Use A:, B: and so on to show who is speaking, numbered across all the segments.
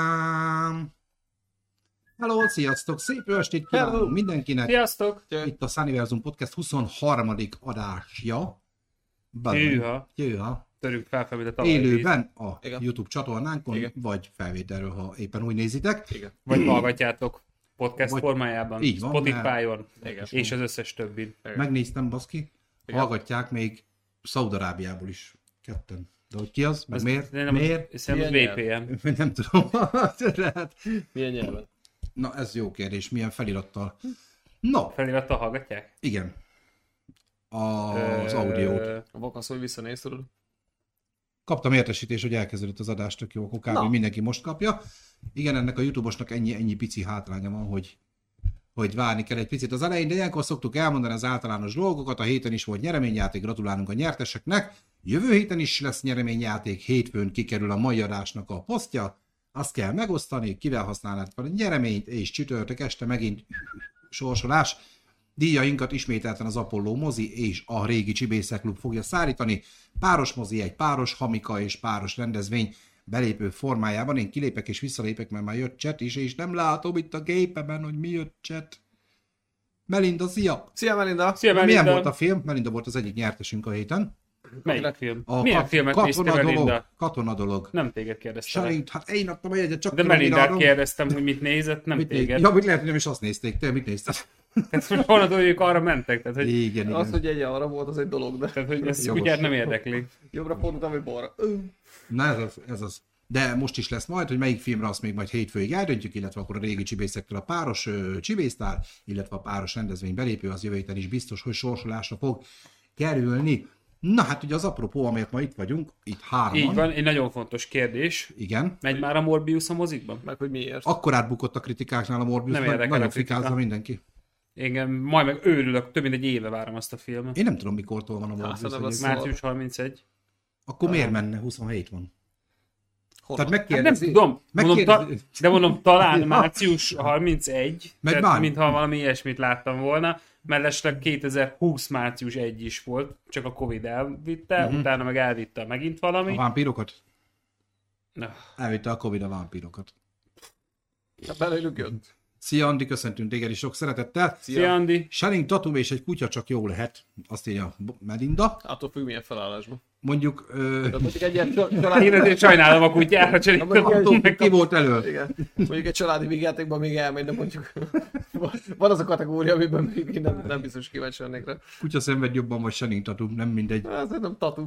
A: Tadám! Hello, sziasztok! Szép jó estét kívánok
B: Hello!
A: mindenkinek!
B: Sziasztok!
A: Itt a Sunniversum Podcast 23. adásja. Balon.
B: Hűha,
A: Jöha.
B: törjük felfelé a tavalyi víz.
A: Élőben a
C: Igen.
A: YouTube csatornánkon,
C: Igen.
A: vagy felvételről, ha éppen úgy nézitek.
C: Igen,
B: Vagy hallgatjátok podcast
A: Vagy-
B: formájában,
A: Így van,
B: Spotify-on,
C: igen.
B: és az összes többi.
A: Megnéztem, baszki,
C: Igen.
A: hallgatják még Szaudarábiából is ketten. De hogy ki az, meg
B: Az-
A: miért?
B: Nem,
A: miért?
B: Az, szerintem az
C: Milyen
B: VPN.
A: Nem tudom. Lehet.
C: Milyen nyelven?
A: Na, ez jó kérdés, milyen felirattal.
C: Hm.
A: No,
B: Felirattal hallgatják?
A: igen. Az audiót.
B: Ö,
C: A vakasz, hogy visszanéz, tudod?
A: Kaptam értesítést, hogy elkezdődött az adás, tök jó, akkor kb.
C: Na.
A: mindenki most kapja. Igen, ennek a YouTube-osnak ennyi, ennyi pici hátránya van, hogy hogy várni kell egy picit az elején, de ilyenkor szoktuk elmondani az általános dolgokat, a héten is volt nyereményjáték, gratulálunk a nyerteseknek, jövő héten is lesz nyereményjáték, hétfőn kikerül a mai adásnak a posztja, azt kell megosztani, kivel használnád fel a nyereményt, és csütörtök este megint sorsolás. Díjainkat ismételten az Apollo mozi és a régi Csibészek klub fogja szállítani. Páros mozi egy páros hamika és páros rendezvény belépő formájában. Én kilépek és visszalépek, mert már jött chat is, és nem látom itt a gépemen, hogy mi jött chat. Melinda, szia!
C: Szia Melinda!
B: Szia, Melinda!
A: Milyen volt a film? Melinda volt az egyik nyertesünk a héten.
B: Melyik film?
A: A
B: Milyen
A: kap-
B: filmet néztél,
A: katona dolog.
B: Melinda?
A: Katona dolog.
B: Nem téged kérdeztem.
A: Sarint, hát én adtam a jegyet, csak
B: De
A: tudom, én
B: Melindát
A: adom.
B: kérdeztem, hogy mit nézett, nem
A: Mit né-
B: téged.
A: Ja, mit lehet, hogy nem is azt nézték. Te mit nézted?
B: Tehát most volna dolgok arra mentek, tehát hogy,
A: Igen, igen.
C: Az, hogy egy arra volt, az egy dolog, de
B: tehát, hogy ez
A: Jogos.
B: kutyát nem érdekli.
C: jobbra fordultam, vagy balra. Ö,
A: Na ez az, ez az. De most is lesz majd, hogy melyik filmre azt még majd hétfőig eldöntjük, illetve akkor a régi csibészektől a páros ö, csibésztár, illetve a páros rendezvény belépő az jövő héten is biztos, hogy sorsolásra fog kerülni. Na hát ugye az apropó, amelyet ma itt vagyunk, itt hárman.
B: Így van, egy nagyon fontos kérdés.
A: Igen.
B: Megy már a Morbius a mozikban?
C: Meg hogy miért.
A: Akkor átbukott a kritikáknál a Morbius,
B: Nem
A: nagy-
B: érdekel
A: nagyon
B: a kritika.
A: fikázza mindenki.
B: Igen, majd meg őrülök, több mint egy éve várom azt a filmet.
A: Én nem tudom, mikortól van a Morbius.
C: szerintem
A: egyébként.
C: az-
B: Március 31.
A: Akkor miért menne? 27 van.
C: Honnan?
A: Tehát
B: Hát nem
A: megkérdezi,
B: tudom, mondom, ta,
A: megkérdezi,
B: de mondom talán
A: Ja.
B: március 31,
A: Meg
B: tehát
A: bármi.
B: mintha valami ilyesmit láttam volna, mellesleg 2020 március 1 is volt, csak a Covid elvitte,
C: Mhm.
B: uh-huh. utána meg elvitte megint valami.
A: a vámpírokat?
B: Na,
A: Elvitte a Covid a vámpírokat.
C: Hát belőlük jött.
A: Szia Andi, köszöntünk téged is sok szeretettel.
B: Szia Andi!
A: Shining Tatum és egy kutya csak jó lehet, azt írja Melinda.
C: Attól függ, milyen felállásban.
A: Mondjuk ö,
C: Tehát mondjuk egy ilyen csa-
B: Én
C: családi...
B: azért sajnálom a kutyára,
C: Na, mondjuk egy-
B: cseréltem.
A: attól függ, ki volt elő.
C: Igen. Mondjuk egy családi vígjátékban még elmegy, de mondjuk van az a kategória, amiben még én nem, nem biztos kíváncsi lennék rá.
A: Kutya szenved jobban, vagy Shining Tatum, nem mindegy.
C: Hát, Ez nem tatu.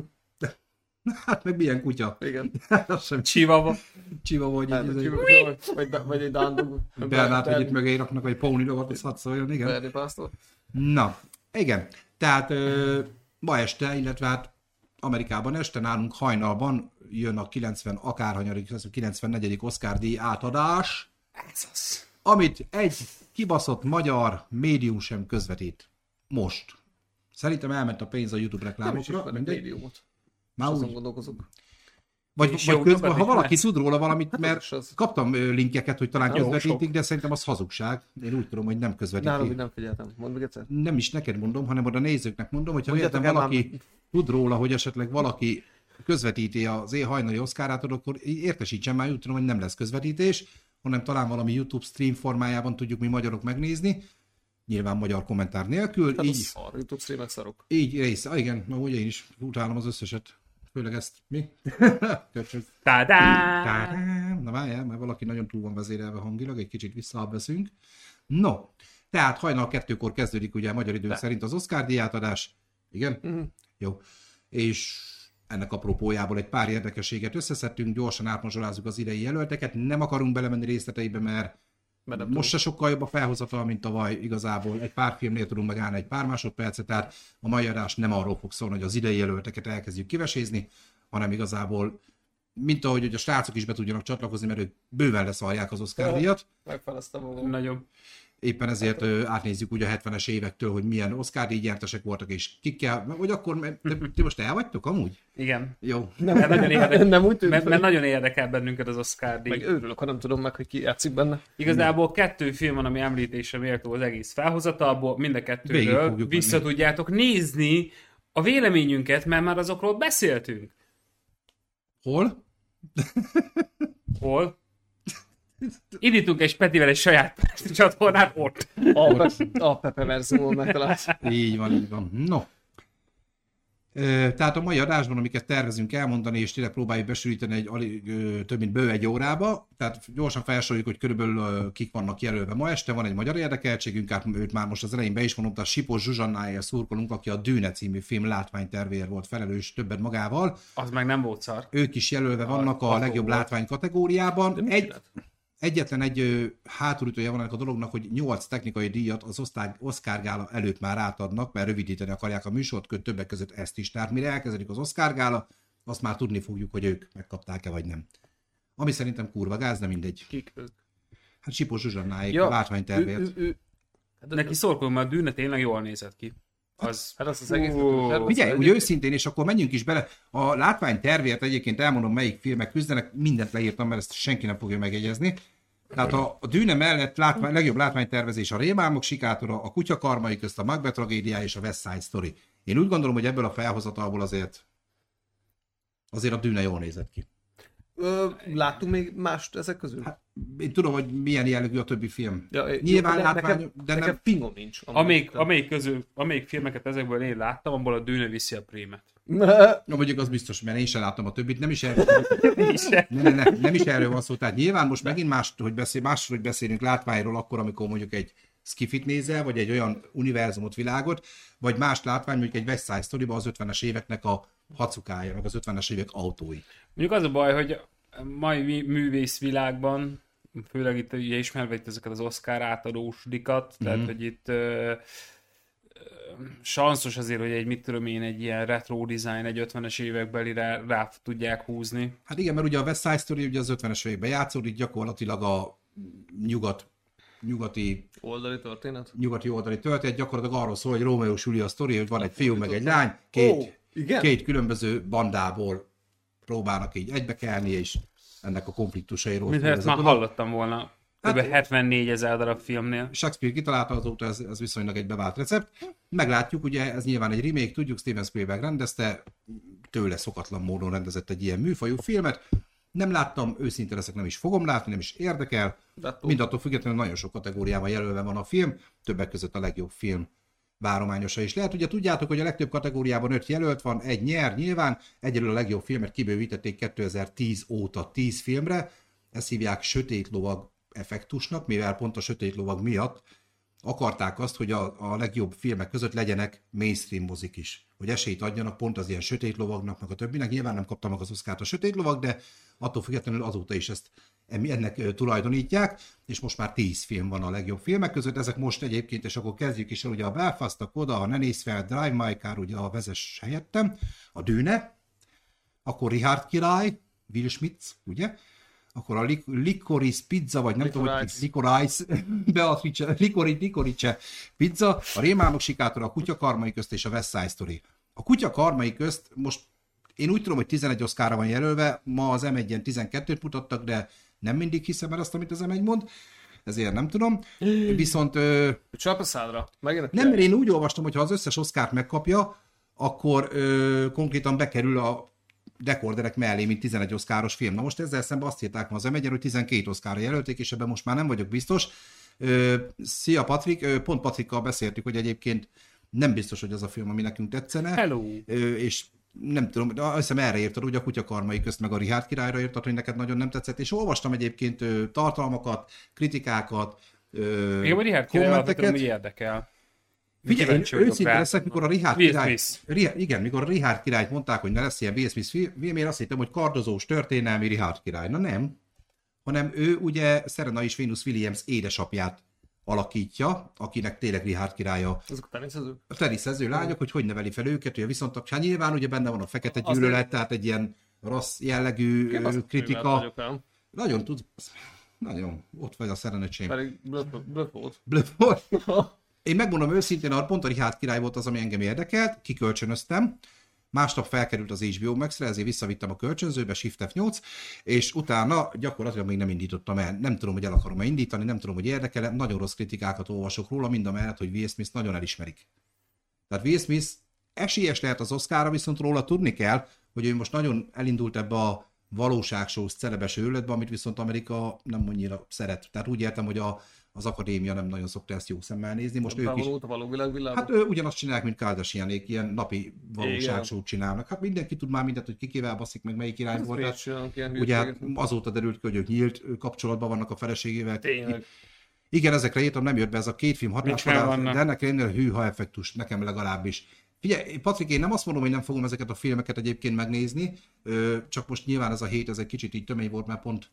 A: Hát meg milyen kutya?
C: Igen.
A: Az sem
B: Csivava.
A: csiva vagy.
C: Hát,
A: Így,
C: vagy,
A: egy
C: vagy, vagy egy dándog.
A: Bernát, hogy itt mögé raknak, vagy Póni lovat, az hadd szóljon, igen.
C: Berni Pásztor.
A: Na, igen. Tehát ö, ma este, illetve hát Amerikában este, nálunk hajnalban jön a 90 akárhanyadik, az a 94. Oscar díj átadás,
B: Ez az.
A: amit egy kibaszott magyar médium sem közvetít. Most. Szerintem elment a pénz a YouTube
C: Nem is
A: reklámokra,
C: ismerek
A: mindegy.
C: médiumot.
A: Már
C: Azon
A: úgy.
C: gondolkozunk.
A: Vagy,
B: És
A: vagy
B: jó
A: közben,
B: többet
A: ha
B: is
A: valaki
B: lehet.
A: szud róla valamit, mert
C: is Hát az.
A: kaptam ö, linkeket, hogy talán
B: Jó, sok.
A: közvetítik, de szerintem az hazugság. Én úgy tudom, hogy nem
C: Nálam így
A: közvetítik.
C: nem figyeltem. Mondd meg egyszer.
A: Nem is neked mondom, hanem oda nézőknek mondom, hogyha
C: Mondjátok
A: véletlen
C: el már.
A: valaki tud róla, hogy esetleg valaki közvetíti az én hajnali oszkárát, akkor értesítsen már, úgy tudom, hogy nem lesz közvetítés, hanem talán valami YouTube stream formájában tudjuk mi magyarok megnézni, nyilván magyar kommentár nélkül,
C: Hát
A: így...
C: így. az szar. YouTube streamek szarok.
A: Így része, ah, igen, ma ugye én is utálom az összeset. Főleg ezt, mi? Köcsög.
B: Tádá!
A: Tádám! Na várjál, mert valaki nagyon túl van vezérelve hangilag, egy kicsit visszaabveszünk. No, tehát hajnal kettőkor kezdődik ugye a magyar idő szerint az Oscar díjátadás. Igen?
C: Mhm.
A: Jó. És ennek apropójából egy pár érdekességet összeszedtünk, gyorsan átmazsolázzuk az idei jelölteket, nem akarunk belemenni részleteibe, mert
C: Mert nem
A: most se sokkal jobb a felhozatal, mint tavaly igazából. Egy pár filmnél tudunk megállni egy pár másodpercet, tehát a mai adás nem arról fog szólni, hogy az idei jelölteket elkezdjük kivesézni, hanem igazából, mint ahogy hogy a srácok is be tudjanak csatlakozni, mert ők bőven leszarják az Oscar díjat.
C: megfeleztem magam.
B: Nagyon.
A: Éppen ezért ö, átnézzük ugye a 70-es évektől, hogy milyen Oscar díj gyertesek voltak, és kikkel, vagy akkor, mert- te, ti most el vagytok amúgy?
B: Igen.
A: Jó.
B: Mert nagyon érdekel,
C: Nem úgy tűnt,
B: mert, mert
C: hogy-
B: nagyon érdekel bennünket az Oscar díj.
C: Meg őrülök, ha nem tudom meg, hogy ki játszik benne.
B: Igazából kettő film van, ami említésre méltó az egész felhozatalból, mind a
A: Végig
B: kettőről
A: fogjuk
B: vissza
A: menni.
B: tudjátok nézni a véleményünket, mert már azokról beszéltünk.
A: Hol?
B: Hol? Indítunk egy Petivel egy saját Pesti csatornát ott.
C: A, pe- a Pepe Verzumon megtalálsz.
A: Így van, így van. No. Ö, Tehát a mai adásban, amiket tervezünk elmondani, és tényleg próbáljuk besűríteni egy alig, ö, több mint bő egy órába, tehát gyorsan felsoroljuk, hogy körülbelül ö, kik vannak jelölve ma este, van egy magyar érdekeltségünk, hát őt már most az elején be is mondom, tehát Sipos Zsuzsannáért szurkolunk, aki a Dűne című film látványtervéért volt felelős többet magával.
B: Az meg nem volt szar.
A: Ők is jelölve vannak a
B: ható
A: legjobb
B: volt.
A: látvány kategóriában. Egy,
C: csinált?
A: egyetlen egy ö, hátulütője van ennek a dolognak, hogy 8 technikai díjat az osztály, Oscar gála előtt már átadnak, mert rövidíteni akarják a műsort, kö- többek között ezt is. Tehát mire elkezdődik az Oscar gála, azt már tudni fogjuk, hogy ők megkapták-e vagy nem. Ami szerintem kurva gáz, de mindegy.
C: Kik ők?
A: Hát Sipos Zsuzsannáék
C: Ja,
A: ja, a látványtervért.
C: Ő- ő- ő- Hát az-
B: Neki szorkolunk, mert a dűne tényleg jól nézett ki. Az
C: Hát azt az egész.
B: Ó.
A: Figyelj, úgy őszintén, és akkor menjünk is bele. A látványtervért egyébként elmondom, melyik filmek küzdenek, mindent leírtam, mert ezt senki nem fogja megjegyezni. Tehát a, a dűne mellett látvány, legjobb látványtervezés a rémálmok sikátora, a kutya karmai közt a Macbeth tragédiája és a West Side Story. Én úgy gondolom, hogy ebből a felhozatalból azért azért a dűne jól nézett ki.
C: Ö, láttunk még mást ezek közül?
A: Hát, én tudom, hogy milyen jellegű a többi film.
C: Ja, jó,
A: Nyilván
C: ne-
A: látvány,
C: nekem,
A: de
C: nekem
A: nem...
C: fingom nincs.
B: Amelyik, amelyik, közül, amelyik filmeket ezekből én láttam, abból a dűne viszi a prémet.
A: Na mondjuk az biztos, mert én sem láttam a többit, nem is erről, ne, ne, ne, nem is erről van szó. Tehát nyilván most megint más, hogy beszél, másról, hogy beszélünk látványról akkor, amikor mondjuk egy skifit nézel, vagy egy olyan univerzumot, világot, vagy más látvány, mondjuk egy West Side story az 50-es éveknek a hacukája, meg az 50-es évek autói.
B: Mondjuk az a baj, hogy a mai mi- művészvilágban, főleg itt ugye ismerve itt ezeket az Oscar átadósdikat,
A: Mhm.
B: tehát hogy itt ö, ö, sanszos azért, hogy egy mit tudom én, egy ilyen retro design, egy 50-es évekbeli rá, rá tudják húzni.
A: Hát igen, mert ugye a West Side Story ugye az 50-es években játszódik, gyakorlatilag a nyugat, nyugati
C: Oldali történet?
A: nyugati oldali történet gyakorlatilag arról szól, hogy Rómeó és Júlia sztori, hogy van egy fiú meg egy lány, két,
C: Ó, igen?
A: két különböző bandából próbálnak így egybekelni, és ennek a konfliktusairól.
B: Mint
A: szól
B: ezt
A: ez a
B: már
A: dolog.
B: hallottam volna. Kb.
A: Hát-
B: 74 ezer darab filmnél.
A: Shakespeare kitalálta azóta, ez, ez viszonylag egy bevált recept. Meglátjuk, ugye ez nyilván egy remake, tudjuk, Steven Spielberg rendezte, tőle szokatlan módon rendezett egy ilyen műfajú filmet. Nem láttam, őszinte leszek, nem is fogom látni, nem is érdekel.
C: De attól-
A: Mindattól függetlenül nagyon sok kategóriában jelölve van a film, többek között a legjobb film várományosa is lehet. Ugye tudjátok, hogy a legtöbb kategóriában öt jelölt van, egy nyer nyilván, egyelőre a legjobb filmet kibővítették 2010 óta 10 filmre, ezt hívják sötét lovag effektusnak, mivel pont a sötét lovag miatt akarták azt, hogy a, a legjobb filmek között legyenek mainstream mozik is, hogy esélyt adjanak pont az ilyen sötét lovagnak, meg a többinek. Nyilván nem kapta meg az oszkát a sötét lovag, de attól függetlenül azóta is ezt em- ennek ö, tulajdonítják, és most már tíz film van a legjobb filmek között, ezek most egyébként, és akkor kezdjük is el, ugye a Belfast, a Koda, a Ne Nézz Fel, Drive My Car, ugye a vezes helyettem, a Dűne, akkor Richard Király, Will Smith, ugye? Akkor a Lic- Licorice Pizza, vagy nem tudom, hogy
C: Licorice.
A: Licorice, Beatrice, Licorice, Licorice Pizza, a Rémálmok sikátora, a Kutya karmai közt és a West Side Story. A Kutya karmai közt most én úgy tudom, hogy 11 oszkára van jelölve, ma az M1-en 12-t mutattak, de nem mindig hiszem el azt, amit az M1 mond, ezért nem tudom. Viszont ö,
C: Csap a szádra. Megint a
A: nem, mert én úgy olvastam, hogy ha az összes oszkárt megkapja, akkor ö, konkrétan bekerül a dekorderek mellé, mint 11 oszkáros film. Na most ezzel szemben azt írták ma az m hogy 12 oszkára jelölték, és ebben most már nem vagyok biztos. Ö, szia Patrik, ö, pont Patrikkal beszéltük, hogy egyébként nem biztos, hogy az a film, ami nekünk tetszene.
B: Hello!
A: Ö, és nem tudom, de azt hiszem erre írtad, hogy a kutyakarmai közt meg a Richard királyra írtad, hogy neked nagyon nem tetszett, és olvastam egyébként ö, tartalmakat, kritikákat, ö,
B: Még a Richard Király alapvetően úgy hát érdekel.
A: Figyelj, én
B: Kíváncsi vagyok
A: őszinte
B: rá.
A: leszek, mikor a Richard
B: Will
A: király...
B: Smith.
A: Ri- igen, mikor a Richard királyt mondták, hogy ne lesz ilyen Will Smith film, én azt hittem, hogy kardozós történelmi Richard király. Na nem, hanem ő ugye Serena és Venus Williams édesapját alakítja, akinek tényleg Richard királya
C: Azok a teniszezők?
A: a teniszező lányok, hogy hogy neveli fel őket, ugye viszont hát nyilván ugye benne van a fekete gyűlölet, tehát egy ilyen rassz jellegű ö,
C: Azt művelt
A: kritika.
C: Vagyok, nem?
A: Nagyon tud, nagyon, ott vagy a szerencsém.
C: Pedig blöff blöff volt.
A: Blöff volt. Én megmondom őszintén, a pont a Richard király volt az, ami engem érdekelt, kikölcsönöztem, másnap felkerült az HBO Max-re, ezért visszavittem a kölcsönzőbe, Shift F8, és utána gyakorlatilag még nem indítottam el. Nem tudom, hogy el akarom -e indítani, nem tudom, hogy érdekel nagyon rossz kritikákat olvasok róla, mind a mellett, hogy Will Smith nagyon elismerik. Tehát Will Smith esélyes lehet az oszkára, viszont róla tudni kell, hogy ő most nagyon elindult ebbe a valóságsós, celebes őrületbe, amit viszont Amerika nem annyira szeret. Tehát úgy értem, hogy a, az akadémia nem nagyon szokta ezt jó szemmel nézni. Most ők is,
C: Bevonult a való világvilágba.
A: Hát ő ugyanazt csinálják, mint Kardashianék, ilyen napi valóságsót csinálnak. Hát mindenki tud már mindent, hogy ki kivel baszik, meg melyik
C: Ez
A: irányból.
C: miért
A: Tehát
C: csinálunk ilyen
A: ugye hát
C: hülyeséget?
A: azóta derült ki, hogy ők nyílt kapcsolatban vannak a feleségével.
C: Tényleg.
A: Igen, ezekre írtam, nem jött be ez a két film hatás,
B: fel
A: de
B: vannak?
A: ennek ennél hűha effektus, nekem legalábbis. Figyelj, Patrik, én nem azt mondom, hogy nem fogom ezeket a filmeket egyébként megnézni, ö, csak most nyilván ez a hét, ez egy kicsit így tömény volt, mert pont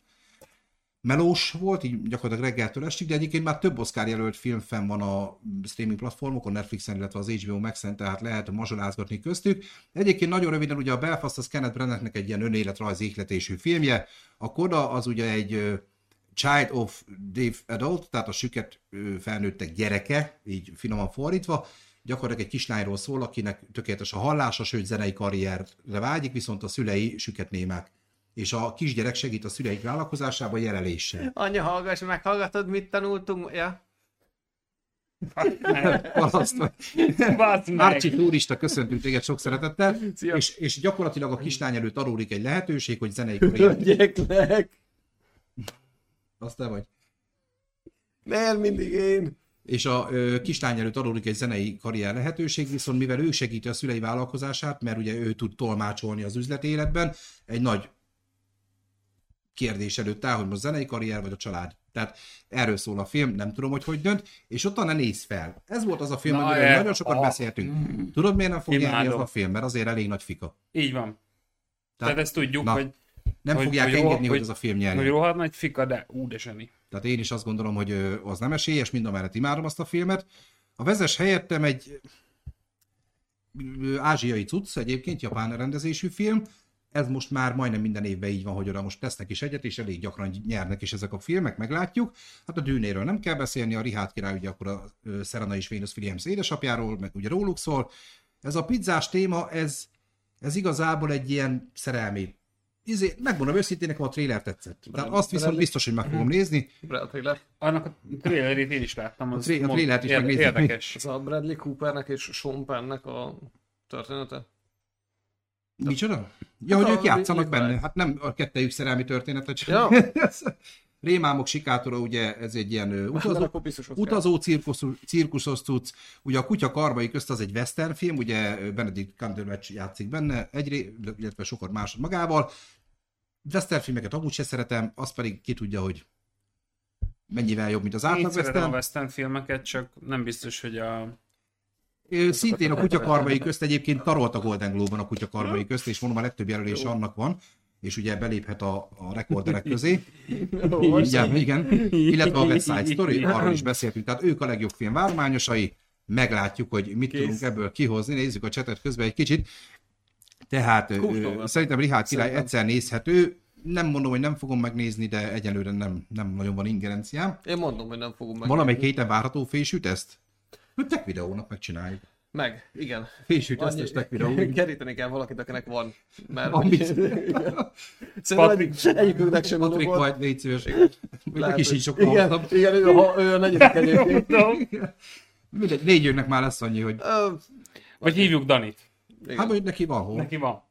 A: melós volt, így gyakorlatilag reggeltől estig, de egyébként már több Oscar jelölt film fenn van a streaming platformokon, Netflixen, illetve az HBO Maxen, tehát lehet mazsolázgatni köztük. Egyébként nagyon röviden ugye a Belfast, az Kenneth Branaghnek egy ilyen önéletrajz ihletésű filmje, a Koda az ugye egy ö, Child of Dave Adult, tehát a süket ö, felnőttek gyereke, így finoman fordítva, gyakorlatilag egy kislányról szól, akinek tökéletes a hallása, sőt zenei karrierre vágyik, viszont a szülei süket némák. És a kisgyerek segít a szüleik vállalkozásába jeleléssel.
C: Anya, hallgass, meghallgatod, mit tanultunk? Ja.
A: Paraszt vagy.
B: Bazd meg.
A: Márcsi turista, köszöntünk téged sok szeretettel,
C: Szia.
A: és, és gyakorlatilag a kislány előtt adódik egy lehetőség, hogy zenei karrier.
C: Hölgyeklek.
A: Azt te vagy.
C: Miért mindig én?
A: és a ö, kislány előtt adódik egy zenei karrier lehetőség, viszont mivel ő segíti a szülei vállalkozását, mert ugye ő tud tolmácsolni az üzleti életben, egy nagy kérdés előtt áll, hogy most zenei karrier vagy a család. Tehát erről szól a film, nem tudom, hogy hogy dönt, és ott ne néz fel. Ez volt az a film,
B: Na,
A: amiről
B: e-
A: nagyon sokat
B: a- Mm.
A: beszéltünk. Tudod, miért nem fog nyerni az
B: Imádom.
A: a film? Mert azért elég nagy fika.
B: Így van. Tehát, ezt tudjuk,
A: na,
B: hogy,
A: nem
B: hogy-
A: fogják
B: hogy jó-
A: engedni, hogy,
B: hogy-
A: ez a film
B: hogy
A: nyerjen.
B: rohadt nagy fika, de ú, de zseni.
A: Tehát én is azt gondolom, hogy ö, az nem esélyes, mind a mellett imádom azt a filmet. A vezes helyettem egy ö, ázsiai cucc, egyébként japán rendezésű film. Ez most már majdnem minden évben így van, hogy oda most tesznek is egyet, és elég gyakran nyernek is ezek a filmek, meglátjuk. Hát a dűnéről nem kell beszélni, a Rihát király ugye akkor a ö, Serena és Venus Williams édesapjáról, meg ugye róluk szól. Ez a pizzás téma, ez, ez igazából egy ilyen szerelmi. Izé, megmondom őszintén, nekem a trailer tetszett. Tehát azt viszont biztos, hogy meg fogom nézni.
C: Bradley le.
B: Annak a trailerét én is láttam. Az
A: A tra- a trailert is
B: mond-
A: megnéztük mi?
B: Érdekes.
C: Ez a Bradley Coopernek és Sean Pennnek a története.
A: Micsoda? Ja,
C: Hát
A: hogy
C: a-
A: ők játszanak
C: mi- mi-
A: benne. Hát nem a kettejük szerelmi történetet
C: Ja.
A: csak. Rémámok sikátora, ugye ez egy ilyen ö,
C: Hát, mert
A: utazó,
C: akkor biztos ott kell.
A: utazó cirkuszú- cirkuszhoz tudsz. Ugye a kutya karbai közt az egy western film, ugye ö, Benedict Cumberbatch játszik benne, egyré, illetve sokat más magával. Western filmeket amúgy se szeretem, azt pedig ki tudja, hogy mennyivel jobb, mint az
B: Én
A: átlag
B: szeretem a
A: western.
B: western filmeket, csak nem biztos, hogy a...
A: Ő szintén a kutyakarmai közt egyébként tarolt a Golden Globe-on a kutyakarmai közt, és mondom a legtöbb jelölés annak van, és ugye beléphet a, a rekorderek közé. Igen, igen. Illetve a West Side Story, arról is beszéltünk. Tehát ők a legjobb film várományosai, meglátjuk, hogy mit
C: Kész.
A: tudunk ebből kihozni, nézzük a csetet közben egy kicsit. Tehát ö,
C: Kóstolva.
A: szerintem Rihárd király
C: Szerintem.
A: egyszer nézhető, nem mondom, hogy nem fogom megnézni, de egyelőre nem, nem nagyon van ingerenciám.
C: Én mondom, hogy nem fogom meg.
A: Valamelyik héten várható fésüt ezt? Hogy tech videónak megcsináljuk.
C: Meg, igen.
A: Fésüt ezt
C: Annyi-
A: és tech videó.
C: Keríteni kell valakit, akinek van. Mert
A: Amit-
C: Szerintem
B: Patrik-
C: egyik- egyikünknek sem
A: Patrik
C: adó volt.
A: vagy, légy szíves.
C: Lehet,
A: Neki is
C: hogy-
A: így sokkal
C: igen,
A: hoztam.
C: igen, ő a, ő a negyedik egyébként.
A: Mindegy, négyőnek már lesz annyi, hogy
C: Ö,
B: Vagy hívjuk Danit.
A: hát
C: igen.
A: hogy neki van hol.
B: Neki van.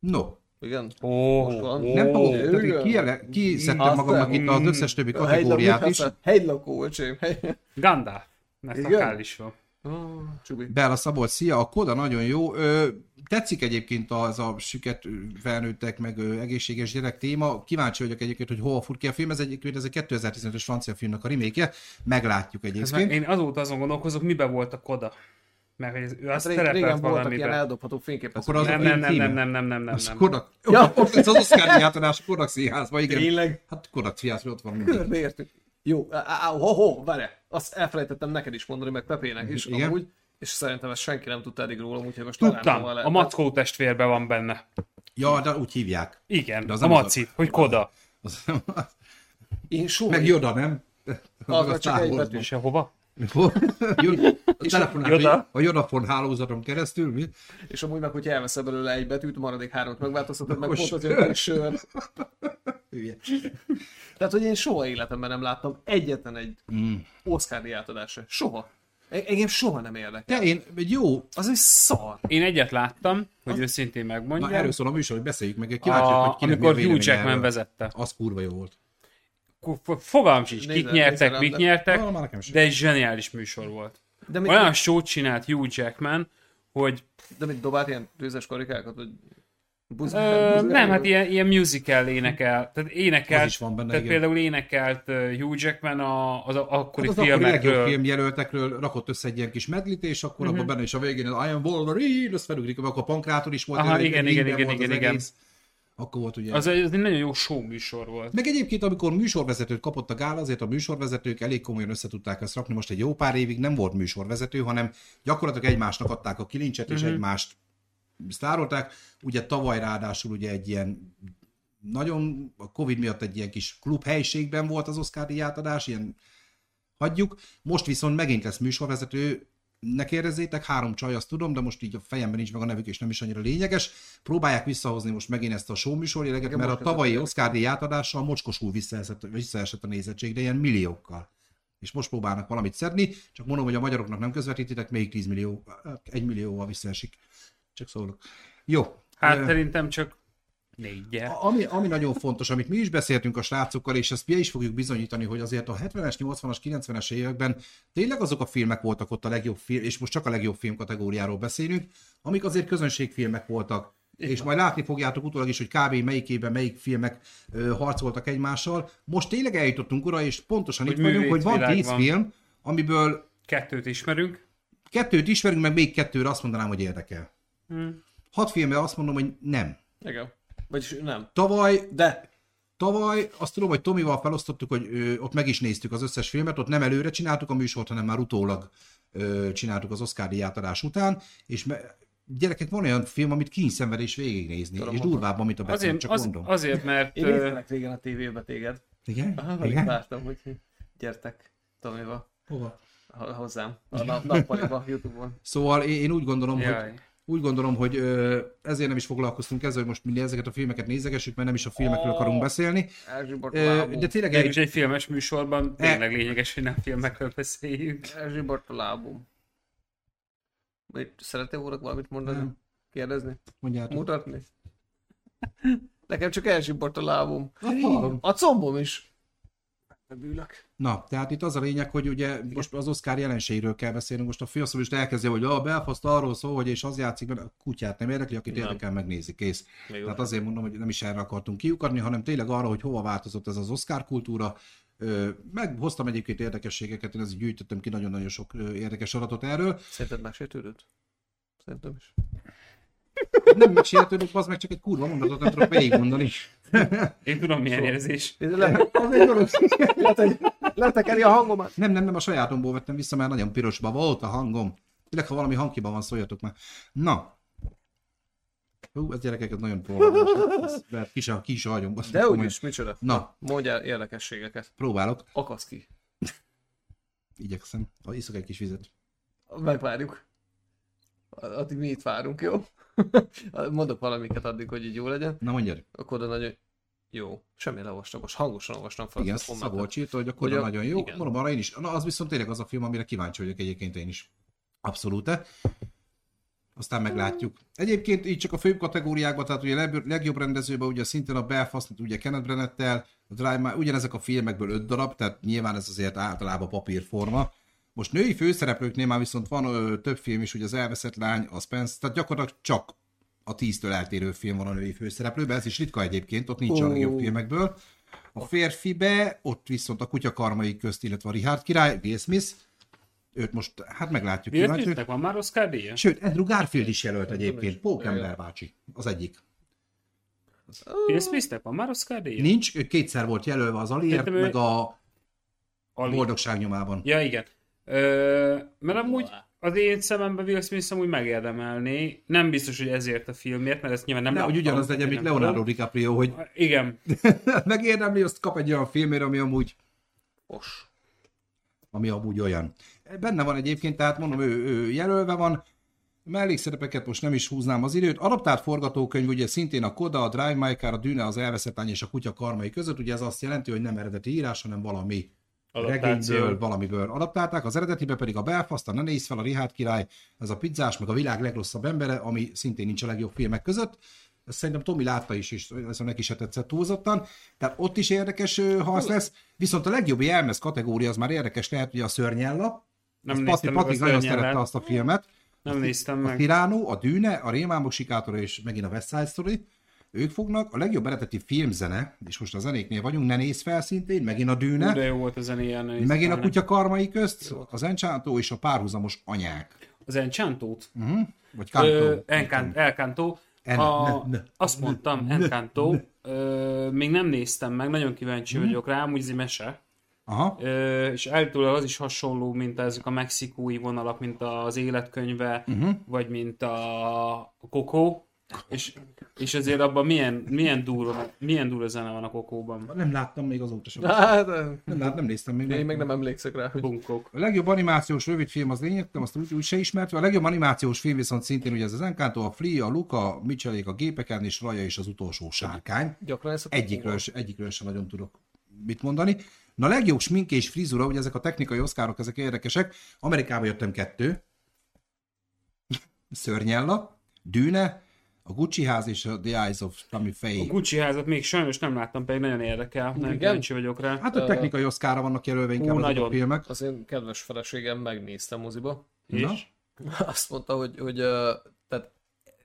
A: No,
C: igen.
B: Ó,
C: Most van.
A: nem fogok,
C: ő
A: tehát
C: igen.
A: én kijele- kiszedtem
C: Azt
A: magamnak
C: te- Hm,
A: itt az összes többi
C: A hegylakó,
A: kategóriát is.
C: persze. Hegylakó, öcsém. Hegy...
B: Gandalf. Mert
C: Igen?
B: a Kál is van.
C: Ó, Csubi.
A: Bella Szabolcs, szia, a Koda nagyon jó. Ö, tetszik egyébként az a süket ö, felnőttek, meg ö, egészséges gyerek téma. Kíváncsi vagyok egyébként, hogy hol fut ki a film. Ez egyébként ez egy 2015-ös francia filmnek a remake Meglátjuk
B: Ez már,
A: egyébként.
B: én azóta azon gondolkozok, miben volt a koda. Mert hogy ez- ő azt
C: Ré- régen
B: szerepelt
C: voltak ilyen
B: valamiben.
C: eldobható fényképek.
A: Akkor az-
B: Nem, nem, nem, nem, nem, nem, nem, nem.
A: Az
B: nem.
A: Kodak.
C: Ja.
A: Ott lesz az Oscar átadás a Kodak színházba, igen.
C: Tényleg?
A: Hát Kodak színházba ott van mindig.
C: Körbe értünk. Jó, á, á, ho, ho, várj, azt elfelejtettem neked is mondani, meg Pepének is,
A: Igen.
C: amúgy, és szerintem ezt senki nem tudta eddig rólam, úgyhogy most
B: Tudtam,
C: elárulva
B: a mackó testvérben van benne.
A: Ja, de úgy hívják.
B: Igen,
A: De az
B: a
A: nem az
B: maci, hogy koda.
A: Az, az,
C: Én soha
A: meg Joda, nem?
C: Az
A: a
C: csak
A: Star
C: egy
A: Warsban.
C: betű.
B: Sehova?
A: Jod- a telefonát,
B: Joda?
A: a Jodafon hálózaton keresztül, mi?
C: És amúgy meg, hogy elveszel belőle egy betűt, maradék hármat megváltoztatod, meg
A: Akkor
C: pont
A: sör.
C: azért egy sör.
A: Hülye.
C: Tehát, hogy én soha életemben nem láttam egyetlen egy
A: Mm.
C: Oscar díjátadása. Soha. E- Engem soha nem érdekel.
A: Te én, egy jó,
C: Az egy szar.
B: Én egyet láttam, hogy őszintén megmondjam.
A: na erről szól a műsor, hogy beszéljük meg, egy kíváncsi, vagyok,
B: a,
A: hogy kinek mi a
B: Ah, amikor Hugh
A: véleménye
B: Jackman
A: erről.
B: vezette.
A: Az kurva jó volt.
B: Ko- fo- Fogalm sincs, kik
C: Nézem,
B: nyertek,
C: nézem,
B: mit
C: de-
B: nyertek,
A: Ah, már nekem sem.
B: de egy zseniális műsor volt.
C: De mit,
B: Olyan sót csinált Hugh Jackman, hogy
C: de mit dobált ilyen tűzes karikákat, hogy buz,
B: ö, nem, hát ilyen, ilyen musical énekel, tehát énekelt,
A: Az is van benne,
B: tehát
A: igen.
B: például énekelt ö, Hugh Jackman a, az a, akkori
A: Hát az
B: hát
A: akkori legjobb
B: filmekről. Mhm.
A: filmjelöltekről rakott össze egy ilyen kis medlit, és akkor uh-huh. abban benne is a végén az I am Wolverine, azt felugrik, akkor a pankrátor is volt.
B: Aha,
A: előre,
B: igen,
A: egy
B: igen,
A: ringben
B: igen,
A: volt az
B: igen, igen.
A: egész. Akkor volt ugye.
B: Az, egy- az egy nagyon jó show műsor volt.
A: Meg egyébként, amikor műsorvezetőt kapott a gál, azért a műsorvezetők elég komolyan össze tudták ezt rakni. Most egy jó pár évig nem volt műsorvezető, hanem gyakorlatilag egymásnak adták a kilincset,
B: Mhm.
A: és egymást sztárolták. Ugye tavaly ráadásul ugye egy ilyen nagyon, a Covid miatt egy ilyen kis klub helyiségben volt az Oscar díj átadás, ilyen hagyjuk. Most viszont megint lesz műsorvezető, ne kérdezzétek, három csaj, azt tudom, de most így a fejemben nincs meg a nevük, és nem is annyira lényeges. Próbálják visszahozni most megint ezt a show műsorjeleget, mert a
C: most kezdett
A: tavalyi
C: el.
A: Oscar díj átadással mocskosul visszaesett, visszaesett a nézettség, de ilyen milliókkal. És most próbálnak valamit szedni, csak mondom, hogy a magyaroknak nem közvetítitek, még 10 millió, 1 millióval visszaesik. Csak szólok. Jó.
B: Hát
A: Ö,
B: szerintem csak négyel.
A: a- ami, ami nagyon fontos, amit mi is beszéltünk a srácokkal, és ezt mi is fogjuk bizonyítani, hogy azért a 70-es, 80-as, 90-es években tényleg azok a filmek voltak ott a legjobb film, és most csak a legjobb film kategóriáról beszélünk, amik azért közönségfilmek voltak. És majd látni fogjátok utólag is, hogy kb. melyik évben melyik filmek ö, harcoltak egymással. Most tényleg eljutottunk ura, és pontosan
B: Hogy
A: itt vagyunk, hogy van
B: művészvilág
A: 10
B: van.
A: film, amiből
B: Kettőt ismerünk.
A: kettőt ismerünk, meg még kettőre azt mondanám, hogy érdekel.
B: Hmm.
A: Hat filmre azt mondom, hogy nem.
C: Igen. Vagyis nem.
A: Tavaly
C: De
A: Tavaly azt tudom, hogy Tomival felosztottuk, hogy ö, ott meg is néztük az összes filmet, ott nem előre csináltuk a műsort, hanem már utólag ö, csináltuk az Oscar díjátadás után, és me- gyerekek, van olyan film, amit kínszenvedés végignézni,
C: Tudom,
A: és
C: mondom.
A: durvább, amit a beszél,
B: Azért,
A: csak
B: az,
A: mondom.
B: azért, mert...
C: én
B: ö,
C: néztelek régen a tévébe téged.
A: Igen?
C: Aha, alig
A: Igen?
C: vártam, hogy gyertek Tomival
A: Hova?
C: ho- hozzám. A nap, nappaliba, Youtube-on.
A: Szóval én, én úgy gondolom, hogy
B: Jaj.
A: úgy gondolom, hogy ö, ezért nem is foglalkoztunk ezzel, hogy most mindig ezeket a filmeket nézegessük, mert nem is a filmekről akarunk beszélni.
C: Erzsébet
A: Ö,
C: lábú.
A: de tényleg
B: Mégis
A: egy,
B: egy filmes műsorban tényleg lényeges, hogy nem filmekről beszéljünk.
C: Erzsébet lábú. Mit, szeretnél úrak valamit mondani?
A: Nem.
C: Kérdezni?
A: mondjátok.
C: Mutatni? Nekem csak erzsébet a lábom.
A: Hallom.
C: A combom is. Bűlök.
A: Na, tehát itt az a lényeg, hogy ugye most az Oscar jelenségről kell beszélnünk, most a fiaszom is elkezdje, hogy a Belfast arról szól, hogy és az játszik, mert a kutyát nem érdekli, akit
C: Nem.
A: érdekel, megnézi, kész.
C: Még
A: Tehát azért mondom, hogy nem is erre akartunk kiukadni, hanem tényleg arra, hogy hova változott ez az Oscar kultúra. Ö, Meghoztam egyébként érdekességeket, én ezt gyűjtöttem ki nagyon-nagyon sok ö, érdekes adatot erről.
C: Szerinted megsértődött? Szerintem is.
A: Nem megsértődök, az meg csak egy kurva mondatot nem tudok végigmondani.
B: Én tudom, milyen érzés.
C: Ez le, az egy dolog. Lehet, hogy letekeri a hangomat.
A: Nem, nem, nem, a sajátomból vettem vissza, mert nagyon pirosba volt a hangom. Tényleg, ha valami hangkiban van, szóljatok már. Na. Hú, ez gyerekek, ez nagyon problémás. Mert ki se, ki se hagyom.
C: De úgyis, micsoda.
A: Na,
C: Mondjál érdekességeket.
A: próbálok.
C: Akasz ki.
A: Igyekszem. Ha iszok egy kis vizet.
C: Megvárjuk. Addig mi itt várunk, jó? Mondok valamiket addig, hogy így jó legyen.
A: Na mondjad.
C: Akkor de nagyon jó. Semmi leolvastam, most hangosan olvastam fel.
A: Igen,
C: azt a kommentet.
A: Szabolcs írta, hogy akkor
C: Ugye-
A: nagyon jó.
C: igen.
A: Mondom, arra én is. Na, az viszont tényleg az a film, amire kíváncsi vagyok egyébként én is. Abszolút. Aztán meglátjuk. Egyébként így csak a főbb kategóriákban, tehát ugye legjobb- legjobb rendezőben ugye szintén a Belfast, ugye Kenneth Branagh-tel, a Drive My, ugyanezek a filmekből öt darab, tehát nyilván ez azért általában papírforma. Most női főszereplőknél már viszont van ö, több film is, ugye az Elveszett Lány, a Spence, tehát gyakorlatilag csak a tíztől eltérő film van a női főszereplőben, ez is ritka egyébként, ott nincs a
C: Ó.
A: legjobb filmekből. A férfibe, ott viszont a kutya karmai közt, illetve a Richard király, Will Smith, őt most, hát meglátjuk.
B: Miért
A: kíváncsi vagyok.
B: jöttek? Van már Oscar díja?
A: Sőt, Andrew Garfield is jelölt egyébként,
C: is.
A: Pókember bácsi, az egyik.
B: Will smith van már Oscar díja?
A: Nincs, ő kétszer volt jelölve az Aliért,
B: Szerintem ő-
A: meg a
B: Ali.
A: boldogság nyomában.
B: Ja, igen. Ö, mert amúgy az én szememben Will Smith amúgy megérdemelné. Nem biztos, hogy ezért a filmért, mert ezt nyilván nem
A: Ne, hogy
B: láttam,
A: ugyanaz legyen, mint
B: nem tudom.
A: Leonardo DiCaprio, hogy
B: Igen.
A: megérdemli, azt kap egy olyan filmért, ami amúgy
C: Os.
A: ami amúgy olyan. Benne van egyébként, tehát mondom, ő, ő jelölve van, mellékszerepeket most nem is húznám az időt. Adaptált forgatókönyv ugye szintén a Koda, a Drive My Car, a Dűne, az Elveszett Lány és a Kutya Karmai között, ugye ez azt jelenti, hogy nem eredeti írás, hanem valami regényből, valamiből adaptálták, az eredetibe pedig a Belfast, a Ne nézz fel, a Rihát király, ez a pizzás, meg a világ legrosszabb embere, ami szintén nincs a legjobb filmek között. Ezt szerintem Tomi látta is, és ez neki se tetszett túlzottan. Tehát ott is érdekes ö, harc lesz. Viszont a legjobb jelmez kategória az már érdekes lehet, ugye a szörnyella.
B: Nem
A: Azt
B: néztem meg
A: Patrik
B: a
A: nagyon
B: Szörnyellát.
A: szerette azt a filmet.
B: Nem néztem
A: A
B: meg.
A: Tiránó, a Dűne, a Rémámok sikátora és megint a West Side Story, ők fognak. A legjobb eredeti filmzene, és most a zenéknél vagyunk, ne néz fel szintén, megint a Dűne,
B: Hú, De jó volt a zenéje. nem néztem
A: megint a
B: meg.
A: kutya karmai közt, az Encsántó és a párhuzamos anyák.
B: Az Enchantót?
A: Uh-huh. Vagy
B: Ö,
A: Kanto.
B: Encan- Elcantó.
A: En-
B: A,
A: ne- ne.
B: azt mondtam, Encanto. Ö, még nem néztem meg, nagyon kíváncsi
A: Mhm.
B: vagyok rá, amúgy ez egy mese.
A: Aha.
B: Ö, és eltől az is hasonló, mint ezek a mexikói vonalak, mint az életkönyve, uh-huh. vagy mint a kokó. És, és azért abban milyen, milyen, durva, milyen durva zene van a kokóban.
A: Nem láttam még azóta sem.
C: Hát,
A: Nem, lát, nem néztem még.
C: én meg nem emlékszek rá, hogy
B: Bunkok.
A: A legjobb animációs rövidfilm az lényegtem, azt úgy, úgy se ismert. A legjobb animációs film viszont szintén ugye ez az Encanto, a Flea, a Luca, a Michelék a gépeken és Raja és az utolsó sárkány.
C: gyakran ezt a
A: Egyikről, se- egyikről sem nagyon tudok mit mondani. Na, a legjobb smink és frizura, ugye ezek a technikai oszkárok, ezek érdekesek. Amerikába jöttem kettő. Szörnyella, Dűne, a Gucci ház és a The Eyes of Tommy
B: A
A: Faye.
B: Gucci házat még sajnos nem láttam, pedig nagyon érdekel. Nagyon
C: Igen?
B: kíváncsi vagyok rá.
A: Hát a technikai oszkára vannak jelölve inkább
B: Hú,
A: azok a
B: nagyon.
A: filmek.
C: Az én kedves feleségem megnézte moziba.
A: Na.
B: És?
C: Azt mondta, hogy, hogy ö, tehát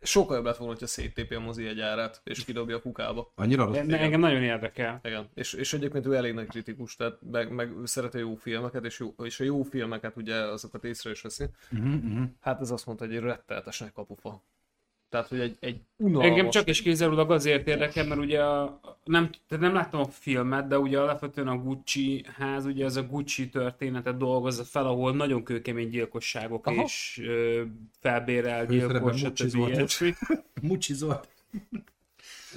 C: sokkal jobb lett volna, hogyha széttépi a mozi egy árát, és kidobja a kukába.
A: Annyira rossz.
B: De, de engem nagyon érdekel.
C: Igen. És, és egyébként ő elég nagy kritikus, tehát meg, meg ő szereti a jó filmeket, és, jó, és a jó filmeket ugye azokat észre is veszi.
A: Uh-huh, uh-huh.
C: Hát ez azt mondta, hogy egy rettenetesen kapufa. Tehát, hogy egy, egy unalmas...
B: Engem csak is kizárólag azért érdekel, mert ugye a, nem, tehát nem láttam a filmet, de ugye alapvetően a Gucci ház, ugye ez a Gucci történetet dolgozza fel, ahol nagyon kőkemény gyilkosságok
C: Aha.
B: és ö, felbérel
A: Főszerepben
B: gyilkos,
A: Mucsi
B: stb.
A: Zoltán.
B: ilyesmi.
A: Mucsi Zolt.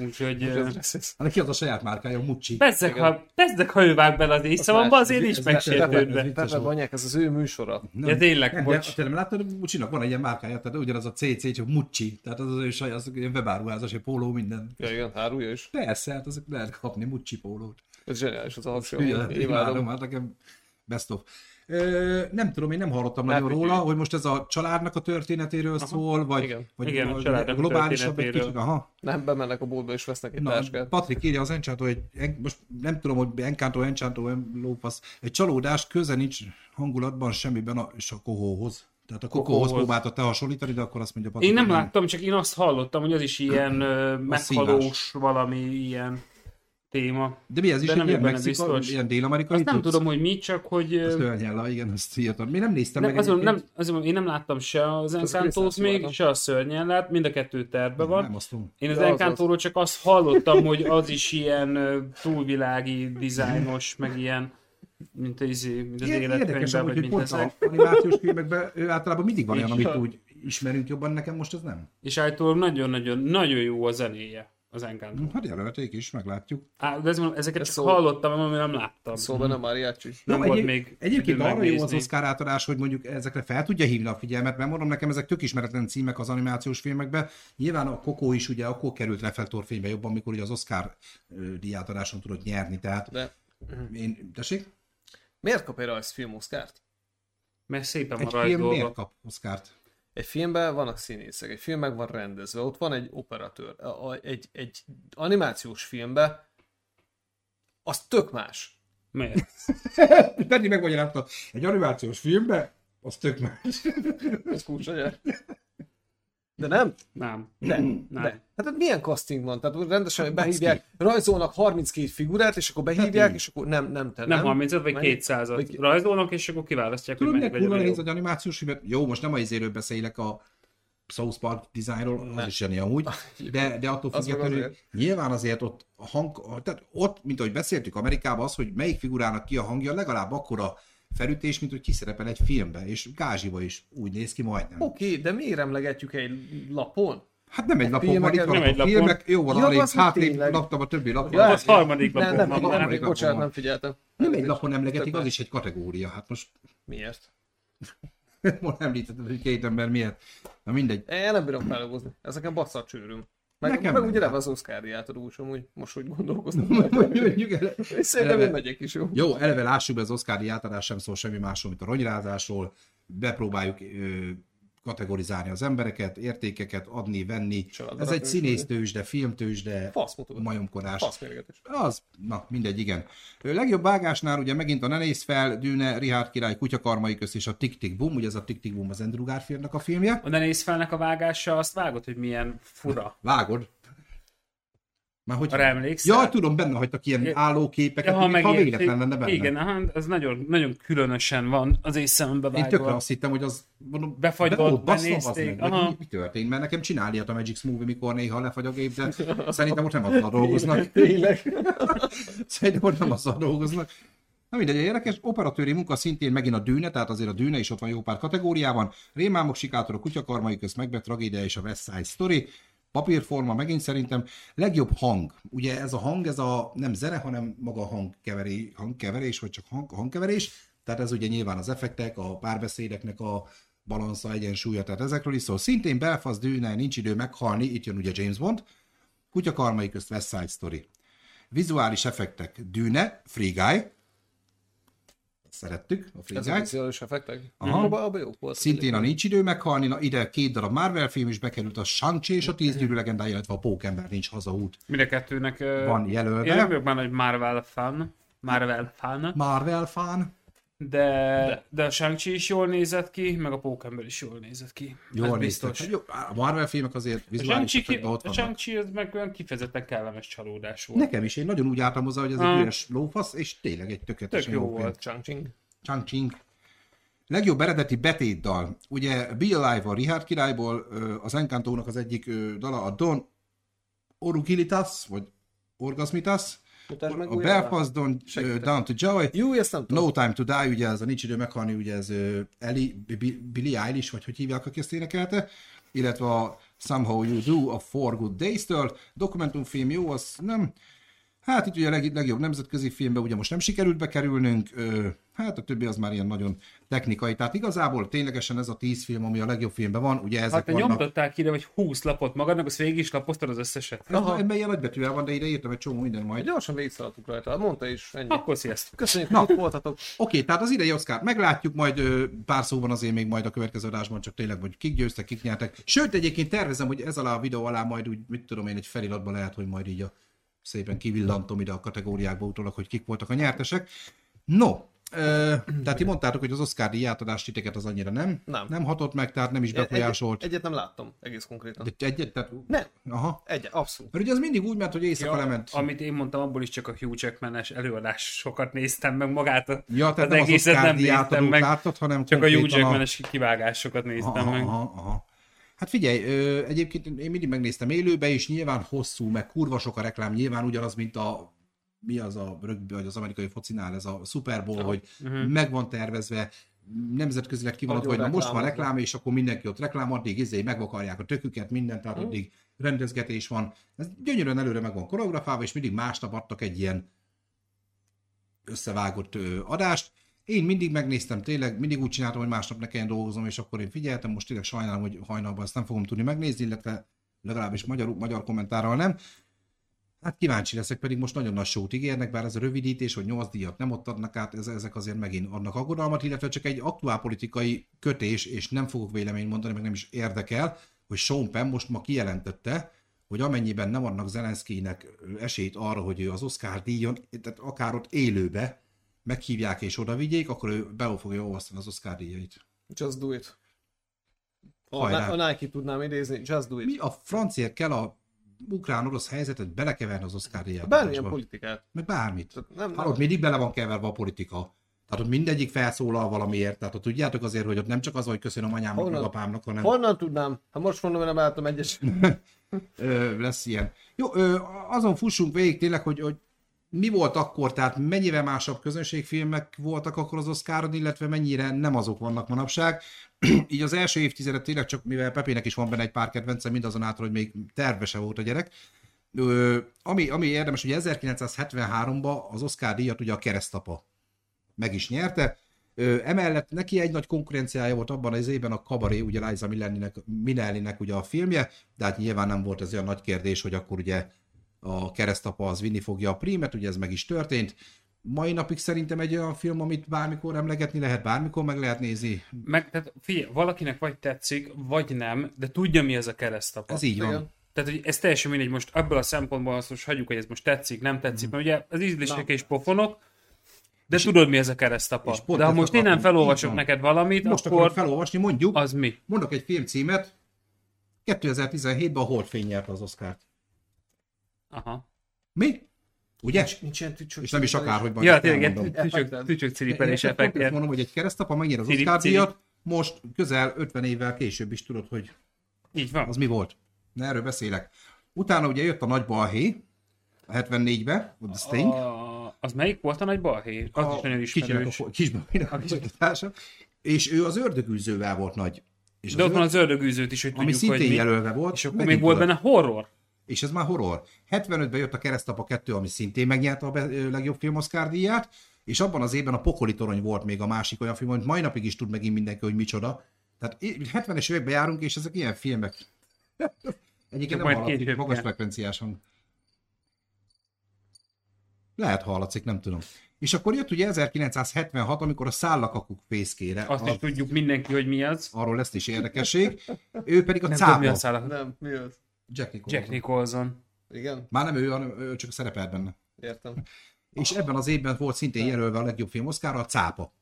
B: Úgyhogy ö,
C: Ez-
A: Hát Neki az a saját márkája, a Mucci.
B: bezzeg,
C: Igen.
B: ha, bezzeg, ha ő vág bele az éjszavamba, az
C: más,
B: én
C: ez-
B: is
A: ez- ez- ez- ez- ez-
B: megsértődve.
A: ez-
C: Pepe Banyák, ez az ő műsora.
B: Ja, tényleg,
A: nem, de,
B: bocs.
A: te nem látod, a Mucsinak van egy ilyen márkája, tehát ugyanaz a CC, csak Mucci. Tehát az az ő saját, az ilyen webáruházas, egy póló, minden.
C: Ja, igen, árulja is.
A: Persze, hát azok lehet kapni Mucci pólót.
C: Ez zseniális, az a hangsúly.
A: Hülye, imádom,
C: Imádom.
A: hát nekem best of. Ö, nem tudom, én nem hallottam
B: Hát,
A: nagyon
C: hogy-
A: róla, hogy most ez a családnak a történetéről szól, vagy,
C: Igen.
A: vagy
B: Igen, a
A: vagy
B: családnak a
A: globálisabb egy
B: történetéről.
A: kicsit. Aha.
C: Nem bemennek a boltba és vesznek egy
A: Na,
C: táskát.
A: Patrik írja az Enchanto, hogy en, most nem tudom, hogy Encanto, Enchanto, en, lófasz, egy csalódás köze nincs hangulatban semmiben a, és a kohóhoz. Tehát a kokóhoz
B: Kokóhoz.
A: próbálta te hasonlítani, de akkor azt mondja Patrik.
B: Én nem
A: hogy
B: láttam, csak én azt hallottam, hogy az is ilyen ö, meghalós
A: szívás.
B: valami ilyen téma.
A: De mi ez is
B: De
A: egy
B: nem
A: ilyen
B: benne
A: Mexika,
B: biztos.
A: ilyen dél-amerikai?
B: Azt nem tudom, hogy mi, csak hogy... ö,
A: Azt Ölnyella, igen, azt írtam. Még nem néztem
B: Nem,
A: meg
B: azon,
A: egyébként.
B: nem, azon, én nem láttam se az Encantót
C: Krisztánc
B: még,
C: Varga.
B: se a szörnyellát, mind a kettő terve van.
A: Nem, azt tudom.
B: Én az
C: De az
B: Encantóról csak azt hallottam, hogy az is ilyen ö, túlvilági, dizájnos, meg ilyen, mint az, izé, mint az
A: Ilyen- Érdekes
B: életkönyvben,
A: amúgy,
B: vagy
A: hogy
B: mint
A: pont a
B: ezek.
A: animációs filmekben ő általában mindig van olyan,
B: Így.
A: amit úgy ismerünk jobban, nekem most ez nem.
B: És állítólag nagyon-nagyon nagyon jó a zenéje az Encantó.
A: Hát jelölték is, meglátjuk.
B: Á, de ezt mondom, ezeket
C: Ez
B: csak
C: szó-
B: hallottam, amit nem láttam.
C: Szóval nem Mariachi.
B: Nem
A: Jó,
B: volt
A: egyéb-
B: még
A: Egyébként
B: idő
A: arra jó az
B: megnézni.
A: Oscar átadás, hogy mondjuk ezekre fel tudja hívni a figyelmet, mert mondom nekem ezek tök ismeretlen címek az animációs filmekben. Nyilván a Kokó is ugye akkor került reflektorfénybe jobban, mikor ugye az Oscar ö, díjátadáson tudott nyerni, tehát
C: De
A: én, tessék,
C: miért kap egy rajzfilm Oscárt?
B: Mert szépen
A: egy
B: van rajz
A: film miért
B: dolga.
A: kap Oscárt?
C: Egy filmben vannak színészek, egy film meg van rendezve, ott van egy operatőr. A, a, egy, egy animációs filmben az tök más.
B: Miért?
A: Pedig megmagyarázta, egy animációs filmben az tök más.
C: Ez kulcs, ugye? De nem?
B: Nem.
C: De,
B: Nem. Hát
C: de. Hát ott milyen casting van? Tehát rendesen behívják, rajzolnak 32 figurát, és akkor behívják,
A: így.
C: és akkor nem, nem te,
B: Hát Nem 35 vagy
C: Mennyi?
B: 200
C: Vagy-
B: rajzolnak, és akkor kiválasztják, hogy
A: Tudod, miért
B: melyik legyen
A: kurva
B: a jó.
A: nehéz egy animációs filmet? Jó, most nem a izéről beszélek a South Park designról, az
C: Ne.
A: is jönni amúgy, de, de attól
C: Az meg
A: függetlenül
C: azért.
A: nyilván azért ott a hang, a- tehát ott, mint ahogy beszéltük Amerikában, az, hogy melyik figurának ki a hangja, legalább akkora felütés, mint hogy kiszerepel egy filmben, és gázsiba is úgy néz ki majdnem.
C: Oké, de miért emlegetjük egy lapon?
A: Hát nem egy lapon van,
C: filmeket-
A: itt vannak
B: nem egy
A: a
B: lapon.
A: filmek, jó van,
C: Ja,
A: arrébb,
C: az meg
A: hátrébb
C: tényleg.
A: laptam a többi lapon.
C: Ja,
B: Hát Az harmadik
C: Nem,
B: lapon
C: nem, nem,
B: van, már.
C: nem,
A: harmadik
C: bocsánat,
A: lapon
C: nem figyeltem.
A: Nem egy lapon emlegetik,
C: Többen.
A: az is egy kategória. Hát most,
C: Miért?
A: most említettem, hogy két ember miért. Na mindegy.
C: Én nem bírom felhozni. Ez nekem bassza a csőröm. Meg,
A: Nekem
C: meg
A: nem.
C: ugye eleve az Oscar díját adós, amúgy most úgy gondolkoztam.
A: Mondjuk el-
C: És Szerintem
A: eleve-
C: én megyek is, jó?
A: Jó, eleve lássuk be, az oszkári átadás sem szól semmi másról, mint a rongyrázásról. Bepróbáljuk ö, kategorizálni az embereket, értékeket, adni, venni.
C: Családbarát
A: Ez egy
C: tőzsde.
A: színésztősde, filmtősde,
C: Fasz mutogat.
A: majomkodás.
C: Fasz mérgetés.
A: Az, na mindegy, igen. Ö, Legjobb vágásnál ugye megint a Ne nézz fel, Dűne, Rihárd király, Kutyakarmai közt és a Tik Tik Boom, ugye ez a Tik Tik Boom az Andrew Garfieldnak a filmje.
B: A ne nézz felnek a vágása, azt vágod, hogy milyen fura.
A: Vágod. Már hogy...
B: Arra emlékszel?
A: Ja, tudom, benne hagytak ilyen
B: Igen.
A: állóképeket,
B: Ja,
A: ja, ha
B: megérti-
A: véletlen lenne benne.
B: Igen, aha, ez nagyon, nagyon különösen van az észembe
A: Én tökre
B: vágva.
A: azt hittem, hogy az mondom,
B: Befagyott,
A: de ott basszom, az
B: benézték,
A: meg, vagy
B: aha.
A: mi, mi történt, mert nekem csinálni a Magic Movie, mikor néha lefagy a gép, de szerintem ott nem azzal dolgoznak.
C: Tényleg.
A: Szerintem ott nem azzal dolgoznak. Na mindegy, érdekes, operatőri munka szintén megint a dűne, tehát azért a dűne is ott van jó pár kategóriában. Rémámok, sikátorok, kutyakarmai közt megbe, tragédia és a West Side Story. Papírforma megint szerintem. Legjobb hang. Ugye ez a hang, ez a nem zene, hanem maga a hangkeveri, hangkeverés, vagy csak hang, hangkeverés. Tehát ez ugye nyilván az effektek, a párbeszédeknek a balansza, egyensúlya, tehát ezekről is szól. Szintén Belfast dűne, nincs idő meghalni, itt jön ugye James Bond. Kutyakarmai közt West Side Story. Vizuális effektek Dűne, Free Guy. Szerettük a
C: Ez
A: Free
C: a
A: Guy.
C: vizuális effektek.
A: Aha.
C: Abba, abba jók volt.
A: Szintén a Nincs idő meghalni, na ide két darab Marvel film is bekerült, a shang és a Tíz gyűrű legendája, illetve a Pókember nincs hazaút
B: Mind a kettőnek... ö,
A: van
B: Én nem
A: jelölve.
B: vagyok már nagy Marvel fan, Marvel fan,
A: Marvel fan.
B: de, de a shang is jól nézett ki, meg a Pókember is jól nézett ki.
A: Jól
B: ez
A: néztek.
B: biztos.
A: Hát Jó, a Marvel filmek azért
B: A
A: vizuális
B: Shang-Chi, ki,
A: effektben ott
B: a
A: vannak.
B: Shang-Chi az meg olyan kifejezetten kellemes csalódás volt.
A: Nekem is, én nagyon úgy álltam hozzá, hogy ez
B: Ah.
A: egy üres lófasz, és tényleg egy tökéletesen
B: Tök jó
A: film.
B: volt.
C: Chang-Ching.
A: Chang Ching. Legjobb eredeti betétdal. Ugye Be Alive a Richard királyból, ö, az Encantónak az egyik ö, dala a Don Orugilitas, vagy Orgasmitas,
C: Mutasd meg
A: a
C: újra.
A: Belfast Don ö,
C: Segítek.
A: Down to Joy,
C: Jó, ezt nem tudom.
A: No Time to Die, ugye ez a Nincs idő meghalni, ugye ez ö, Eli, Bi- Bi- Billie Eilish, vagy hogy hívják, aki ezt énekelte, illetve a Somehow You Do, a Four Good Days-től, dokumentumfilm jó, az nem, hát itt ugye a leg, legjobb nemzetközi filmbe, ugye most nem sikerült bekerülnünk, ö, hát a többi az már ilyen nagyon technikai, tehát igazából ténylegesen ez a tíz film, ami a legjobb filmben van, ugye ezek
B: Hát te
A: vannak.
B: nyomtattál ide, vagy 20 lapot magadnak, azt végig is lapoztad az összeset.
A: Ez, ebben ilyen nagybetűvel van, de ide írtam egy csomó minden majd.
C: Gyorsan végigszaladtuk rajta. Mondta is, ennyi.
B: Akkor sziasztok.
C: Köszönjük, hogy itt voltatok.
A: Oké, tehát az idei Oscar meglátjuk, majd ö, pár szóban azért még majd a következő adásban csak tényleg, hogy kik győztek, kik nyertek. Sőt, egyébként tervezem, hogy ez alá a videó alá majd úgy, mit tudom én, egy feliratban lehet, hogy majd így a, szépen kivillantom ide a kategóriákba utólag, hogy kik voltak a nyertesek. No, ö, tehát ti mondtátok, hogy az Oscar díj átadás titeket az annyira nem,
C: Nem.
A: nem hatott meg, tehát nem is
C: Egy,
A: befolyásolt. Egy,
C: egyet nem láttam, egész konkrétan.
A: egy, egyet, tehát,
C: Nem,
A: aha.
C: egyet, abszolút.
A: Mert ugye az mindig úgy ment, hogy éjszaka lement.
B: amit én mondtam, abból is csak a Hugh Jackman-es előadásokat néztem meg magát. A,
A: Ja, tehát
B: az
A: nem az
B: egészet
A: Oscar
B: nem
A: díj
B: néztem
A: átadót
B: meg.
A: láttad, hanem
B: csak a Hugh
A: konkrétan a-
B: Jackman-es kivágásokat néztem
A: Aha,
B: meg.
A: aha, aha. Hát figyelj, ö, egyébként én mindig megnéztem élőbe, és nyilván hosszú, meg kurva sok a reklám, nyilván ugyanaz, mint a mi az a rögbi, vagy az amerikai focinál, ez a Super Bowl, hogy meg van tervezve, nemzetközileg ki van
C: Mhm. Nagyon
A: adva, hogy na most van
C: reklámozva.
A: reklám, és akkor mindenki ott reklám, addig izé, megvakarják a töküket, mindent, tehát
C: Mhm.
A: addig rendezgetés van. Ez gyönyörűen előre meg van koreografálva, és mindig másnap adtak egy ilyen összevágott ö, adást. Én mindig megnéztem, tényleg mindig úgy csináltam, hogy másnap ne kelljen dolgozom, és akkor én figyeltem, most tényleg sajnálom, hogy hajnalban ezt nem fogom tudni megnézni, illetve legalábbis magyar, magyar kommentárral nem. Hát kíváncsi leszek, pedig most nagyon nagy sót ígérnek, bár ez a rövidítés, hogy 8 díjat nem ott adnak át, ez, ezek azért megint adnak aggodalmat, illetve csak egy aktuál politikai kötés, és nem fogok véleményt mondani, meg nem is érdekel, hogy Sean Penn most ma kijelentette, hogy amennyiben nem adnak Zelenszkinek esélyt arra, hogy ő az Oscar díjon, tehát akár ott élőbe meghívják és oda vigyék, akkor ő be fogja olvasztani az Oscar díjait.
C: Just do it. A,
A: Hajrá.
C: a Nike tudnám idézni, just do it.
A: Mi a francért kell a ukrán-orosz helyzetet belekeverni az Oscar díjat?
C: Hát Bármilyen politikát.
A: Meg bármit.
C: Tehát nem,
A: Hát ott
C: nem.
A: mindig bele van keverve a politika. Tehát ott mindegyik felszólal valamiért. Tehát ott tudjátok azért, hogy ott nem csak az, hogy köszönöm anyámnak, meg
C: Honnan?
A: apámnak, hanem
C: Honnan tudnám? Ha most mondom, hogy nem álltam egyes.
A: ö, lesz ilyen. Jó, ö, azon fussunk végig tényleg, hogy, hogy mi volt akkor, tehát mennyivel másabb közönségfilmek voltak akkor az Oscaron, illetve mennyire nem azok vannak manapság. Így az első évtizedet tényleg csak, mivel Pepének is van benne egy pár kedvence, mindazonáltal, hogy még tervese volt a gyerek. Ö, ami, ami érdemes, hogy 1973-ban az Oscar díjat ugye a keresztapa meg is nyerte, Ö, emellett neki egy nagy konkurenciája volt abban az évben a Kabaré, ugye Liza Minnellinek, Minnellinek ugye a filmje, de hát nyilván nem volt ez olyan nagy kérdés, hogy akkor ugye a keresztapa az vinni fogja a prímet, ugye ez meg is történt. Mai napig szerintem egy olyan film, amit bármikor emlegetni lehet, bármikor meg lehet nézni.
B: Meg, tehát figyelj, valakinek vagy tetszik, vagy nem, de tudja mi ez a keresztapa.
A: Ez így van.
C: Igen.
B: Tehát, hogy ez teljesen mindegy, most ebből a szempontból azt most hagyjuk, hogy ez most tetszik, nem tetszik,
A: Mhm.
B: mert ugye az ízlések és pofonok, de tudod mi ez a keresztapa.
A: és pont
B: De ha
A: ezt
B: most én nem
A: akartam.
B: felolvasok
A: Így van.
B: neked valamit,
A: Most
B: akkor
A: akarok felolvasni, mondjuk,
B: az mi?
A: mondok egy film címet, 2017-ben a Holdfény nyerte az Oscárt.
B: Aha.
A: Mi? Ugye?
C: Nincs, nincs ilyen tücsök.
A: És nem is akárhogy majd
B: Ja, hát
A: ezt
B: tényleg,
A: elmondom.
B: ilyen tücsök-
C: Effekten.
B: tücsök
A: Én
B: ciripelés
A: csak pont ezt
B: effektje.
A: mondom, hogy egy keresztapa megnyer az
B: Cirip,
A: Oscar
B: cirip.
A: díjat, most közel 50 évvel később is tudod, hogy
B: Így van.
A: az mi volt. Na, erről beszélek. Utána ugye jött a nagy balhé, a 74-be, a The Sting.
B: A- Az melyik volt a nagy balhé? Az is nagyon
A: Kicsinek a
B: ismerős.
A: fo- kisben a folytatása. És ő az ördögűzővel volt nagy. És
B: De
A: az
B: ott van
A: ördög,
B: az ördögűzőt is, hogy
A: ami
B: tudjuk, hogy
A: szintén
B: mi.
A: jelölve volt.
B: És akkor
A: megint
B: még volt
A: tudod.
B: benne horror.
A: És ez már horror. 75-ben jött a Keresztapa 2, ami szintén megnyerte a be- ö, legjobb film Oscar díját, és abban az évben a Pokoli Torony volt még a másik olyan film, amit mai napig is tud megint mindenki, hogy micsoda. Tehát i- 70-es években járunk, és ezek ilyen filmek. Egyébként
B: Csak
A: nem
B: majd
A: hallatszik
B: később
A: magas
B: kell.
A: frekvenciásan. Lehet ha hallatszik, nem tudom. És akkor jött ugye 1976, amikor a szállakakuk fészkére.
B: Azt is
A: a,
B: tudjuk mindenki, hogy mi az.
A: arról lesz is érdekesség. Ő pedig a
B: Nem tudom, mi
A: cápa.
B: a szállak.
C: Nem, mi az?
A: Jack Nicholson.
B: Jack Nicholson.
C: Igen,
A: Már nem ő, hanem ő csak szerepelt benne.
C: értem.
A: És ebben az évben volt szintén jelölve a legjobb film Oscarra, a Cápa.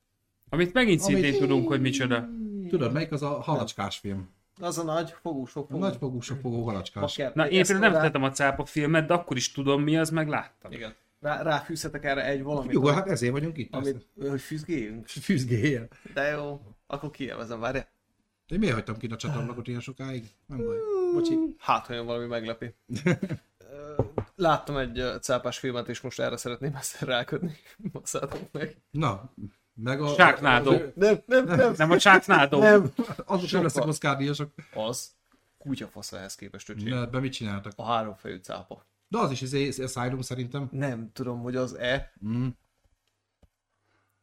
B: Amit megint szintén
A: Amit-
B: tudunk, hogy micsoda.
A: Tudod, melyik az a halacskás film?
C: Az a nagy fogú, sok
A: A
C: fogú.
A: nagy fogú, sok fogó halacskás.
C: Paker.
B: Na, én
C: Ezt
B: például nem
C: rá-
B: tettem a cápa filmet, de akkor is tudom mi az, meg láttam.
C: Igen. Rá, ráfűzhetek erre egy valamit,
A: Jó, hát ezért vagyunk itt.
C: amit, hogy fűzgéljünk.
A: Fűzgél.
C: De jó, akkor kielvezem, várj.
A: Én miért hagytam ki a csatornakot ilyen sokáig? Nem baj. Bocsi.
C: Hát, ha jön valami meglepi. Ö, Láttam egy ö, cápás filmet, és most erre szeretném ezt rákötni. Basszátok meg.
A: Na, meg a...
B: Sharknado.
C: Nem, nem, nem.
B: Nem a Sharknado?
A: Azok nem leszek Oscar díjasok.
C: Az kutyafasz ehhez képest, öcsém.
A: Ne, be mit csináltak?
C: A háromfejű cápa.
A: De az is izé, ez Asylum szerintem.
C: Nem tudom, hogy az e.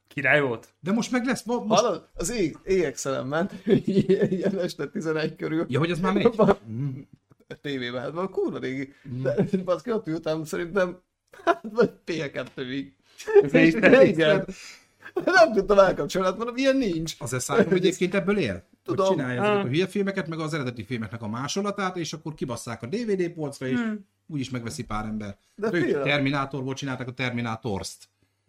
B: Király volt?
A: De most meg lesz, mo- most...
C: Hallod? Az ég, éjjel ment, ilyen este 11 körül.
A: Ja, hogy ez már megy?
C: a tévébe, hát van kurva régi.
A: Mm.
C: De baszki, ott ültem szerintem, hát vagy fél kettőig.
B: Ez
C: És
B: is tetszik?
C: igen. Nem tudtam elkapcsolni, hát mondom, ilyen nincs.
A: Az Asylum egyébként ebből él?
C: Tudom.
A: Hogy csinálja
B: Ah.
A: ezeket a hülye filmeket, meg az eredeti filmeknek a másolatát, és akkor kibasszák a DVD polcra, és úgyis megveszi pár ember.
C: Hmm. De
A: Ők
C: tényleg.
A: Terminátorból csinálták a Terminátorst.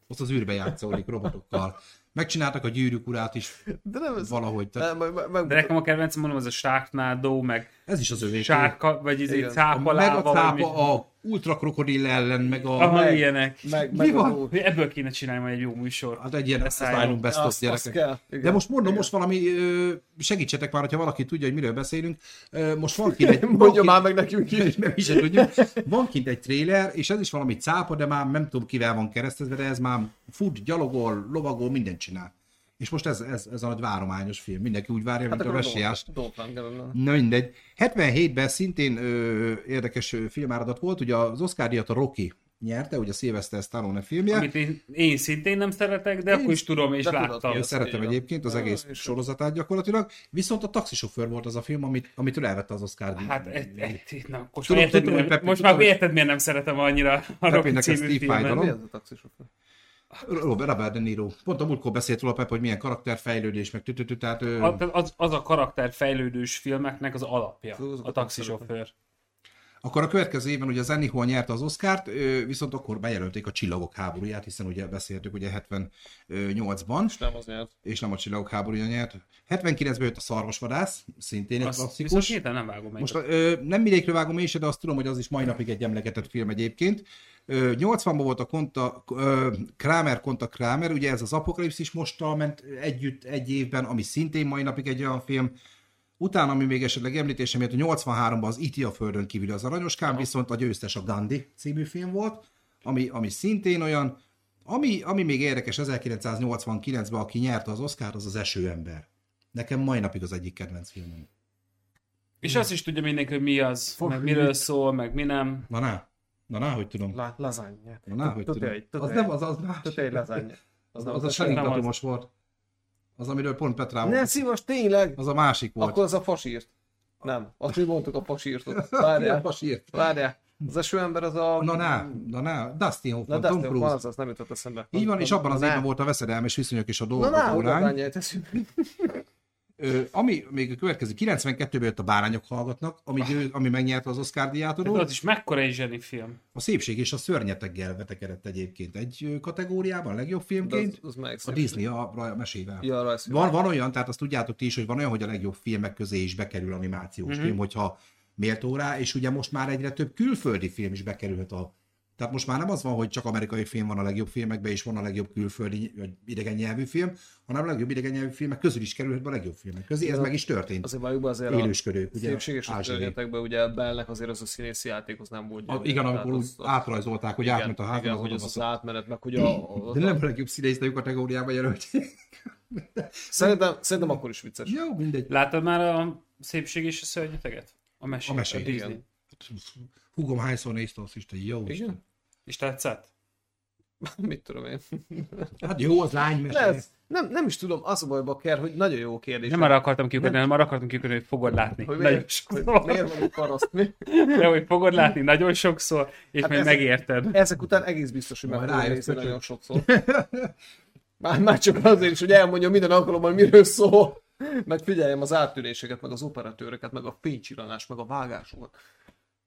A: Ott az űrbe játszódik robotokkal. Megcsináltak a gyűrűk urát is
C: De nem ez...
A: valahogy. Tehát
C: Nem, majd meg,
B: De
C: meg,
B: nekem a kedvencem mondom, az a Sharknado, meg
A: ez is az övé.
B: sárka, vagy izé
C: Igen.
A: A meg a
B: cápaláva, vagy mi.
A: cápa a ultrakrokodil ellen, meg a...
B: Aha,
C: meg.
B: ilyenek.
C: meg,
A: Mi
C: meg
A: van?
C: a
B: Ebből kéne csinálni majd egy jó műsor.
A: Hát egy ilyen
B: Asylum.
A: Asylum Best of
C: Azt- azt
A: gyerekek.
C: kell. Igen.
A: De most mondom,
C: Igen.
A: most valami, ö, segítsetek már, hogyha valaki tudja, hogy miről beszélünk. Ö, Most van kint egy... van
C: Mondja
A: kint-
C: már meg nekünk is.
A: nem is tudjuk. Van kint egy tréler, és ez is valami cápa, de már nem tudom kivel van keresztezve, de ez már fut, gyalogol, lovagol, mindent csinál. És most ez, ez, ez a nagy várományos film. Mindenki úgy
C: Hát
A: várja, mint a messiást.
C: Dolpán kellene.
A: Na mindegy. 77-ben szintén ö, érdekes ö, filmáradat volt, ugye az Oscar díjat a Rocky nyerte, ugye a Sylvester Stallone filmje.
B: Amit én, én szintén nem szeretek, de akkor is tudom, és
C: de tudod,
B: láttam.
C: mi
A: Én
C: az.
A: szeretem
C: így van.
A: egyébként az
C: Ah,
A: egész
C: és-
A: sorozatát gyakorlatilag, viszont a taxisofőr volt az a film, amit, amitől elvette az Oscar díjat.
B: Hát, egy, egy, na, most,
A: Tudom,
B: már érted,
A: tudom, hogy
B: miért-
A: Pepi-
B: most már
A: tudom, hogy-
B: érted, miért nem szeretem annyira a Rocky
A: Pepinek ez
B: című
A: Steve
B: filmet.
A: Fidel.
C: Mi az a taxisofőr?
A: Robert, Robert De Niro. Pont a múltkor beszélt róla Pep, hogy milyen karakterfejlődés, meg tütütü, tehát ö,
B: Az, az, az a karakterfejlődős filmeknek az alapja,
C: Az- az-
B: a taxisofőr.
A: akkor a következő évben ugye az Annie nyerte az Oscárt, ö, viszont akkor bejelölték a Csillagok háborúját, hiszen ugye beszéltük ugye 78-ban,
C: És nem az nyert.
A: és nem a Csillagok háborúja nyert. 79-ben jött a Szarvasvadász, szintén egy
B: Azt
A: klasszikus.
B: viszont héten nem vágom meg.
A: Most ö, nem mindegyikről vágom én se, de azt tudom, hogy az is mai napig egy emlegetett film egyébként. Ö, 80-ban volt a konta, ö, Kramer konta Kramer, ugye ez az Apokalipszis mostal ment együtt egy évben, ami szintén mai napig egy olyan film. Utána, ami még esetleg említésem miatt, 83-ban az IT a Földön kívül az aranyoskám, viszont a győztes a Gandhi című film volt, ami, ami szintén olyan, ami, ami még érdekes, 1989-ben, aki nyerte az Oscar, az az Esőember. Nekem mai napig az egyik kedvenc filmem.
B: És azt is tudja mindenki, hogy mi az,
C: Fog
B: meg
C: hűni.
B: miről szól, meg mi nem. Hát
A: Na na, na na, hogy tudom.
C: La, lazánya.
A: Na, hogy
C: Tudod,
A: tudom.
C: hogy-
A: az
C: tudod,
A: nem
C: hogy-
A: az, az más.
C: Tudod, egy lazánya.
A: Az, az a
B: nem az.
A: selingatomos volt. Az, amiről pont Petrával...
C: Ne szívas, tényleg!
A: Az a másik volt.
C: Akkor az a fasírt. Nem, azt mi mondtuk a fasírtot.
A: Ja,
C: Várjál,
A: Basírt.
C: várjál. Az eső ember az a...
A: Na ná, na ná, Dustin
C: Na,
A: Hoffman,
C: de
A: Tom
C: azt van,
A: Cruise.
C: az, az nem jutott eszembe.
A: Így van, és abban az
C: Na,
A: évben volt a veszedelmes viszonyok és a
C: Na,
A: dolgok
C: na,
A: órány.
C: urán. teszünk.
A: Ö, ami még a következő, 92-ben jött a Bárányok hallgatnak, ami, győ- ami megnyerte az Oscar díját a
B: Az
A: dolgot.
B: is mekkora egy zseni film.
A: A szépség és a szörnyeteggel vetekedett egyébként egy ö, kategóriában, legjobb
C: De az,
A: filmként.
C: az meg
A: A Disney a raj- mesével.
C: Ja, rajz.
A: Van, van olyan, tehát azt tudjátok ti is, hogy van olyan, hogy a legjobb filmek közé is bekerül animációs
C: Mhm.
A: mm-hmm. film, hogyha méltó rá, és ugye most már egyre több külföldi film is bekerülhet a tehát most már nem az van, hogy csak amerikai film van a legjobb filmekben, és van a legjobb külföldi, vagy idegen nyelvű film, hanem a legjobb idegen nyelvű filmek közül is kerülhet be a legjobb filmek közé. Ez
C: Ja.
A: meg is történt.
C: Azért valljuk be azért
A: Élősködők,
C: a
A: ugye,
C: szépséges
A: ázsiai.
C: történetekben ugye Bellnek azért az a színészi játékhoz nem volt.
A: A,
C: gyönyörű.
A: igen,
C: Tehát
A: amikor úgy
C: az- az-
A: átrajzolták, hogy
C: igen,
A: átment a hátra,
C: igen,
A: az
C: hogy az
A: az,
C: az átmenet, meg hogy a... a-
A: De nem a legjobb színésznői kategóriába jelölték.
C: Szerintem, szerintem akkor is vicces.
A: Jó, mindegy.
B: Láttad már a szépség és a szörnyeteget? A mesét.
A: A mesét,
B: Disney.
C: igen.
A: Húgom hányszor nézte azt Isten, jó. Isten.
C: Igen?
B: És tetszett?
C: Mit tudom én.
A: Hát jó, az lánymese.
C: Lesz. Nem, nem is tudom, az a bajba kell, hogy nagyon jó kérdés.
B: Nem arra akartam kiukodni, hanem arra akartam kiukodni, hogy fogod látni.
C: hogy
B: Nagyon
C: miért, hogy
B: sokszor.
C: miért van itt paraszt, mi?
B: De hogy fogod látni nagyon sokszor, és
C: Hát
B: majd
C: ez-
B: megérted.
C: Ezek után egész biztos, hogy meg
A: Majd
C: fogom
A: rájössz,
C: nézni
A: hogy-
C: nagyon sokszor. Már, már csak azért is, hogy elmondjam minden alkalommal, miről szól. Meg figyeljem az átüléseket, meg az operatőröket, meg a fénycsiranást, meg a vágásokat.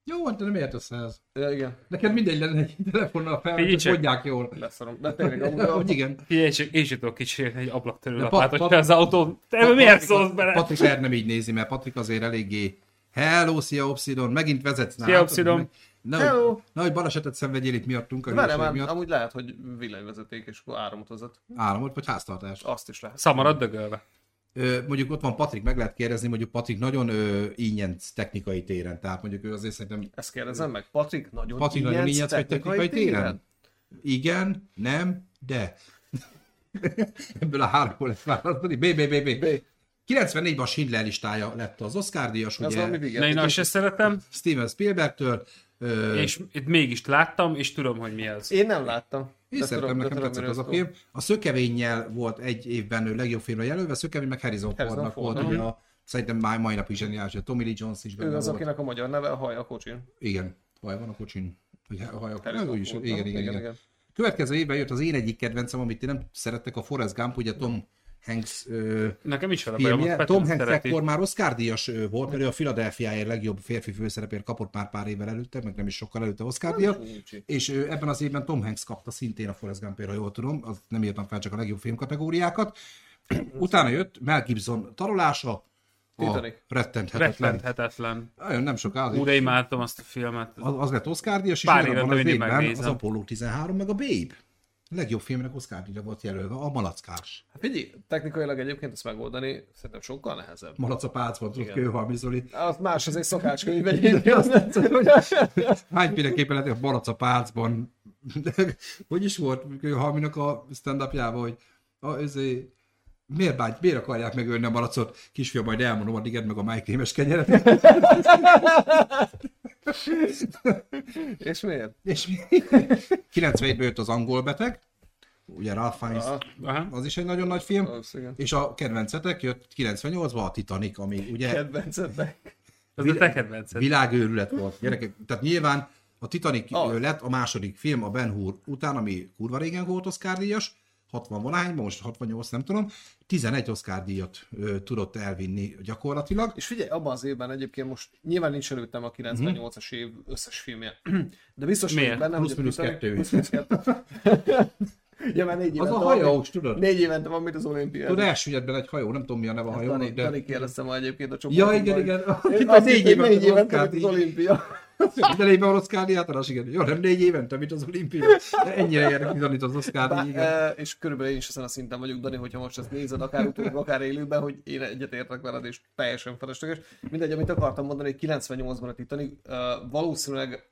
A: Jó, hát nem értesz ez.
C: Ja, igen,
A: Neked mindegy lenne egy telefonnal fel,
B: Figyelj
A: hogy
B: csak.
A: mondják jól.
C: leszarom. De tényleg, amúgy
A: Hogy
C: a...
A: igen.
B: Figyelj, és én sem tudok kicsérni egy
A: De
B: ablaktörőlapát,
A: Pat-
B: hogy
A: Pat-
B: te az autó, te ebből miért
A: Patrik-
B: szólsz bele?
A: Patrik Erd nem így nézi, mert Patrik azért eléggé Hello, szia Obsidon, megint vezetsz. Na,
B: Szia,
A: látod,
B: Obsidon.
A: meg-
C: Hello.
A: Nehogy, nehogy balesetet szenvedjél itt miattunk, a
C: Várjál,
A: hülyeségek
C: már
A: miatt
C: amúgy lehet, hogy villanyvezeték és akkor áramot vezet.
A: államot vagy háztartást.
C: Azt is lehet.
B: Szamarad dögölve.
A: Ö, mondjuk ott van Patrik, meg lehet kérdezni, mondjuk Patrik nagyon ö, ínyenc technikai téren, tehát mondjuk ő azért szerintem
C: Ezt kérdezem meg. Patrik, nagyon
A: Patrik nagyon ínyenc vagy technikai téren?
C: téren?
A: Igen, nem, de. Ebből a háromból lesz választani. B, B, B, B.
C: B.
A: 94-ben a Schindler listája lett az Oscar díjas,
C: Ez valami
A: ugye
B: Na én
C: vigyázat.
B: azt se szeretem,
A: Steven Spielbergtől, ö, és,
B: és itt mégis láttam, és tudom, hogy mi az.
C: Én nem láttam.
A: és
C: De
A: szerintem
C: tudom- de
A: nekem
C: tudom,
A: tetszett
C: miről
A: az a
C: szól.
A: film. A Szökevénnyel volt egy évben ő legjobb filmre jelölve, Szökevény meg Harrison
C: Harrison
A: Fordnak
C: Ford,
A: volt, ugye a, szerintem már mai napig zseniális, a Tommy Lee Jones is
C: Ő
A: benne
C: az,
A: volt.
C: akinek a magyar neve a haj a kocsin.
A: Igen, haj van a kocsin. Vagy haj- haj a
C: Harrison
A: kocsin. Úgyis,
C: Ford,
A: igen,
C: nem?
A: igen, igen, igen. Következő évben jött az én egyik kedvencem, amit ti nem szerettek, a Forrest Gump, ugye Tom Hanks ö,
B: Nekem is van a bajom,
A: filmje.
B: hogy
A: Tom
B: Tom
A: Hanks
B: szereti.
A: ekkor már Oscar díjas ö, volt, mert ő a Philadelphiáért legjobb férfi főszerepért kapott már pár évvel előtte, meg nem is sokkal előtte Oscar díjat.
C: Nincs.
A: És ö, ebben az évben Tom Hanks kapta szintén a Forrest Gumpért, ha jól tudom, az nem írtam fel csak a legjobb film kategóriákat. Utána jött Mel Gibson tarolása, a
C: Titanic.
A: rettenthetetlen.
B: Rettenthetetlen.
A: Nagyon nem soká. az is-
B: Úr, de imádtam azt a filmet.
A: az, az lett Oscar díjas, és
B: Pár
A: ugyanabban
B: évente
A: az
B: mindig
A: évben az
B: megnézem.
A: Apollo 13, meg a Babe. A legjobb filmnek Oscar díjra volt jelölve, a Malackás.
C: Figyelj, technikailag egyébként ezt megoldani szerintem sokkal nehezebb.
A: Malac a pácban, tudod,
C: Igen.
A: kőhalmi Zoli.
C: Az más, az egy szakácskönyv egyébként, az nem tudom, hogy-
A: Hányféleképpen lehet, hogy a Malac a pácban. hogy is volt kőhalminak a stand-upjában, hogy a, ezé, miért, bánt, miért akarják megölni a malacot? Kisfiam, majd elmondom, addig edd meg a májkrémes kenyeret.
C: És miért?
A: és 97-ben jött az angol beteg, ugye Ralph Fiennes,
C: Aha.
B: Aha.
A: az is egy nagyon nagy film.
C: Az, igen.
A: És a kedvencetek jött 98-ban a Titanic, ami ugye
C: Kedvencednek.
B: Ez a te kedvenced.
A: világőrület volt. Gyerekek, tehát nyilván a Titanic
C: Az.
A: oh. lett a második film a Ben Hur után, ami kurva régen volt Oscar díjas, 60 valahányban, most 68, nem tudom, 11 Oscar díjat ö, tudott elvinni gyakorlatilag.
C: És figyelj, abban az évben egyébként most nyilván nincs előttem a 98-as év összes filmje. De biztos
B: Miért?
C: vagyok benne,
A: Plusz
C: hogy a
A: mínusz
C: Titanic-
A: kettő.
C: plusz mínusz kettő. Ja, mert négy
A: Az
C: évente
A: a
C: van
A: hajós,
C: még-
A: tudod?
C: Négy évente van, mint az olimpián.
A: Tudod, elsüllyedben egy hajó, nem tudom mi a neve a
C: Hát
A: hajónak,
C: Dani,
A: de...
C: Dani kérdezte ma egyébként a
A: Ja,
C: csoportunkban,
A: igen,
C: hogy-
A: igen.
C: Én
A: Itt a
C: azt
A: négy
C: hittem,
A: évente
C: négy
A: az
C: évente,
A: Oscar
C: mint az
A: díj.
C: olimpia.
A: De lényben van Oscar díj általános, igen. Jó, nem négy évente, mint az olimpia. De ennyire érdekel Danit az Oscar
C: Bá,
A: díj, igen.
C: eh, és körülbelül én is ezen a szinten vagyok, Dani, hogyha most ezt nézed, akár utólag, akár élőben, hogy én egyetértek veled, és teljesen felesleges. Mindegy, amit akartam mondani, hogy 98-ban a Titanic, eh, valószínűleg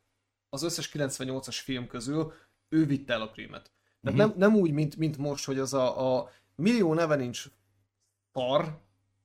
C: az összes 98-as film közül ő vitte el a prímet. Tehát nem, nem úgy, mint, mint most, hogy az a, a millió neve nincs par,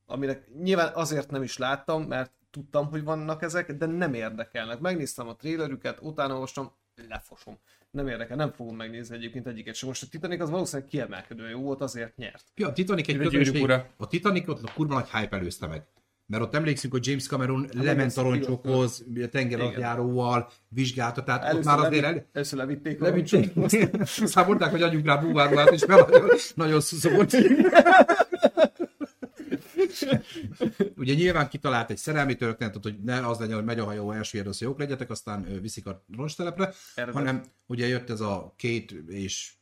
C: aminek nyilván azért nem is láttam, mert tudtam, hogy vannak ezek, de nem érdekelnek. Megnéztem a trélerüket, utána olvastam, lefosom. Nem érdekel, nem fogom megnézni egyébként egyiket sem. Most a Titanic az valószínűleg kiemelkedően jó volt, azért nyert.
A: Ja, a Titanic egy
B: Gyűrűk
A: közönség,
B: ura.
A: a Titanicot a kurva nagy hype előzte meg. Mert ott emlékszünk, hogy James Cameron
C: nem
A: lement
C: az a
A: arancsokhoz, tenger alatt járóval vizsgálta, tehát ott
C: Először,
A: már azért
C: levitt,
A: el,
C: először levitték. a
A: Levitték. Aztán mondták, hogy adjunk rá búvárulát, és mert hát nagyon, nagyon szuszogott. Ugye nyilván kitalált egy szerelmi történetet, hogy ne az legyen, hogy megy a hajó, elsüllyed, az jók legyetek, aztán ö, viszik a roncstelepre,
C: Eredet.
A: hanem ugye jött ez a két és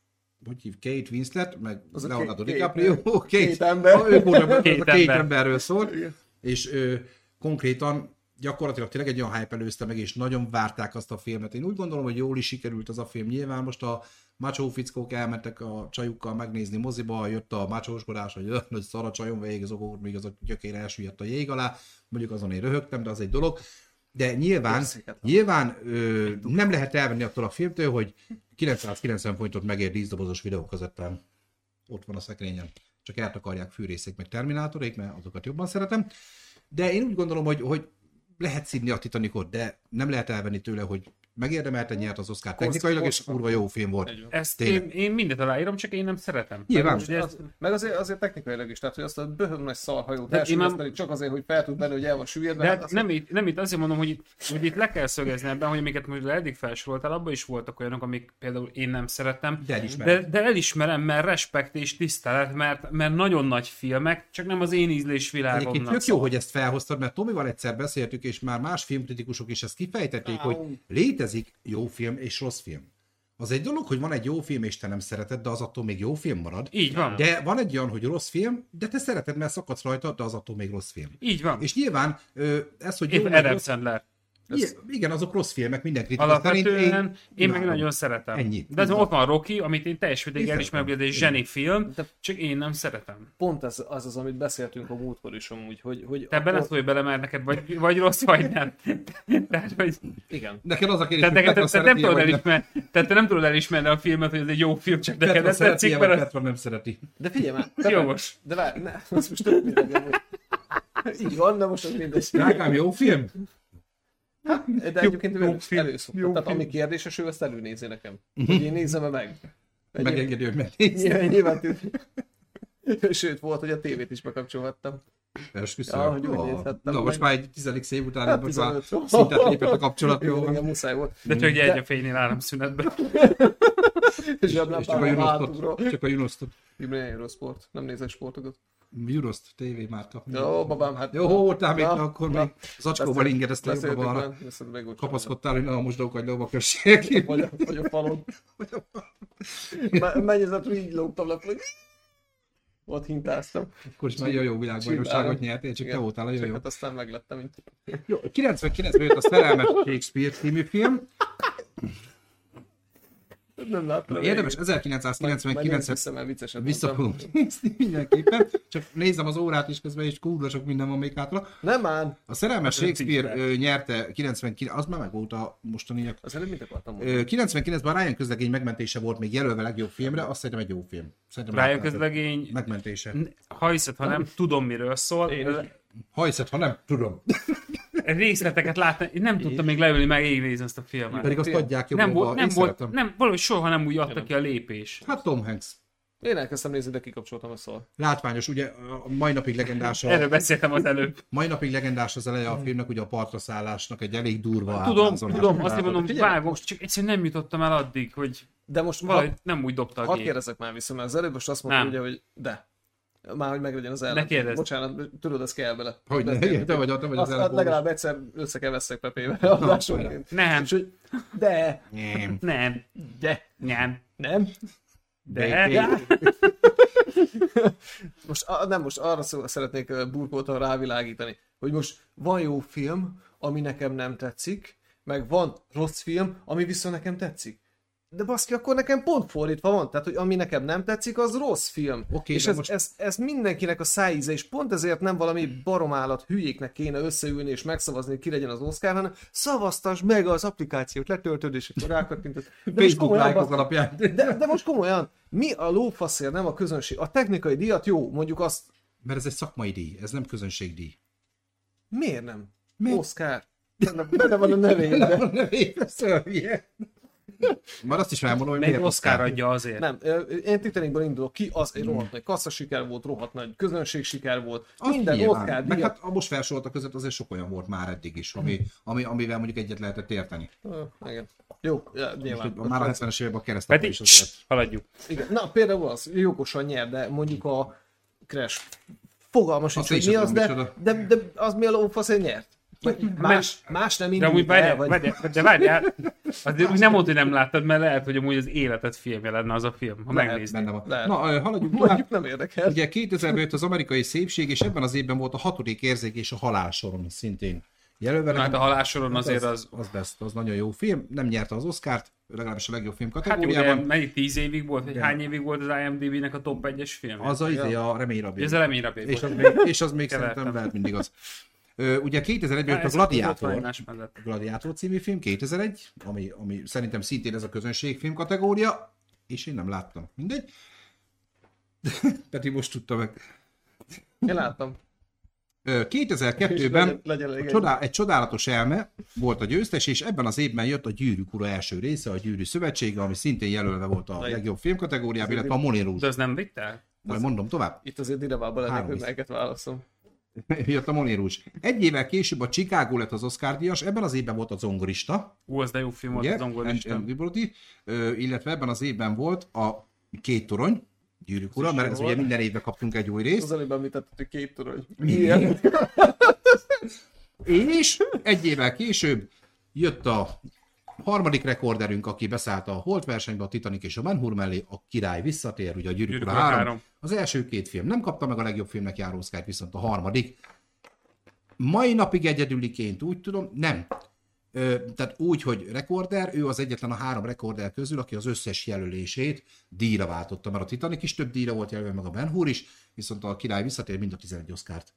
A: hogy hív, Kate Winslet, meg
C: Az
A: az
C: a
A: Leonardo
C: két-
A: DiCaprio,
C: két-
A: két,
C: két ember.
A: Ha, ők voltak,
B: Két
A: két, a két
B: ember.
A: emberről szólt, és ö, konkrétan gyakorlatilag tényleg egy olyan hype előzte meg, és nagyon várták azt a filmet. Én úgy gondolom, hogy jól is sikerült az a film. Nyilván most a macsó fickók elmentek a csajukkal megnézni moziba, jött a macsóskodás, hogy, ö, hogy szar a csajom végig, az okor, még az a gyökér elsüllyedt a jég alá. Mondjuk azon én röhögtem, de az egy dolog. De nyilván,
C: Érzéketlen.
A: nyilván ö, nem lehet elvenni attól a filmtől, hogy 990 pontot megér díszdobozos videókazettán ott van a szekrényen. Csak eltakarják fűrészék meg terminátorék, mert azokat jobban szeretem. De én úgy gondolom, hogy, hogy lehet szidni a Titanicot, de nem lehet elvenni tőle, hogy megérdemelte, nyert az Oscar technikailag, és kurva jó film volt.
B: Ezt
A: Tényleg.
B: én, én mindent aláírom, csak én nem szeretem.
A: Nyilván.
B: Ugye ez-
C: Az, meg azért, azért technikailag is, tehát hogy azt a böhöm nagy szarhajót
B: Tehát én
C: elsüllyeszteni csak azért, hogy fel tud menni, hogy el van süllyedve.
B: De
C: hát
B: hát
C: azt-
B: nem itt, nem itt azért mondom, hogy itt, hogy itt le kell szögezni ebben, hogy amiket most eddig felsoroltál, abban is voltak olyanok, amik például én nem szerettem.
A: De elismered.
B: de, de elismerem, mert respekt és tisztelet, mert, mert nagyon nagy filmek, csak nem az én
A: Egyébként
B: ízlésvilágomnak.
A: tök jó, hogy ezt felhoztad, mert Tomival egyszer beszéltük, és már más filmkritikusok is ezt kifejtették, hogy létezik jó film és rossz film. Az egy dolog, hogy van egy jó film, és te nem szereted, de az attól még jó film marad.
B: Így van.
A: De van egy olyan, hogy rossz film, de te szereted, mert szakadsz rajta, de az attól még rossz film.
B: Így van.
A: És nyilván ö, ez, hogy jó,
B: Épp
A: vagy
B: Adam
A: rossz,
B: Sandler.
A: ilyen- igen, azok rossz filmek, minden kritika szerint.
B: Alapvetően én, én meg
A: imádom.
B: nagyon szeretem.
A: Ennyi.
B: De az ott van Rocky, amit én teljes végig
A: Én
B: elismerem, hogy ez egy zseni film, csak én nem szeretem.
C: Pont ez az, az, amit beszéltünk a múltkor is amúgy, hogy... hogy
B: Te
C: akkor-
B: beleszólj bele, mert neked vagy, vagy rossz, vagy nem. Tehát, hogy
C: Igen.
A: Neked az a kérdés,
B: Tehát
A: hogy
B: neked,
A: Petra
B: te, te, nem
A: szereti,
B: tudod
A: vagy nem.
B: elismerni, tehát te nem tudod elismerni a filmet, hogy ez egy jó film, csak neked
A: Petra
B: ez
A: szereti,
B: tetszik,
A: vagy
B: mert az...
A: Petra nem szereti.
C: De figyelj már,
B: Jogos.
C: de várj, ne, az most tök mindegy. amúgy. Így van, de most az mindegy.
A: Drágám, jó film?
C: De egyébként
B: jó
C: ő
B: film, jó
C: előszokta. Tehát ami
B: film.
C: kérdéses, ő ezt előnézi nekem. Hogy én nézem meg. Egyébként-
A: Megengedő, hogy megnézd.
C: Nyilván, nyilván tű- Sőt, volt, hogy a tévét is bekapcsolhattam.
A: Esküszöm.
C: Ja, hogy úgy
A: Ó,
C: nézhettem
A: Na,
C: meg.
A: most már egy 10. év után
C: Hát,
A: most már
C: 15.
A: szintet lépett a kapcsolat.
C: Jó,
A: Jó,
C: igen, muszáj volt.
B: De csak egy egyefénynél áramszünetben.
A: és csak a
C: Zseblámpával hátulról.
A: Junostot. Csak a Junostot.
C: Ibrahim Eurosport. Nem nézek sportokat.
A: Junost TV márka.
C: Jó, babám, hát...
A: Jó, támít,
C: Na,
A: akkor
C: na.
A: még zacskóval ingedeztél
C: Beszéltük
A: jobbra balra.
C: már, viszont megúcsúzom.
A: Kapaszkodtál, hogy na, most dolgok, hogy lóba kössék.
C: Vagy a, vagy a falon. Me- Mennyezetről így lógtam le. hogy Ott hintáztam.
A: Akkor is nagyon jó világbajnokságot
C: Csinálom.
A: nyertél, csak te
C: Igen.
A: voltál a
C: Csak
A: jó.
C: hát aztán meglettem itt.
A: Jó, 99-ben jött a Szerelmes Shakespeare című film.
C: Nem láttam.
A: Érdemes,
C: Majd én
A: 1999-et
C: hiszem el vicceset
A: vissza
C: mondtam.
A: fogunk nézni mindenképpen. Csak nézem az órát is közben, és kurva sok minden van még hátra.
C: Nem ám.
A: A Szerelmes
B: Az egy
A: Shakespeare
B: tízben.
A: ö, nyerte 99, az már meg volt a mostaniak.
C: Az előbb mit akartam mondani?
A: Ö, 99-ben Ryan közlegény megmentése volt még jelölve legjobb filmre, azt szerintem egy jó film. Szerintem
B: Ryan
A: átlátott.
B: közlegény, Hm?
A: Megmentése.
B: ha hiszed, ha nem, tudom miről szól.
C: Én is.
A: Hajszat, ha nem, tudom.
B: Részleteket látni, én nem tudtam még leülni, meg végignézni ezt a filmet.
A: Pedig azt adják jobban.
B: Nem volt, nem volt,
A: szeretem.
B: nem, valahogy soha nem úgy adta ki a lépés.
A: Hát Tom Hanks.
C: Én elkezdtem nézni, de kikapcsoltam a szar.
A: Látványos, ugye a mai napig legendás a,
B: Erről beszéltem az előbb.
A: mai napig legendás az eleje a filmnek, ugye a partra szállásnak egy elég
C: Hát
A: durva
B: Tudom,
A: ábrázolás.
B: tudom, azt mondom, hogy
C: Figyelj.
B: vágom, csak egyszerűen nem jutottam el addig, hogy
C: De most valahogy
B: valahogy nem úgy dobta a
C: Hadd
B: gép.
C: kérdezzek már vissza, mert az előbb most azt mondta
B: Nem.
C: ugye, hogy de. Már hogy meglegyen az ellen.
B: kérdezz.
C: Bocsánat, tudod, ez kell bele.
A: Hogy ne,
C: Ezt
A: igen,
C: kell.
A: te vagy, a- te vagy az
C: Azt, hát
A: ellenpólus.
C: legalább egyszer össze kell veszek Pepével adásonként.
B: Nem.
C: És hogy de,
A: Nem.
B: Nem,
C: de,
B: nem,
C: nem.
B: de,
C: Most a, nem, most arra szó, szeretnék ö, burkoltan rávilágítani, hogy most van jó film, ami nekem nem tetszik, meg van rossz film, ami viszont nekem tetszik. De baszki, akkor nekem pont fordítva van. Tehát, hogy ami nekem nem tetszik, az rossz film.
A: Oké,
C: és
A: de
C: ez,
A: most-
C: ez, ez mindenkinek a szájíze, és pont ezért nem valami baromállat hülyéknek kéne összeülni és megszavazni, hogy ki legyen az Oscar, hanem szavaztas meg az applikációt, letöltöd, és akkor rákattintasz. De most
A: Facebook
C: komolyan,
A: like az
C: baszki,
A: alapján.
C: de, de most komolyan, mi a lófaszért, nem a közönség? A technikai díjat jó, mondjuk azt
A: Mert ez egy szakmai díj, ez nem közönségdíj.
C: miért nem?
A: Miért?
C: Oscar. Benne, benne van a nevében.
A: Nem, nem, én beszélek, ilyen. Már azt is elmondom, hogy
B: Még
A: miért
B: Oscar
A: Oscar.
B: adja azért.
C: Nem, ö, én Titanicból indulok ki, az egy rohadt nagy kasszasiker volt, rohadt nagy közönség siker volt,
A: Az
C: minden
A: nyilván.
C: Oscar
A: Meg
C: díjat Mhm.
A: hát a most felsoroltak között azért sok olyan volt már eddig is, ami, ami, amivel mondjuk egyet lehetett érteni.
C: Ö, igen. Jó, ja, nyilván. Hát,
A: Most, már a 70-es években a keresztapa
B: Peti,
A: is azért.
B: cs, haladjuk.
C: Igen. Na, például az jogosan nyer, de mondjuk a Crash fogalmas
A: Azt
C: sincs, hogy
A: én
C: mi
A: sem
C: az,
A: tudom,
C: de, de, de, az mi a lófasz, nyert. Vagy Más, más nem
B: De amúgy
C: indult el,
B: várjál,
C: vagy...
B: várjál, de várjál, azért úgy nem volt, hogy nem láttad, mert lehet, hogy amúgy az életed filmje lenne az a film, ha
C: Lehet,
B: megnéznéd.
A: Benne van.
C: Lehet.
A: Na, ö, haladjunk tovább.
C: Mondjuk nem érdekel.
A: Ugye 2000-ben jött az amerikai szépség, és ebben az évben volt a hatodik érzék és a halálsoron szintén jelölve.
B: Na, Hát a
A: Nekem-
B: halálsoron azért az,
A: az best, az nagyon jó film. Nem nyerte az Oscárt, legalábbis a legjobb film
B: hát jó, de
A: kategóriában.
B: mennyi tíz évig volt, vagy
A: Igen.
B: hány évig volt az IMDb-nek a top 1-es film?
A: az a ide a remény rabé.
B: Ez a remény rabé
A: És
B: volt.
A: az még, és az még
B: Kevertem.
A: szerintem lehet mindig az. Ö, ugye 2001-ben
B: Hát
A: jött a
B: ez ott van
A: Gladiátor.
B: egymás mellett.
A: Gladiátor című film, 2001, ami, ami szerintem szintén ez a közönségfilm kategória, és én nem láttam. Mindegy. Peti most tudta meg.
C: Én láttam.
A: Ö,
C: És
A: 2002-ben
C: legyen, legyen
A: A
C: elég egy-
A: Csodá, egy csodálatos elme volt a győztes, és ebben az évben jött a Gyűrűk Ura első része, a Gyűrű Szövetsége, ami szintén jelölve volt a
C: Na,
A: legjobb filmkategóriában, illetve a Moulin Rouge.
B: De az nem vitt el?
A: Majd mondom tovább.
C: Itt azért dilemában lennék,
A: Három
C: hogy
A: is.
C: melyiket válaszom.
A: Jött a Moulin Rouge. Egy évvel később a Chicago lett az Oscar díjas, ebben az évben volt a zongorista,
B: Ú, az de jó film volt
A: ugye?
B: az angol
A: And-
B: listán.
A: and Liberty, ö, illetve ebben az évben volt a Két Torony, Gyűrűk Ura, mert ez ugye minden évben kaptunk egy új részt.
C: Az előbb említettük, hogy két torony. Milyen?
A: És egy évvel később jött a harmadik rekorderünk, aki beszállt a Holt versenybe, a Titanic és a Manhur mellé, a király visszatér, ugye a Gyűrűk
B: Gyűrűk
A: Ura
B: Ura
A: 3.
B: három.
A: Az első két film nem kapta meg a legjobb filmnek járó Oscar-t, viszont a harmadik. Mai napig egyedüliként úgy tudom, nem. Ö, tehát úgy, hogy rekorder, ő az egyetlen a három rekorder közül, aki az összes jelölését díjra váltotta, mert a Titanic is több díjra volt jelölve, meg a Ben Hur is, viszont a király visszatér mind a 11 Oscar-t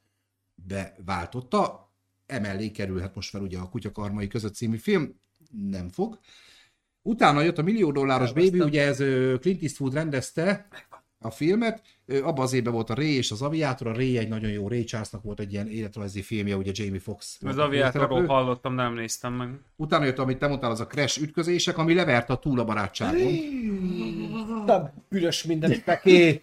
A: beváltotta. Emellé kerülhet most már ugye a Kutyakarmai között című film, nem fog. Utána jött a millió dolláros Baby, ugye ez ö, Clint Eastwood rendezte a filmet, Ö, abban az évben volt a Ray és az Aviátor, a Ray egy nagyon jó, Ray Charlesnak volt egy ilyen életrajzi filmje, ugye Jamie Fox.
B: Az
A: volt a
B: aviátorról
A: főszereplő.
B: hallottam, de nem néztem meg.
A: Utána jött, amit te mondtál, az a Crash ütközések, ami leverte a túl a barátságon.
C: Nem, üres minden peké.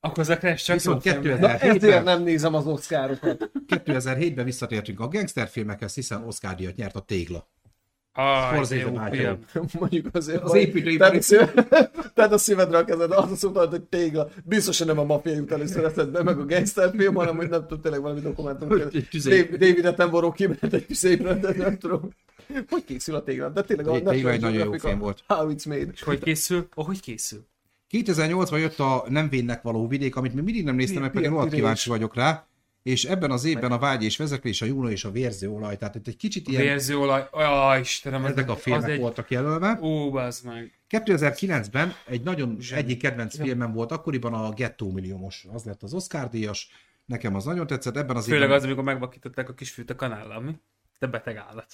B: Akkor az a Crash csak jó
A: Viszont
B: film. volt.
C: Na, ezért
A: 2007-ben,
C: nem nézem az oszkárokat.
A: 2007-ben visszatértünk a gangsterfilmekhez, hiszen Oscar díjat nyert a Tégla.
B: Aj, de
A: Scorsese
B: jó
A: bátyja.
B: film.
C: Mondjuk azért.
A: Az
C: baj.
A: építőipari-
C: Tehát a szíved- Tehát a szívedre a kezed, az azt mondtad, hogy tégla. Biztos, hogy nem a maffia jut először eszedbe, meg a gangster film, hanem hogy nem tudom, tényleg valami dokumentum. kell.
A: Egy tüzé-
C: Dave- David Attenborough kiment egy szépre, de nem tudom. Hogy készül a tégla? De tényleg a
A: Tégla egy
C: National
A: nagyon jó
C: Geographic,
A: film
C: a
A: volt.
C: How it's made.
B: És hogy készül? Oh, hogy készül?
A: 2008-ban jött a Nem vénnek való vidék, amit még mindig nem néztem,
C: Mi-
A: mert pedig
C: milyen
A: rohadt
C: vidék?
A: kíváncsi vagyok rá. És ebben az évben a vágy és vezeklés, a Juno és a vérzőolaj, tehát itt egy kicsit ilyen
B: Vérzőolaj. Aj, Istenem, az,
A: ezek a
B: az
A: filmek
B: egy...
A: voltak jelölve.
B: Ó, bazd meg.
A: 2009-ben egy nagyon egyik kedvenc filmem volt, akkoriban a Gettó Milliómos, az lett az Oscar díjas, nekem az nagyon tetszett, ebben az
B: Főleg
A: évben...
B: az, amikor megvakították a kisfűt a kanállal, mi? Te beteg állat.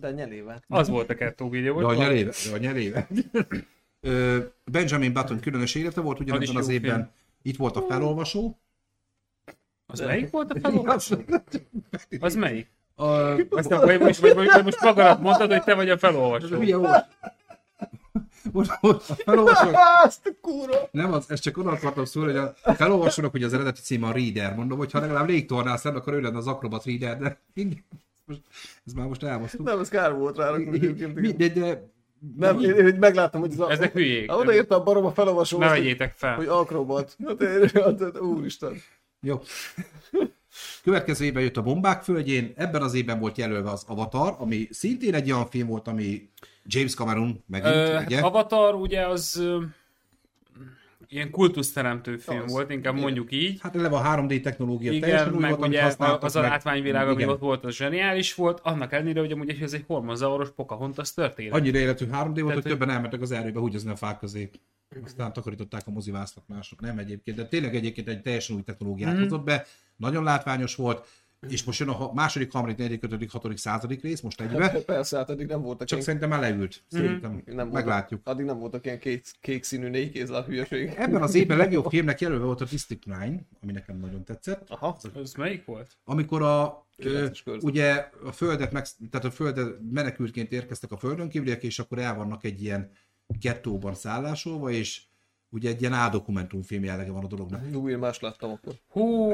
C: De nyelével.
B: Az volt a kertó videó.
A: Ja,
B: hogy
A: a
B: van.
A: nyeléve, ja, a nyeléve. Ö, Benjamin Button különös élete volt, ugyanebben
B: Az
A: az
B: is jó
A: évben
B: film.
A: itt volt a felolvasó.
B: Az melyik volt a felolvasó? Az melyik?
A: A,
B: Azt nem, vagy, vagy, vagy, vagy, vagy most magadat mondtad, hogy te vagy a felolvasó.
A: Hülye volt. Most, most a felolvasók,
C: Azt a kurva!
A: nem az, ezt csak oda akartam szólni, hogy a felolvasónak ugye az eredeti címe a Reader, mondom, hogy ha legalább légtornász lenne, akkor ő lenne az Acrobat Reader, de mindig, most, ez már most elmozdult.
C: Nem, ez kár volt rá. rakni egyébként.
A: Mindegy, de
C: Nem, én, én megláttam, hogy ez a...
B: Ezek hülyék.
C: Ah, Odaírta a barom a felolvasó,
B: Ne
C: azt, hogy,
B: vegyétek fel.
C: hogy akrobat. Hát én, hát, hát, úristen.
A: jó. Következő évben jött a Bombák Földjén, ebben az évben volt jelölve az Avatar, ami szintén egy olyan film volt, ami James Cameron megint,
B: Ö,
A: uh, ugye?
B: hát Avatar ugye az ö, ilyen kultuszteremtő film
C: Az.
B: volt, inkább
C: Igen.
B: mondjuk így.
A: Hát eleve a 3D technológia
B: Igen,
A: teljesen új
B: meg
A: volt, amit
B: ugye
A: használtak,
B: az a
A: meg-
B: látványvilág, ami
A: Igen.
B: ott volt, az zseniális volt, annak ellenére, hogy amúgy ez egy hormonzavaros pocahontas történet.
A: Annyira életű 3D volt, hogy
B: hogy-
A: többen elmentek az erőbe húgyozni a fák közé. Aztán takarították a mozivászlat mások. Nem egyébként, de tényleg egyébként egy teljesen új technológiát hozott be. Nagyon látványos volt. És most jön a ha- második, harmadik, negyedik, ötödik, hatodik, századik rész, most egybe.
C: Persze, hát addig nem voltak
A: Csak
C: ilyen,
A: szerintem már leült. Szerintem
C: nem voltak-
A: meglátjuk.
C: addig nem voltak ilyen kék, kék színű négy kézzel hülyeség.
A: Ebben az évben legjobb filmnek jelölve volt a District 9, ami nekem nagyon tetszett.
C: Aha,
B: Ez melyik volt?
A: Amikor a, ö,
C: Kilences körzet.
A: ugye a földet, meg, tehát a földet menekültként érkeztek a földön kívüliek, és akkor el vannak egy ilyen gettóban szállásolva, és ugye egy ilyen áldokumentumfilm jellege van a dolognak.
C: Jó, én más láttam akkor.
B: Hú,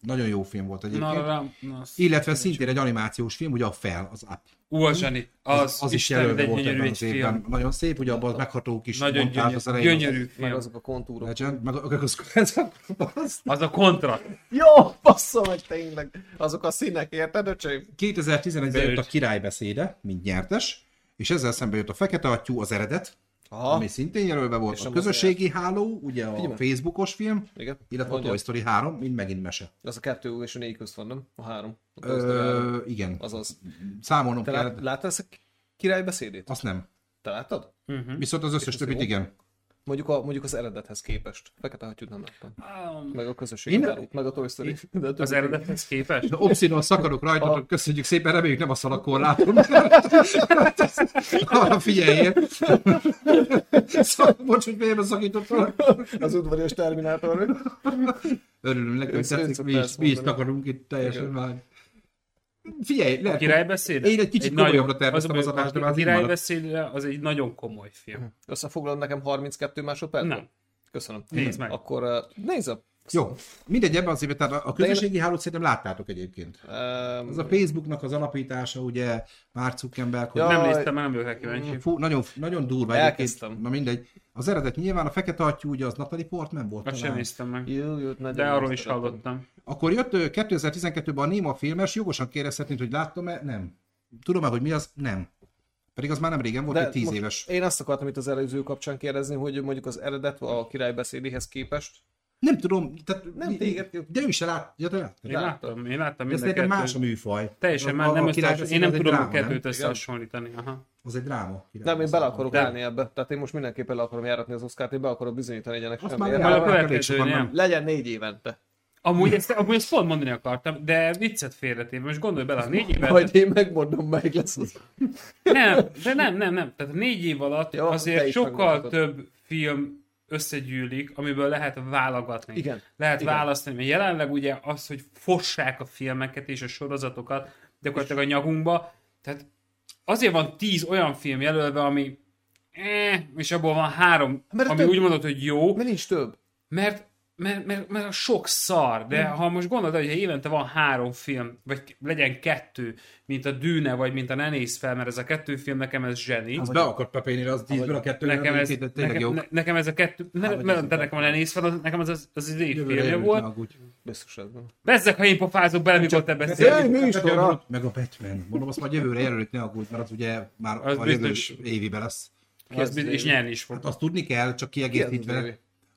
A: Nagyon jó film volt egyébként.
B: na, rám, na, az-
A: Illetve szintén egy animációs film, ugye a Fel, az Up.
B: Ú, a zseni. Az,
A: az is
B: Isten, de
A: jelölve
B: egy
A: volt
B: gyönyörű
A: ebben az
B: egy
A: évben.
B: film.
A: Nagyon szép, ugye abban az megható kis
B: Nagyon
A: montáz
B: gyönyörű,
A: az elején.
B: gyönyörű
C: Meg
B: film.
C: azok a kontúrok.
A: Legend, meg akkor az, ez akkor az.
B: Az a kontrakt.
C: Jó, basszom meg tényleg. Azok a színek, érted, öcsém?
A: 2011-ben jött a
B: Beült.
A: királybeszéde, mint nyertes, és ezzel szemben jött a Fekete Atyú, az eredet,
C: Aha.
A: ami szintén jelölve volt,
C: És
A: a
C: nem az
A: közösségi háló, ugye a
C: Figyelj.
A: Facebookos film,
C: Igen.
A: illetve a
C: Mondja.
A: Toy Story 3, mint megint mese.
C: Az a kettő és a négy közt van, nem? A három. A Toy Story három.
A: Ö, igen,
C: Azaz.
A: számolnom
C: Te
A: kell,
C: lát, láttál ezt a királybeszédét?
A: azt nem.
C: Te láttad?
A: Viszont az összes
C: És ez
A: többit
C: Mhm. jó?
A: igen.
C: Mondjuk, a, mondjuk az eredethez képest. Fekete hattyút nem láttam. Meg a közösség.
A: Én-
C: Innen... Meg a Toy Story. De a többi-
B: Um, Az eredethez képest?
A: De obszidon szakadok rajtatok,
C: Aha.
A: köszönjük szépen, reméljük nem a szalakorlátom. Arra figyeljél. Szóval, bocs, hogy miért szakítottam.
C: Az udvarias Terminátor.
A: Örülünk neki, hogy
C: Ősz-
A: tetszik,
C: őszok
A: mi is,
C: perc
A: mi is
C: mondanak.
A: takarunk itt teljesen
C: Igen.
A: már. Figyelj, lehet, hogy
B: Királybeszéd?
A: Én egy kicsit komolyabbra terveztem az
B: a
A: adást, de már az így
B: Királybeszédre az egy nagyon komoly film.
C: Összefoglalod nekem 32 másodperc?
B: Nem.
C: Köszönöm.
B: Nézd meg.
C: Akkor uh, nézd a...
A: jó. Mindegy, ebben az évben, tehát a- a közösségi hálót szerintem láttátok egyébként.
C: Um,
A: Az a Facebooknak az alapítása, ugye, Mark Zuckerberg, hogy
C: Ja,
B: Nem néztem, mert nem vagyok rá kíváncsi.
A: Fú, nagyon, nagyon durva
C: Elkezdtem.
A: egyébként. Na mindegy. Az eredet nyilván a fekete atyú, ugye az Natalie Portman volt
B: Azt sem
A: talán.
B: néztem meg.
C: jó, jó, nagyon
B: De arról
C: jó,
B: is
C: szeretem.
B: hallottam.
A: Akkor jött ö, 2012-ben a Néma filmes, jogosan kérdezhetnénk, hogy láttam-e? Nem. Tudom-e, hogy mi az? Nem. Pedig az már nem régen volt,
C: De
A: egy tíz
C: most
A: éves.
C: Én azt akartam itt az előző kapcsán kérdezni, hogy mondjuk az eredet a királybeszédéhez képest.
A: Nem tudom, tehát
C: Nem
A: mi-
C: téged-
A: De ő is lát, ja, te láttad.
B: Én
C: Láttam.
B: láttam, én láttam
A: De
B: mind
A: ez
B: a
A: nekem más a
B: kettőt.
A: műfaj.
B: Teljesen
A: A-
B: már
A: a-
B: nem
A: a királybeszéd
B: összehasonlítani. Én nem
A: az egy
B: tudom a
A: dráma, nem?
B: kettőt összehasonlítani. Aha.
A: Az egy dráma.
C: De én bele akarok
B: De-
C: állni ebbe. Tehát én most mindenképpen le akarom járatni az oszkárt, én be akarok bizonyítani egyenek
A: Azt
C: semmi.
A: már
B: Majd a
A: elég
B: következő,
A: sokan nem.
B: nem?
C: Legyen négy évente.
B: Amúgy ezt, amúgy ezt pont mondani akartam, de viccet félretéve. Most gondolj bele, a négy évvel...
C: Majd én megmondom, melyik lesz az.
B: Nem, de nem, nem, nem. Tehát négy év alatt
C: Jó,
B: Jó,
C: te
B: azért
C: is
B: sokkal
C: megmondhatod.
B: több film összegyűlik, amiből lehet válogatni.
C: Igen.
B: Lehet
C: Igen.
B: Igen. választani, mert jelenleg ugye az, hogy fossák a filmeket és a sorozatokat gyakorlatilag a nyagunkba, tehát azért van tíz olyan film jelölve, ami eh, és abból van három,
C: Mert
B: mert
C: a
B: ami
C: több-
B: úgy mondod, hogy jó,
C: Mert nincs több.
B: mert, mert, mert, mert a sok szar, de
C: Hmm.
B: ha most gondolod, hogy évente van három film, vagy legyen kettő, mint a Dűne, vagy mint a Ne nézz fel, mert ez a kettő film nekem ez zseni.
C: Hát,
A: Az be akart pepénél, az tízből a kettő.
B: Nekem ez,
A: tényleg
B: nekem,
A: jó.
B: ne, nekem ez a kettő, ne,
C: Hát, vagy
B: ne,
C: ez
B: de nekem a Ne nézz fel, az, nekem az az, az, az év
A: Jövőre
B: filmje
A: jövőt, ne
B: volt.
A: aggódj.
C: Biztos ez van.
B: Bezzek, ha én pofázok bele, mikor te
C: Jaj,
B: beszélsz.
C: mi is van, ah?
A: Meg a Batman. Mondom, azt majd jövőre jelölik, ne aggódj, mert az ugye már
B: Az
A: a jövő
B: biztos.
A: évibe lesz.
C: Ki az
B: Az biz- És
C: David?
B: nyerni is fog.
A: Hát azt tudni kell, csak
C: Ki az az
A: kiegészítve,
C: évi?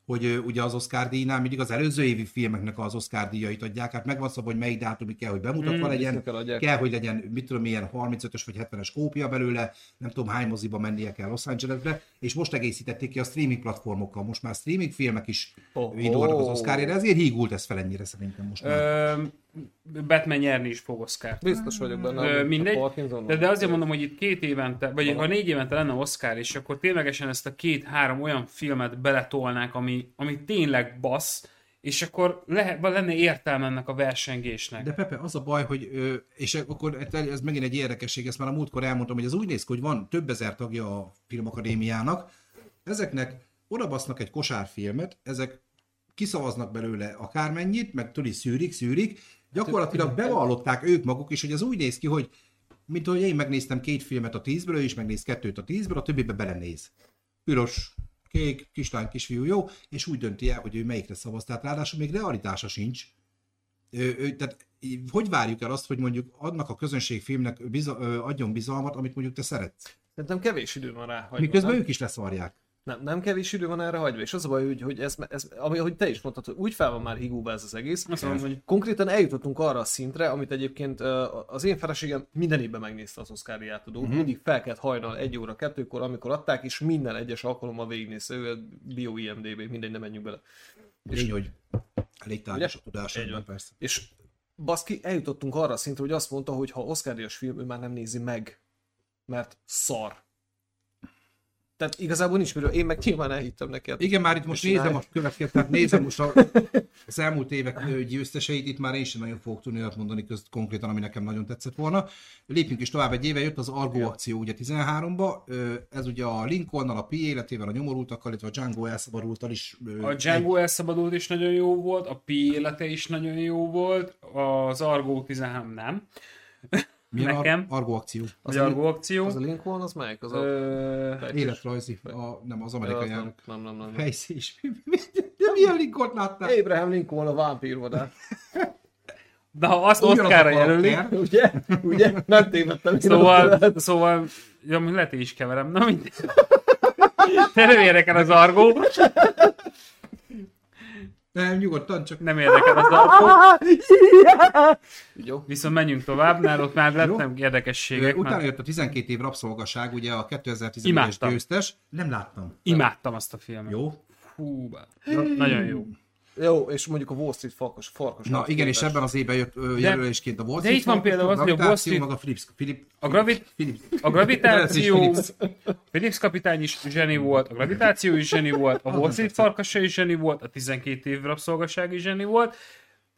A: hogy ö, ugye az Oscar díjnál mindig az előző évi filmeknek az Oscar díjait adják, hát megvan szabva, hogy melyik dátumig kell, hogy bemutatva legyen,
C: biztos kell adják.
A: kell, hogy legyen, mit tudom, milyen 35-ös vagy 70-es kópia belőle, nem tudom hány moziba mennie kell Los Angelesbe, és most egészítették ki a streaming platformokkal, most már streaming filmek is
C: Oh.
A: indulnak az Oscarért, ezért hígult ez fel ennyire szerintem most már.
B: Ö, Batman nyerni is fog Oscar.
C: Biztos vagyok benne.
B: Ö,
C: hogy a
B: mindegy.
C: Parkinson
B: De, de azért mondom, hogy itt két évente, vagy ha négy évente lenne Oscar, és akkor ténylegesen ezt a két-három olyan filmet beletolnák, ami, ami tényleg bassz, és akkor lehet, lenne értelme ennek a versengésnek.
A: De Pepe, az a baj, hogy, ö, és akkor ez megint egy érdekesség, ezt már a múltkor elmondtam, hogy ez úgy néz ki, hogy van több ezer tagja a filmakadémiának, ezeknek odabasznak egy kosárfilmet, ezek kiszavaznak belőle akármennyit, meg tudni szűrik, szűrik, gyakorlatilag bevallották ők maguk is, hogy ez úgy néz ki, hogy mint ahogy én megnéztem két filmet a tízből, ő is megnéz kettőt a tízből, a többibe belenéz. Piros, kék, kislány, kisfiú, jó, és úgy dönti el, hogy ő melyikre szavaz. Tehát ráadásul még realitása sincs. Ö, ö, tehát így hogy várjuk el azt, hogy mondjuk annak a közönségfilmnek biza, ö, adjon bizalmat, amit mondjuk te szeretsz?
C: Szerintem kevés idő van rá. hagyva,
A: Miközben
C: nem?
A: ők is leszarják.
C: Nem, nem kevés idő van erre hagyva, és az a baj, hogy, hogy ez, ez, ami, ahogy te is mondtad, hogy úgy fel van már higúba ez az egész.
B: Azt mondom, hogy
C: Konkrétan eljutottunk arra a szintre, amit egyébként ö, az én feleségem minden évben megnézte az Oscári átadót.
B: Mhm.
C: Uh-huh. Mindig felkelt hajnal egy óra, kettőkor, amikor adták, és minden egyes alkalommal végignézte. Ő a bio IMDB, mindegy, nem menjünk bele.
A: És így, hogy elég tárgyas a tudás.
C: Így van.
A: persze.
C: És baszki, eljutottunk arra a szintre, hogy azt mondta, hogy ha Oscar-díjas film, ő már nem nézi meg, mert szar. Tehát igazából nincs miről, én meg nyilván elhittem neki. hát
A: Igen, már itt most
C: És
A: nézem
C: csinálj.
A: a következőt, tehát nézem most a, az elmúlt évek ö, győzteseit, itt már én sem nagyon fogok tudni olyat mondani közt, konkrétan, ami nekem nagyon tetszett volna. Lépjünk is tovább, egy éve jött az Argo akció ugye 13-ba, ö, ez ugye a Lincolnnal, a Pi életével, a nyomorultakkal, illetve a Django elszabadultal is. ö,
B: A Django elszabadult is nagyon jó volt, a Pi élete is nagyon jó volt, az Argo 13 nem.
A: milyen Ar-
B: nekem?
A: Argo akció.
B: Az
C: Az a-
B: Argo akció.
C: Az a Lincoln, az melyik? Az a...
B: Ö,
C: Fejtés.
A: Életrajzi, a, nem az
C: Ö, az
A: amerikai
C: nem,
A: elnök.
C: nem, nem, nem. nem.
A: Fejszés. De milyen Lincoln láttál?
C: Abraham Lincoln a vámpírvadár.
B: De ha azt
A: Ugyanaz a
B: Oscarra jelölik,
A: karakter.
C: Ugye? Ugye? Nem tévedtem. én attól.
B: Szóval, szóval, ja, mi lehet, én is keverem, na mindegy. Te nem érdekel az argó,
A: Nem, nyugodtan, csak
B: nem érdekel az argó,
C: Jó.
B: viszont menjünk tovább, mert ott már
A: Jó.
B: lettem
A: Ö,
B: érdekességek,
A: Utána
B: mert
A: jött a 12 év rabszolgaság, ugye a 2014-es
B: hát- Imádtam.
A: győztes. Nem láttam.
B: imádtam azt a filmet.
A: Jó.
B: Hú, bá. Na, nagyon jó.
C: Jó, és mondjuk a Wall Street farkas. farkas
A: Na
C: ahhoz
A: igen, és
C: képest.
A: ebben az évben jött ö, jelölésként a Wall
B: de itt van
A: Farkas,
B: például az, hogy a
A: gravitáció,
B: Wall Street-
A: maga Philips, Philip,
B: A gravi-
A: Philips.
B: A gravitáció,
A: Philips.
B: Philips kapitány is zseni volt, a gravitáció is zseni volt, a Wall Street farkasa is zseni volt, a 12 év rabszolgaság is zseni volt.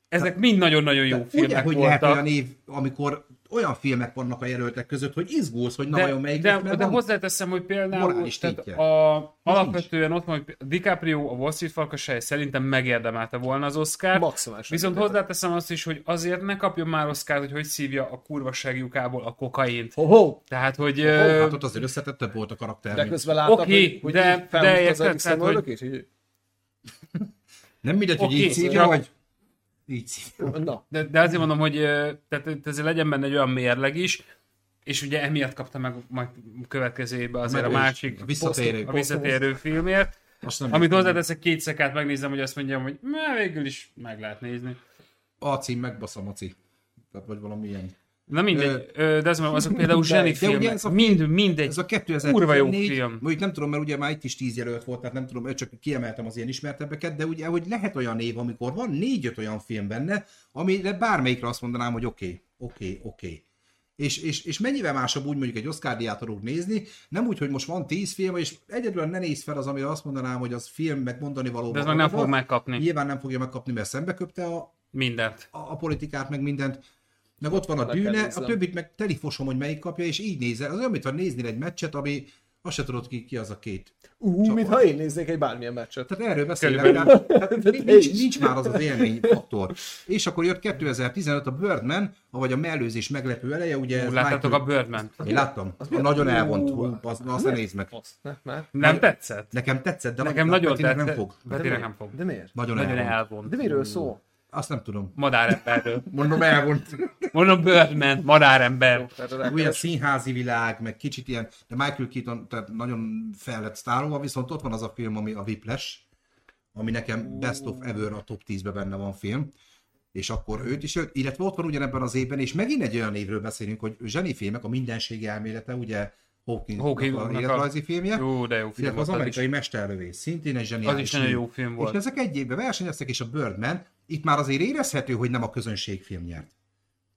B: Ezek mind nagyon-nagyon jó
A: Ugye,
B: filmek
A: hogy lehet olyan
B: voltak.
A: év, amikor olyan filmek vannak a jelöltek között, hogy izgulsz, hogy na
B: De,
A: vajon melyik
B: de,
A: lett, mert
B: de
A: van-
B: hozzáteszem, hogy például
A: Morális
B: tehát
A: tétje.
B: a, alapvetően ott van, hogy DiCaprio a Wall Street farkasája szerintem megérdemelte volna az Oscar.
C: Maximális.
B: Viszont
C: egyetértek.
B: hozzáteszem azt is, hogy azért ne kapjon már Oscar, hogy hogy szívja a kurvaság lyukából a kokaint.
C: Ho-ho!
B: Tehát, hogy...
A: Ó,
B: ö,
A: hát ott azért összetettebb volt a karakter.
C: De
A: mint-
C: közben láttak,
B: Oké,
C: hogy, hogy
B: de-
C: így felmúlt az
B: de érted,
C: egyik
B: tehát, hogy-
C: szemöldökét, így-
A: Nem mindegy, hogy
B: Oké, szóval-
A: így szívja,
B: csak-
A: vagy így szívja.
C: Na,
B: De, de azért mondom, hogy ö, tehát itt azért legyen benne egy olyan mérleg is, és ugye emiatt kapta meg majd következő évben azért a
A: Mert ő is
B: másik
A: a visszatérő.
B: a visszatérő filmért,
A: Azt nem
B: amit
A: tudom.
B: hozzáteszek két szekát, megnézem, hogy azt mondjam, hogy már végül is meg lehet nézni.
A: A cím megbaszom a cím. Tehát vagy valami ilyen.
B: Na mindegy, ö, de azt mondom, azok például zseni
A: de ugye
B: filmek,
A: ez a-
B: mind, mindegy.
A: Ez a 2014,
B: Kurva jó film.
A: Mondjuk nem tudom, mert ugye már itt is tíz jelölt volt, tehát nem tudom, csak kiemeltem az ilyen ismertebbeket, de ugye, hogy lehet olyan év, amikor van négy-öt olyan film benne, amire bármelyikre azt mondanám, hogy oké, okay, oké, okay, oké. Okay. És, és, és mennyivel másabb úgy mondjuk egy Oscar díját adunk nézni, nem úgy, hogy most van tíz film, és egyedül ne néz fel az, amire azt mondanám, hogy az film, meg mondani való.
B: De ez
A: van
B: meg nem
A: abban.
B: fog megkapni
A: Nyilván nem fogja megkapni, mert szembeköpte a,
B: mindent.
A: a, a politikát, meg mindent. Meg ott van a
C: Le kell
A: dűne, a
C: néznem.
A: többit meg telifosom, hogy melyik kapja, és így nézel. Az olyan, mintha néznél egy meccset, ami azt se tudod ki, ki az a két.
C: ú, mintha én néznék egy bármilyen meccset.
A: Tehát erről beszélek.
B: Körülbelül.
A: Tehát, tehát
C: De
A: nincs,
C: is.
A: nincs, már az az élményfaktor. És akkor jött 2015 a Birdman, avagy a mellőzés meglepő eleje, ugye ez
B: Láttátok a
A: Michael-
B: birdman
A: Én láttam. Nagyon elvont. Hú, az, azt ne nézd meg.
C: Fasz, ne, ne.
B: Nem tetszett?
A: Nekem tetszett, de
B: Nekem
A: Petinek
B: nagyon tetszett.
A: nem fog.
B: Petinek nem fog.
C: De miért?
A: Nagyon,
B: Nagyon
A: elvont.
B: elvont.
C: De miről szól?
A: Azt nem tudom.
B: Madáremberről.
A: Mondom, elvont.
B: Mondom, Birdman, madárember.
C: Erre rá-
A: Olyan színházi világ, meg kicsit ilyen, de Michael Keaton tehát nagyon fel lett sztárolva, viszont ott van az a film, ami a Whiplash, ami nekem Best of Ever a top 10-ben benne van film, és akkor őt is, jött, illetve ott van ugyanebben az évben, és megint egy olyan évről beszélünk, hogy zsenifilmek, a mindenségi elmélete, ugye Hawking, Hawking
B: Hawkinsnak
A: a
B: a-
A: életrajzi filmje,
B: Jó, de jó film
A: illetve az
B: volt az is.
A: amerikai mesterlövész, szintén egy zseniális
B: Az is nagyon
A: film.
B: jó film
A: És
B: volt.
A: ezek egy évben versenyeztek, és a Birdman, itt már azért érezhető, hogy nem a közönségfilm nyert.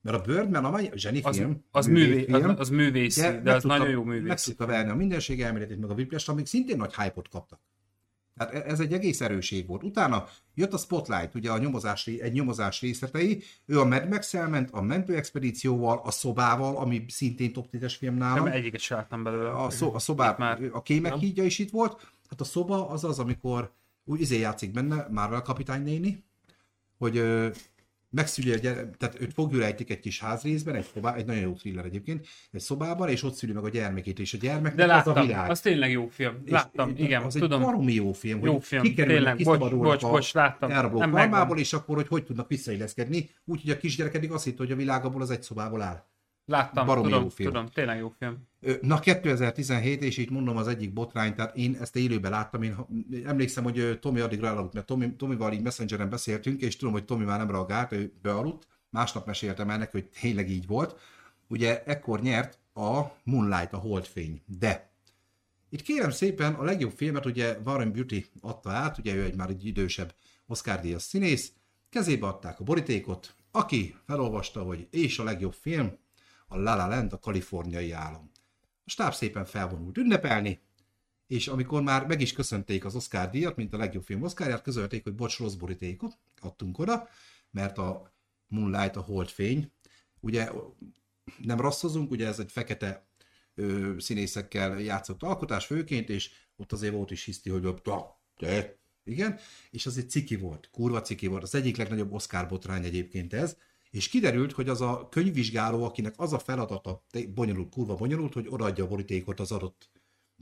A: Mert a Birdman, amely a
B: Az,
A: zsenifilm,
B: az, művé, az,
A: művészfilm,
B: az művészi, de,
A: meg
B: az
A: tudta-
B: nagyon jó
A: Meg
B: művész.
A: tudta verni a mindenség elméletét, meg a whiplash amik szintén nagy hype-ot kaptak. Tehát e- ez egy egész erős év volt. Utána jött a Spotlight, ugye a nyomozás, ré- egy nyomozás részletei, ő a Mad max elment, a mentőexpedícióval, a szobával, ami szintén top 10-es film
B: Nem,
A: nálam.
B: egyiket se láttam belőle.
A: A, szó, a szobá,
B: már.
A: a kémek hídja is itt volt. Hát a szoba az az, amikor úgy izé játszik benne, Marvel kapitány néni, hogy ö, megszüli a gyere, tehát őt fogjul ejtik egy kis házrészben, egy, szobá, egy nagyon jó thriller egyébként, egy szobában, és ott szüli meg a gyermekét, és a gyermek
B: De
A: az a
B: láttam,
A: világ.
B: az tényleg jó film.
A: És-
B: Láttam,
A: és
B: igen,
A: az
B: tudom.
A: egy baromi jó film,
B: Jó
A: hogy
B: film,
A: kikerülnek,
B: tényleg,
A: kiszabadulnak
B: bocs, bocs, bocs, láttam.
A: elrablók
B: Nem, megvan.
A: farmából, és akkor, hogy hogy tudnak visszailleszkedni, úgyhogy a kisgyerek eddig azt hitt, hogy a világ abból az egy szobából áll.
B: Láttam,
A: baromi jó
B: tudom,
A: film.
B: tudom, tényleg jó film.
A: Ö, Na 2017, és így mondom az egyik botrány, tehát én ezt élőben láttam, én ha- emlékszem, hogy ö, Tomi addig ráaludt, mert Tomi, Tomival így messengeren beszéltünk, és tudom, hogy Tomi már nem reagált, ő bealudt, másnap meséltem el neki, hogy tényleg így volt. Ugye ekkor nyert a Moonlight, a Holdfény, de itt kérem szépen a legjobb filmet ugye Warren Beauty adta át, ugye ő egy már egy idősebb Oscar díjas színész, kezébe adták a borítékot, Aki felolvasta, hogy és a legjobb film, a La La Land, a kaliforniai álom. A stáb szépen felvonult ünnepelni, és amikor már meg is köszönték az Oscar díjat, mint a legjobb film Oscarját, közölték, hogy bocs, rossz borítékot adtunk oda, mert a Moonlight, a holdfény, ugye nem rasszozunk, ugye ez egy fekete ö, színészekkel játszott alkotás főként, és ott azért volt is hiszti, hogy ott, "Ta, te?" igen, és az egy ciki volt, kurva ciki volt, az egyik legnagyobb Oscar botrány egyébként ez, és kiderült, hogy az a könyvvizsgáló, akinek az a feladata, te- bonyolult, kurva bonyolult, hogy odaadja a borítékot az adott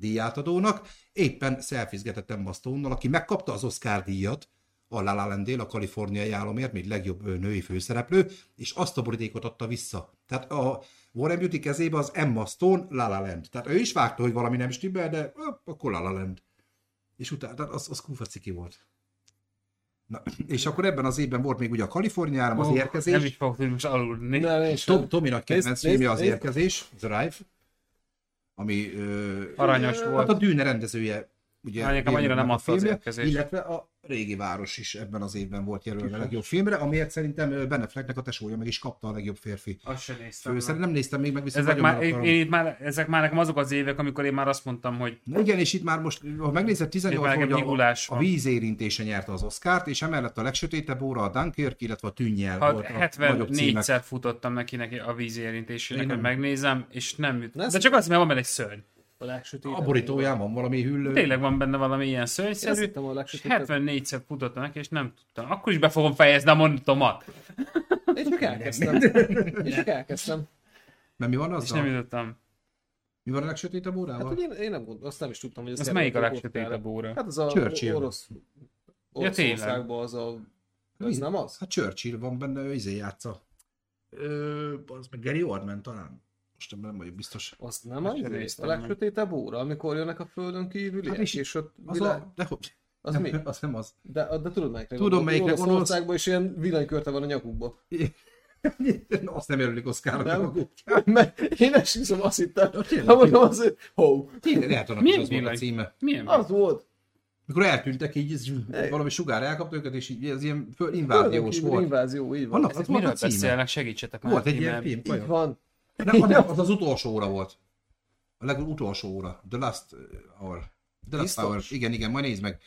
A: díjátadónak, éppen szelfizgetett Emma Stone-nal, aki megkapta az Oscar díjat, a La La Landél, a kaliforniai államért, mint legjobb ö, női főszereplő, és azt a borítékot adta vissza. Tehát a Warren Beauty kezébe az Emma Stone, La La Land. Tehát ő is vágta, hogy valami nem stimmel, de ö, akkor La La Land. És utána, tehát az, az kufa ciki volt. Na, és akkor ebben az évben volt még ugye a Kalifornia állam, az
B: Ó,
A: érkezés.
B: Nem is fogok tudni most aludni.
C: Nem, én sem.
A: Tom, Tominak kedvenc
C: Nézd, nézd,
A: filmje az
C: nézd.
A: érkezés, The Drive, ami ö,
B: Aranyos
A: ö,
B: volt.
A: Hát a Dűne rendezője. Ugye,
B: Hát nekem annyira nem
A: a
B: adta az
A: filmje,
B: érkezést.
A: Illetve a régi város is ebben az évben volt jelölve a legjobb filmre, amiért szerintem ö, Ben Afflecknek a tesója meg is kapta a legjobb férfi
B: Azt sem néztem. meg.
A: főszer. Nem néztem még meg, viszont
B: Ezek
A: nagyon
B: már,
A: meg
B: én,
A: akarom.
B: én itt már, ezek már nekem azok az évek, amikor én már azt mondtam, hogy
A: Na igen, és itt már most, ha megnézed, 18
B: Itt már nekem
A: hogy a,
B: nyugulás
A: a
B: van.
A: víz érintése nyerte az Oscárt, és emellett a legsötétebb óra a Dunkirk, illetve a tűnnyel
B: ha
A: volt a nagyobb címek.
B: 74-szer futottam neki, neki a vízérintésének, hogy megnézem, és nem jut.
C: Na, ez-
B: De csak azért, mert van benne egy szörny. A legsötétebb.
A: A borítóján van valami hüllő.
B: Tényleg van benne valami ilyen
C: Én azt
B: szörnyszerű,
C: hittem, a
B: és
C: legsötétebb.
B: 74-szer futottam neki, és nem tudtam. Akkor is be fogom fejezni a mondatomat.
C: Én csak elkezdtem. Én csak elkezdtem.
A: Mert mi van
B: És
A: azzal?
B: nem jutottam.
A: Mi van a legsötétebb órával?
C: Hát, hogy én, én nem gondolom, azt nem is tudtam, hogy ez
B: Ez
C: szerb
B: melyik a
C: volt erre.
B: legsötétebb óra?
C: Hát az a
A: Churchill.
C: orosz,
B: Ja,
C: orosz
B: tényleg.
C: országban az a... Ez nem az?
A: Hát Churchill van benne, ő izé játsza. Ö, az meg Gary Oldman talán. Most ebben nem vagyok biztos.
C: Azt nem
B: Azt
C: az?
B: sem
C: A
B: néztem meg.
C: legsötétebb óra, amikor jönnek a földön kívüliek,
A: Hát és-
C: és, ott
A: Az,
C: világ...
A: a, de, hogy,
C: Az
A: nem,
C: mi?
A: az nem az.
C: De, de tudod
A: Tudom,
C: melyikre gondolok.
A: melyikre
C: Orosz
A: gondolsz.
C: országban is ilyen villanykörte van a nyakukba.
A: Azt nem jelölik Oszkárnak.
C: Nem? Mert én esküszöm, azt hittem.
A: tényleg,
C: Ha mondom azért, hó,
A: Tényleg, lehet annak is
B: Milyen
A: az volt a
B: világ?
A: címe.
B: Milyen?
C: az volt.
A: Mikor eltűntek így, ez, valami sugár elkapta őket, és így ez ilyen föl, inváziós
C: Földön kívüli
A: volt.
C: Invázió, így van.
A: Annak
B: Ezek
A: az volt
B: miről
A: a címe.
B: beszélnek? Segítsetek már.
A: Volt egy
B: ki,
A: ilyen
B: mert-
A: film.
C: Így
A: vajon?
C: van.
A: Nem, az, nem, az az utolsó óra volt. A legutolsó óra. The last uh, hour. The last
C: Biztos?
A: hour. Igen, igen, majd nézd meg.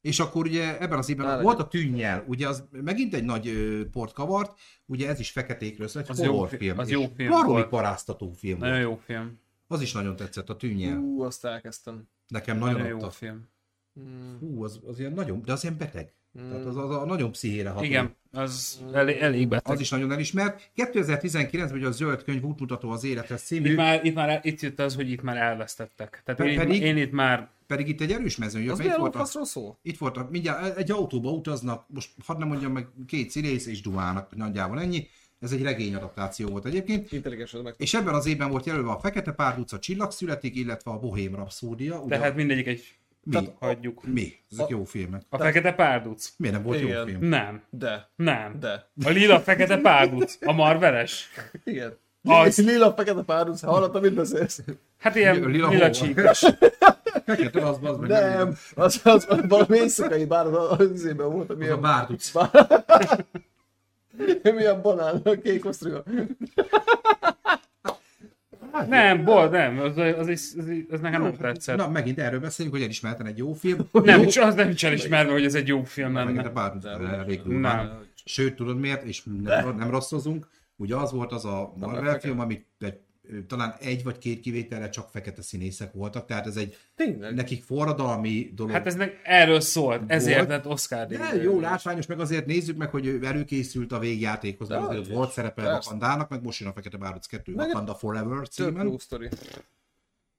A: És akkor ugye ebben az évben
C: Már
A: volt a tűnnyel, ugye az megint egy nagy ö, port kavart, ugye ez is feketékről szól, egy
B: Az jó fi-
A: horrorfilm.
B: az
A: és
B: jó film
A: baromi
B: volt.
A: paráztató film
B: Nagyon
A: volt.
B: jó film.
A: Az is nagyon tetszett, a tűnnyel.
C: Ú, azt elkezdtem.
A: Nekem nagyon,
B: Nagyon jó
A: adta.
B: film.
C: Mm.
A: Hú, az, az ilyen nagyon, de az ilyen beteg. Tehát az,
C: Mm.
A: az a nagyon pszichére ható.
B: Hmm. Igen, az elég, elég beteg.
A: Az is nagyon elismert. 2019-ben ugye a Zöld Könyv útmutató az élethez című,
B: Itt már, itt már itt jött az, hogy itt már elvesztettek. Tehát
A: Pe-
B: én,
A: pedig-
B: pedig... én itt már
A: pedig itt egy erős mezőny.
C: Az
A: mert itt
C: milyen
A: volt a-
C: lófaszról szól?
A: Itt voltak, mindjárt e, egy autóba utaznak, most hadd nem mondjam meg, két színész és dumálnak, nagyjából ennyi. Ez egy regény adaptáció volt egyébként.
C: Intelligens az meg.
A: És ebben az évben volt jelölve a Fekete Párduca Csillag születik, illetve a Bohém Rapszódia. Ugye,
B: Tehát mindegyik egy...
A: mi?
B: Tehát hagyjuk.
A: mi? Ezek
C: A-
A: jó filmek.
B: A fekete párduc?
A: Miért nem volt jó
C: Igen.
A: film?
B: Nem.
C: De,
B: Nem.
C: de.
B: A lila fekete párduc? A marveles?
C: Igen.
B: Az.
C: Az... Lila, fekete párduc, hallottam, mit beszélsz?
B: Hát ilyen
A: Lila
B: lila,
A: hol Hát,
B: lila
A: van?
B: csíkos.
A: Fekete az, az meg
C: Nem, az, az valami éjszakai bár az az izében volt, ami
A: Az a
C: a,
A: Bárduc.
C: ami a banán, a kék osztriga.
B: Nem, bol, nem. Az, az, az, az, az nekem nem tetszett.
A: hát, Na, megint erről beszélünk, hogy elismerten egy jó film.
B: Nem, és az nem is elismerve, hogy ez egy jó film
A: Fekete
B: lenne.
A: Párduc. Elég durván.
B: Nem.
C: Nem.
A: Sőt, tudod miért? És nem, nem rosszozunk. Ugye az volt az a Marvel
C: fekete.
A: film, amit de, ö, talán egy vagy két kivételre csak fekete színészek voltak, tehát ez egy
C: Tényleg.
A: nekik forradalmi dolog.
B: Hát ez ne, erről szólt, ezért
A: Volt.
B: lett Oscar
A: de jó, látványos, meg azért nézzük meg, hogy ő előkészült a végjátékhoz, mert
C: De
A: azért ott
C: is.
A: volt szerepe
C: Persze.
A: Wakandának, meg most jön a Fekete Bárc 2
C: Meg-
A: Wakanda Forever
C: Tök
A: címen.
C: jó sztori.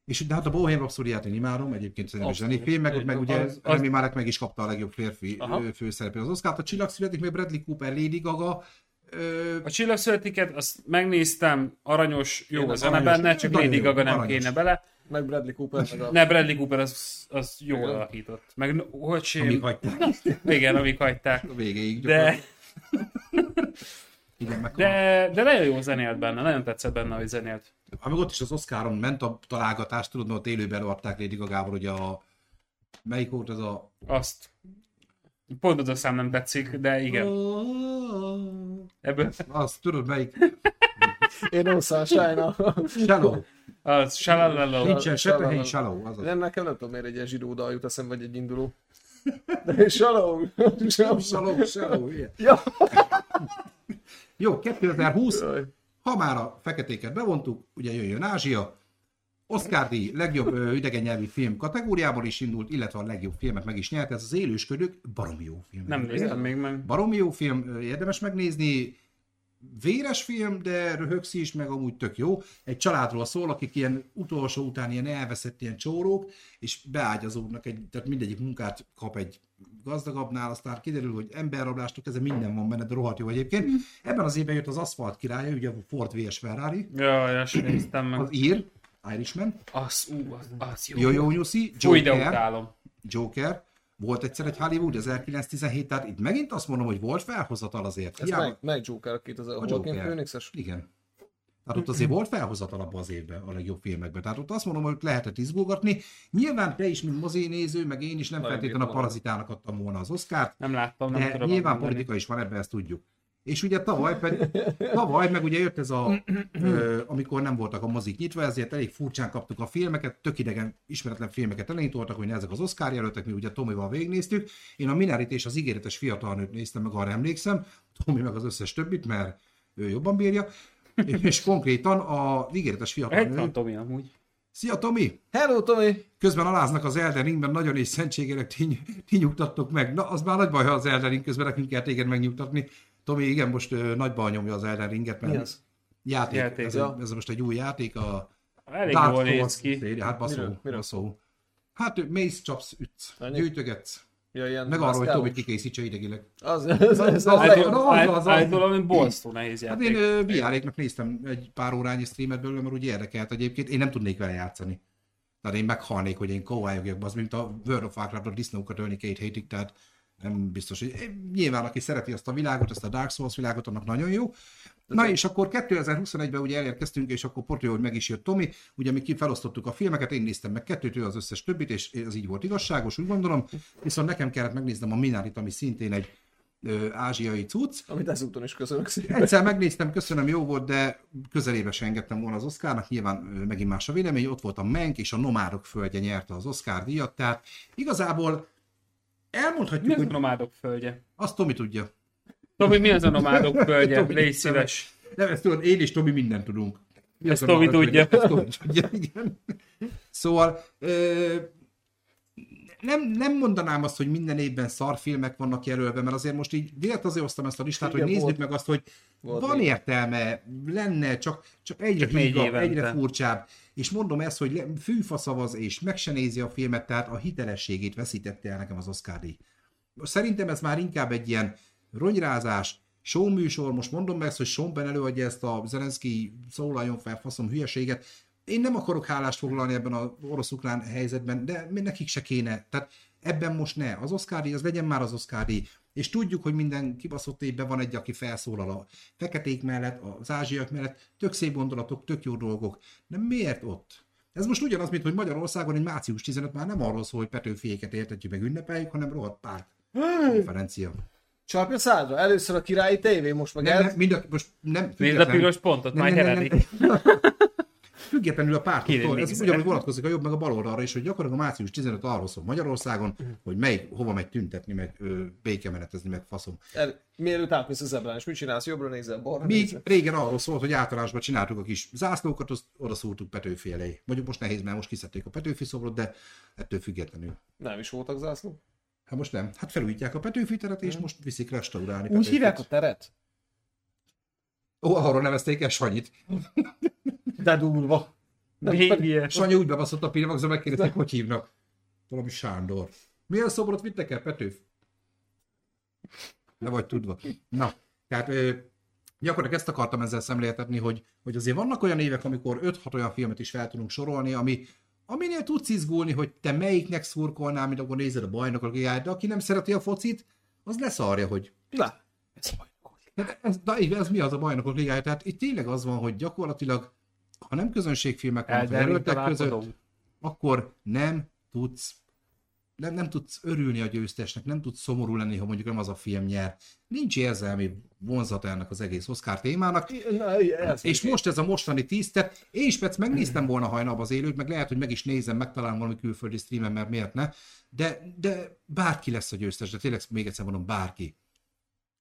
A: És de hát a Bohemian Rhapsody-ját én imádom, egyébként szerintem is zenék
B: Abszolút.
A: film, meg ott
B: Egy-
A: meg ugye
B: az- az-
A: Remy Malek meg is kapta a legjobb férfi
B: Aha.
A: ö, főszereplő az Oszkárt. A csillag születik, meg Bradley Cooper, Lady Gaga, ö,
B: A csillagszöletiket, azt megnéztem, aranyos, jó
C: Én
B: az
A: aranyos.
B: zene benne, csak
A: Nagyon
B: Lady
A: jó,
B: Gaga nem
A: aranyos.
B: kéne bele.
C: Meg Bradley Cooper, meg a...
B: Ne, Bradley Cooper az, az jól
C: Igen.
B: alakított. Meg hogy
A: amíg
B: sem,
A: hagyták
B: igen, amíg hagyták.
A: a végéig.
B: De,
A: Igen, meg a-
B: de, de nagyon jó zenélt benne, nagyon tetszett benne, hogy zenélt.
A: Amíg ott is az Oszkáron ment a találgatás, tudod, mert ott élőben adták Lady Gaga-val, ugye a... Melyik volt ez a...
B: Azt. Pont az a szám nem tetszik, de igen. Ebből
A: Azt tudod melyik?
C: Én nem Sunshine-a.
A: Shallow.
B: az salalala.
A: Nincsen se tehely, shallow. Az az.
C: Nem, nekem nem tudom, miért egy ilyen zsidó dal jut eszembe, vagy egy induló. De Shalom. Shalom.
A: Shallow, shallow, ilyen.
C: Ja.
A: Jó, 2020,
C: Jaj.
A: ha már a feketéket bevontuk, ugye jöjjön Ázsia, Oscar díj legjobb ö, idegen nyelvi film kategóriában is indult, illetve a legjobb filmet meg is nyerte, ez az élősködők, baromi jó film.
B: Nem néztem még meg.
A: Baromi jó film, ö, érdemes megnézni, véres film, de röhögsz is, meg amúgy tök jó. Egy családról szól, akik ilyen utolsó után ilyen elveszett ilyen csórók, és beágyazódnak, egy, tehát mindegyik munkát kap egy gazdagabbnál, aztán kiderül, hogy emberrablástól kezdve minden van benne, de rohadt jó
B: Mm.
A: egyébként. Ebben az évben jött az Aszfalt királya, ugye a Ford vs. Ferrari,
B: Jaj, azt néztem meg.
A: az ír, Irishman,
B: Az, ú, az, az Mm. jó.
A: Jojo Nyuszi,
B: Fúj, de
A: Joker,
B: utálom.
A: Joker, volt egyszer egy Hollywood 1917, tehát itt megint azt mondom, hogy volt felhozatal azért.
C: Ez
A: Hiába-
C: meg, meg Joker a 2000
A: A
C: a
A: Joker.
C: Joaquin Phoenix-es.
A: Igen. Tehát ott azért volt felhozatal abban az évben a legjobb filmekben. Tehát ott azt mondom, hogy lehetett izgulgatni. Nyilván te is, mint mozi néző, meg én is nem
C: Nagyon
A: feltétlenül a
C: bírtam.
A: parazitának adtam volna az oszkárt,
B: Nem láttam, nem
A: de
B: tudom.
A: nyilván
B: megmondani.
A: politika is van ebben, ezt tudjuk. És ugye tavaly, pedig, tavaly meg ugye jött ez a, ö, amikor nem voltak a mozik nyitva, ezért elég furcsán kaptuk a filmeket, tök idegen, ismeretlen filmeket elindítottak, hogy ezek az Oscar jelöltek, mi ugye Tomival végignéztük. Én a Minerit és az ígéretes fiatalnőt néztem, meg arra emlékszem, Tomi meg az összes többit, mert ő jobban bírja. És konkrétan a ígéretes
B: Egy
A: fiatalnő.
B: van Tomi amúgy.
A: Szia Tomi!
C: Hello, Tomi!
A: Közben aláznak az Elden Ringben, nagyon és szentségének tíny, tínyugtattok meg. Na, az már nagy baj, ha az Elden Ring közben nekünk kell téged megnyugtatni. Tomi, igen, most ö, nagy baj nyomja az Elden Ringet, mert
C: Mi az?
A: játék.
B: Játék,
A: ez,
C: ja.
A: ez, most egy új játék, a
B: Elég
A: Dark
B: jól
A: Souls
B: néz ki.
A: széria. Hát baszó,
C: Miről? Miről?
A: baszó. Hát ő mész, csapsz, ütsz,
C: Annyi?
A: gyűjtögetsz.
C: Ja, ilyen
A: Meg arról, hogy
C: mászkálós.
A: Tomi kikészítse idegileg.
C: Az, ez, ez,
A: Az-
C: ez,
A: az- az-
B: Általában egy borzasztó nehéz
A: Hát én
B: játék.
A: ö, VR-éknak néztem egy pár órányi streamet belőle, mert úgy érdekelt egyébként, én nem tudnék vele játszani. Tehát én meghalnék, hogy én kovájogjak, az mint a World of Warcraft-ra disznókat ölni két hétig, tehát nem biztos, hogy nyilván aki szereti azt a világot, ezt a Dark Souls világot, annak nagyon jó. Na és akkor 2021-ben ugye elérkeztünk, és akkor pont jó, hogy meg is jött Tomi, ugye mi kifelosztottuk a filmeket, én néztem meg kettőt, ő az összes többit, és ez így volt igazságos, úgy gondolom, viszont nekem kellett megnéznem a Minárit, ami szintén egy ö, ázsiai cucc,
C: amit ezúton is köszönök szépen.
A: Egyszer megnéztem, köszönöm, jó volt, de közelébe se engedtem volna az Oszkárnak, nyilván ö, megint más a vélemény, ott volt a Menk, és a Nomádok földje nyerte az Oszkár díjat, tehát igazából
B: Mi
A: elmondhatjuk,
B: az a
A: hogy
B: nomádok földje?
A: azt Tomi tudja.
B: Tomi, mi az a nomádok földje?
A: Tomi,
B: Légy
A: Tomi.
B: szíves.
A: Nem, ezt tudod, én és Tomi mindent tudunk. Mi
B: Ezt
A: az a
B: Tomi
A: Nomádok
B: tudja.
A: földje? Ezt Tomi tudja, igen. Szóval ö, nem, nem mondanám azt, hogy minden évben szarfilmek vannak jelölve, mert azért most így direkt azért hoztam ezt a listát,
C: Igen,
A: hogy nézzük
C: volt.
A: meg azt, hogy
C: Volt
A: van
C: még.
A: értelme, lenne, csak, csak egyre
B: Csak négy
A: hígabb,
B: évente.
A: egyre furcsább. És mondom ezt, hogy le- fűfa szavaz, és meg se nézi a filmet, tehát a hitelességét veszítette el nekem az Oscar díj. Szerintem ez már inkább egy ilyen ronyrázás, show műsor, most mondom meg ezt, hogy Somben előadja ezt a Zelenszky szólaljon fel, faszom hülyeséget. Én nem akarok hálást foglalni ebben az orosz-ukrán helyzetben, de mi- nekik se kéne. Tehát ebben most ne. Az Oscar díj, az legyen már az Oscar díj. És tudjuk, hogy minden kibaszott évben van egy, aki felszólal a feketék mellett, az ázsiak mellett. Tök szép gondolatok, tök jó dolgok. De miért ott? Ez most ugyanaz, mint hogy Magyarországon egy március 15 már nem arról szól, hogy Petőfiéket értetjük meg ünnepeljük, hanem rohadt párt konferencia.
C: Csapja szádra, először a királyi tévé, most meg
A: Nem,
C: el...
A: nem, mind a, most nem
B: Nézd a
A: független-
B: piros pontot,
A: Nem,
B: már
A: nem, nem,
B: jelenik.
A: nem. Függetlenül a pártoktól,
B: Hírén
A: ez
B: nézel.
A: ugyanúgy vonatkozik a jobb meg a bal oldalra is, hogy gyakorlatilag a március 15 arról szól Magyarországon, hogy melyik hova megy tüntetni, meg ö, békemenetezni, meg faszom.
C: el... Mielőtt átmész az ebrán, és mit csinálsz? Jobbra nézel, balra
A: Még
C: nézel.
A: régen arról szólt, hogy általánosban csináltuk a kis zászlókat, azt oda szúrtuk Petőfi elé. Mondjuk most nehéz, mert most kiszedték a Petőfi szobrot, de ettől függetlenül.
C: Nem is voltak zászlók.
A: Hát most nem. Hát felújítják a Petőfi teret, és most viszik restaurálni.
C: Úgy
A: Petőfit.
C: hívják a teret?
A: Ó, arról nevezték el Sanyit.
C: De durva. Nem, pedig-
B: Végül.
A: Sanyi úgy bebaszott a pillanatban, hogy megkérdezték, hogy hívnak. Valami Sándor. Milyen szobrot vittek el, Petőf? Le vagy tudva. Na, tehát ö, gyakorlatilag ezt akartam ezzel szemléltetni, hogy, hogy azért vannak olyan évek, amikor 5-6 olyan filmet is fel tudunk sorolni, ami, aminél tudsz izgulni, hogy te melyiknek szurkolnál, mint akkor nézed a bajnokok ligáját, de aki nem szereti a focit, az leszarja, hogy
C: Na, ez baj.
A: tehát ez, na, így, ez mi az a bajnokok ligája? Tehát itt tényleg az van, hogy gyakorlatilag, ha nem közönségfilmek vannak a
B: Elderünk
A: jelöltek között,
B: találkozom.
A: akkor nem tudsz nem, nem tudsz örülni a győztesnek, nem tudsz szomorú lenni, ha mondjuk nem az a film nyer. Nincs érzelmi vonzata ennek az egész Oscar témának.
C: Na, ez
A: És
C: még-
A: most ez a mostani tíz, tehát én is perc megnéztem volna hajnalba az élőt, meg lehet, hogy meg is nézem, megtalálom valami külföldi streamen, mert miért ne, de, de bárki lesz a győztes, de tényleg még egyszer mondom, bárki.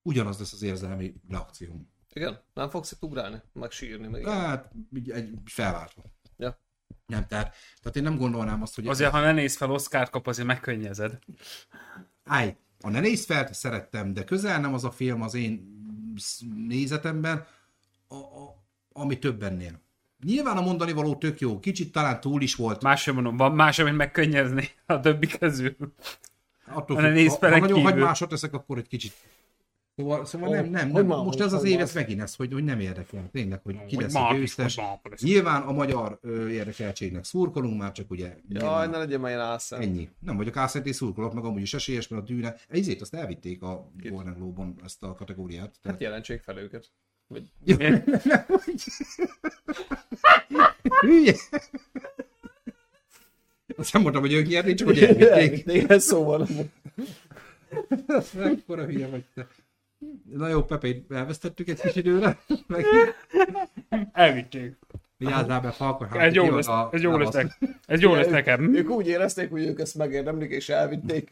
A: Ugyanaz lesz az érzelmi reakcióm.
C: Igen, nem fogsz itt ugrálni, meg sírni, meg igen.
A: Tehát így- Hát, egy felváltva.
C: Ja.
A: Nem, tehát, tehát én nem gondolnám azt, hogy...
B: Azért, ha ne néz fel, Oszkárt kap, azért megkönnyezed.
A: Állj, a ne nézd fel, szerettem, de közel nem az a film az én sz- nézetemben, a, a, ami több ennél. Nyilván a mondani való tök jó, kicsit talán túl is volt.
B: Máshogy mondom, van más, amit megkönnyezni a többi közül.
A: Attól
B: A
A: függ,
B: ne nézd
A: ha, ha
B: felek
A: nagyon
B: kívül.
A: hagymásot teszek, akkor egy kicsit. Szóval, szóval nem, nem,
C: Hogy
A: nem.
C: ma-
A: Most ez az
C: hogy
A: év,
C: ma-
A: ez megint ez, hogy, hogy nem érdekel. Tényleg, hogy ki
B: Hogy
A: lesz a
B: ma-
A: győztes.
B: hogy ma- hogy lesz.
A: Nyilván a magyar ö, érdekeltségnek szurkolunk már, csak ugye
C: Jaj,
A: nyilván
C: ne legyen már ilyen álszem.
A: ennyi. Nem vagyok álszentén szurkolok, meg amúgy is esélyes, mert a dűne. Ezért azt elvitték a Golden Globe-on ezt a kategóriát.
C: Hát jelentsék fel őket. Vagy
A: Jó. Hülye. Azt nem mondtam, hogy ők nyerni, csak hogy elvitték.
C: Igen, szóval.
A: Mekkora hülye vagy te. Na jó, Pepét elvesztettük egy kis időre. Meg
B: Elvitték.
A: vigyázz rá, mert Falkon hát
B: Ez jó
A: kilog
B: lesz,
A: a-
B: ez jó
A: nem
B: lesz,
A: azt-
B: nek- ez jó lesz
C: Ők-
B: nekem.
C: Ők úgy érezték, hogy ők ezt megérdemlik, és elvitték.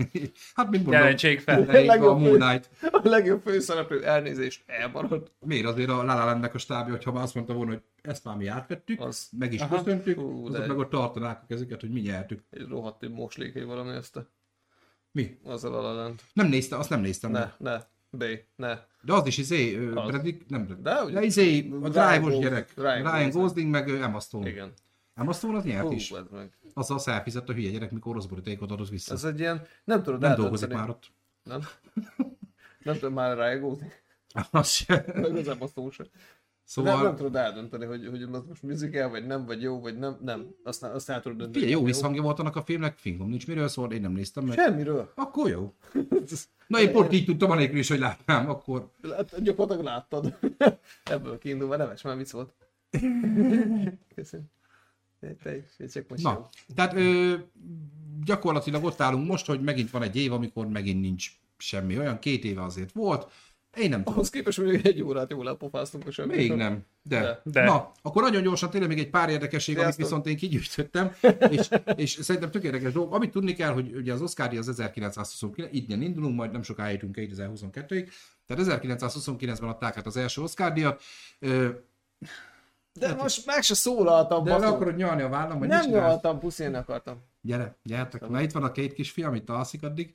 A: Hát mint mondom,
B: Jelentsék fel.
A: elég a
C: Legjobb-
A: Moon Knight.
C: A legjobb főszereplő elnézést elmaradt.
A: Miért azért a La La Landnek a stábja, hogyha már azt mondta volna, hogy ezt már mi átvettük,
C: Az-
A: meg is
B: Aha.
A: köszöntjük,
C: Hú, de
A: azok
C: egy-
A: meg ott tartanák a kezüket, hogy mi nyertük.
C: Egy rohadt moslék, egy valami ezt a...
A: Mi?
C: Az a lalent.
A: Nem nézte, azt nem néztem. meg.
C: Ne, ne, B, ne.
A: De az is izé, ö,
C: Az.
A: Bradick, nem Bradick.
C: De,
A: De,
C: ugye-
A: izé, a
C: Ryan
A: drive
C: Gosling-
A: gyerek.
C: Ryan
A: Ryan
C: Gosling.
A: Gosling, meg ö, Emma Stone.
C: Igen.
A: Emma Stone az nyert
C: Hú,
A: is.
C: ez meg.
A: Azzal felfizett a hülye gyerek, mikor orosz borítékot adott vissza.
C: Ez egy ilyen... Nem tudod
A: nem
C: eldönteni.
A: dolgozik már ott.
C: Nem? Nem tudom már rájegózni.
A: Az se.
C: Igazából szó sem. Szóval... Nem,
A: Szóval,
C: nem tudod eldönteni, hogy, hogy az most musical, vagy nem, vagy jó, vagy nem. Nem. Azt, azt el tudod dönteni.
A: figyelj, jó
C: hogy
A: visszhangja volt annak a filmnek, fingom nincs miről szól, én nem néztem meg.
C: Semmiről.
A: Akkor jó. Na én pont így tudtam, anélkül is, hogy látnám, akkor
C: Lát, gyakorlatilag láttad. Ebből kiindulva neves, már vicc volt. Köszönöm. Te, te, csak most jó.
A: Na, tehát ö, gyakorlatilag ott állunk most, hogy megint van egy év, amikor megint nincs semmi olyan, két éve azért volt, én nem tudom,
C: Ahhoz képest mondjuk egy órát jól elpofáztunk a semmit.
A: még nem, de.
C: De.
A: de.
B: De.
A: Na, akkor nagyon gyorsan tényleg még egy pár érdekesség, amit
C: Sziasztok.
A: viszont én kigyűjtöttem, és, és szerintem tök érdekes dolog. Amit tudni kell, hogy ugye az Oscari az 1929, idén indulunk, majd nem sokáig jutunk 2022-ig, tehát 1929-ben adták át az első Oscar díjat, ö,
C: De most meg se szólaltam,
A: Hát de le akarod nyalni a vállam, vagy Szóval. mit
C: Nem
A: csinálsz?
C: nyaltam, puszélni akartam.
A: Gyere, gyertek. Na itt van a két kisfiam, itt alszik addig.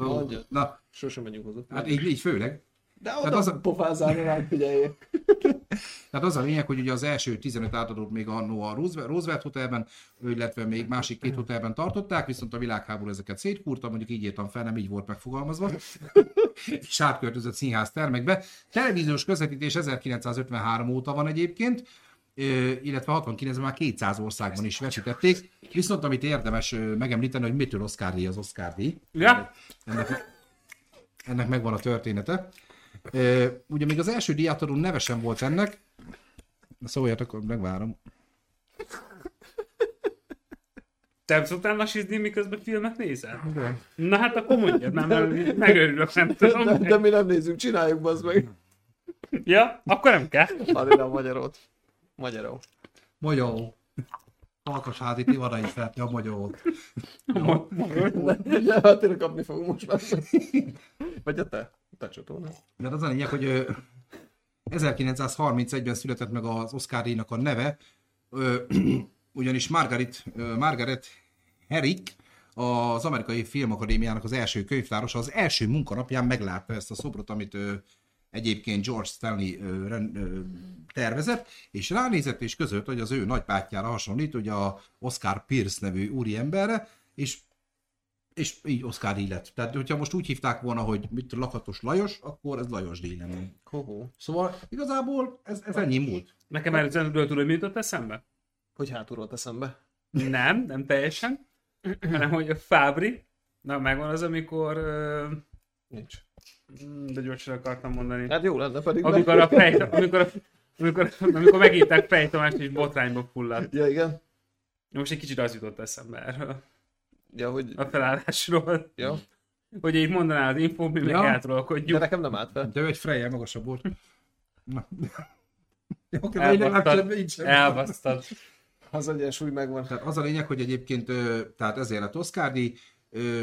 A: Ó,
C: Mondjad.
A: Na,
C: Sosem megyünk hozzá.
A: hát így, így főleg.
C: De
A: hát
C: oda
A: az
C: az
A: a-
C: a pofázálni rá, figyeljél.
A: Tehát az a lényeg, hogy ugye az első 15 átadót még annó a Roosevelt, Roosevelt Hotelben, illetve még másik két hotelben tartották, viszont a világháború ezeket szétkúrta, mondjuk így írtam fel, nem így volt megfogalmazva, és átköltözött színház termekbe. Televíziós közvetítés 1953 óta van egyébként, ö, illetve 69-ben már 200 országban is vetítették, viszont amit érdemes ö, megemlíteni, hogy mitől Oscar díj az Oscar díj.
B: Ja?
A: ennek megvan a története. Ö, Ugye még az első diátadó neve sem volt ennek, Na, szóljatok, akkor megvárom.
B: Te szoktál lasizni, miközben filmet nézel? Na hát akkor mondjad, nem, nem megörülök, nem
C: De,
B: tudom.
C: de, mi nem nézzük, csináljuk, bazd meg.
B: Ja, akkor nem kell.
C: Arra a magyarót. Magyaró.
A: Magyaró. Halkasházi Tivara is szeretné a magyarót.
C: De hát tényleg kapni fogunk most már. Vagy a te? Te csatorna.
A: Mert hát az a lényeg, hogy ö, 1931-ben született meg az oscar a neve, ö, ugyanis Margaret, ö, Margaret Herrick, az Amerikai Filmakadémiának az első könyvtárosa az első munkanapján meglátta ezt a szobrot, amit ö, egyébként George Stanley ö, ren- ö, tervezett, és ránézett és közölt, hogy az ő nagybátyjára hasonlít, ugye a Oscar Pierce nevű úriemberre, és és így Oscar díj lett. Tehát, hogyha most úgy hívták volna, hogy mit tudom, Lakatos Lajos, akkor ez Lajos díj lenne.
C: Hoho.
A: Szóval igazából ez, ez ennyi múlt.
B: Nekem előzőről tudod, mi jutott eszembe?
C: Hogy hátulról teszem be?
B: Nem, nem teljesen. Hanem, hogy a Fábri, na megvan az, amikor... ö,
C: Nincs.
B: mm, De gyorsan akartam mondani.
C: Hát jó lenne pedig. mert-
B: Amikor a fej, amikor, a, amikor, amikor megírták Fej Tamást, és botrányba fulladt.
C: Ja, igen.
B: Most egy kicsit az jutott eszembe erről.
C: Ja, hogy...
B: a felállásról,
C: Ja.
B: hogy így mondaná az infó, mi meg
A: Ja.
C: De
B: átrollkodjuk.
C: nekem nem állt fel.
A: De ő egy Freya magasabb volt. Na. Jó, Oké, de így nem
B: Elbasztad.
A: látom, így sem.
B: Elbasztad.
C: Az egyensúly megvan.
A: Tehát az a lényeg, hogy egyébként ö, tehát ezért lett Oszkárdi. Ö,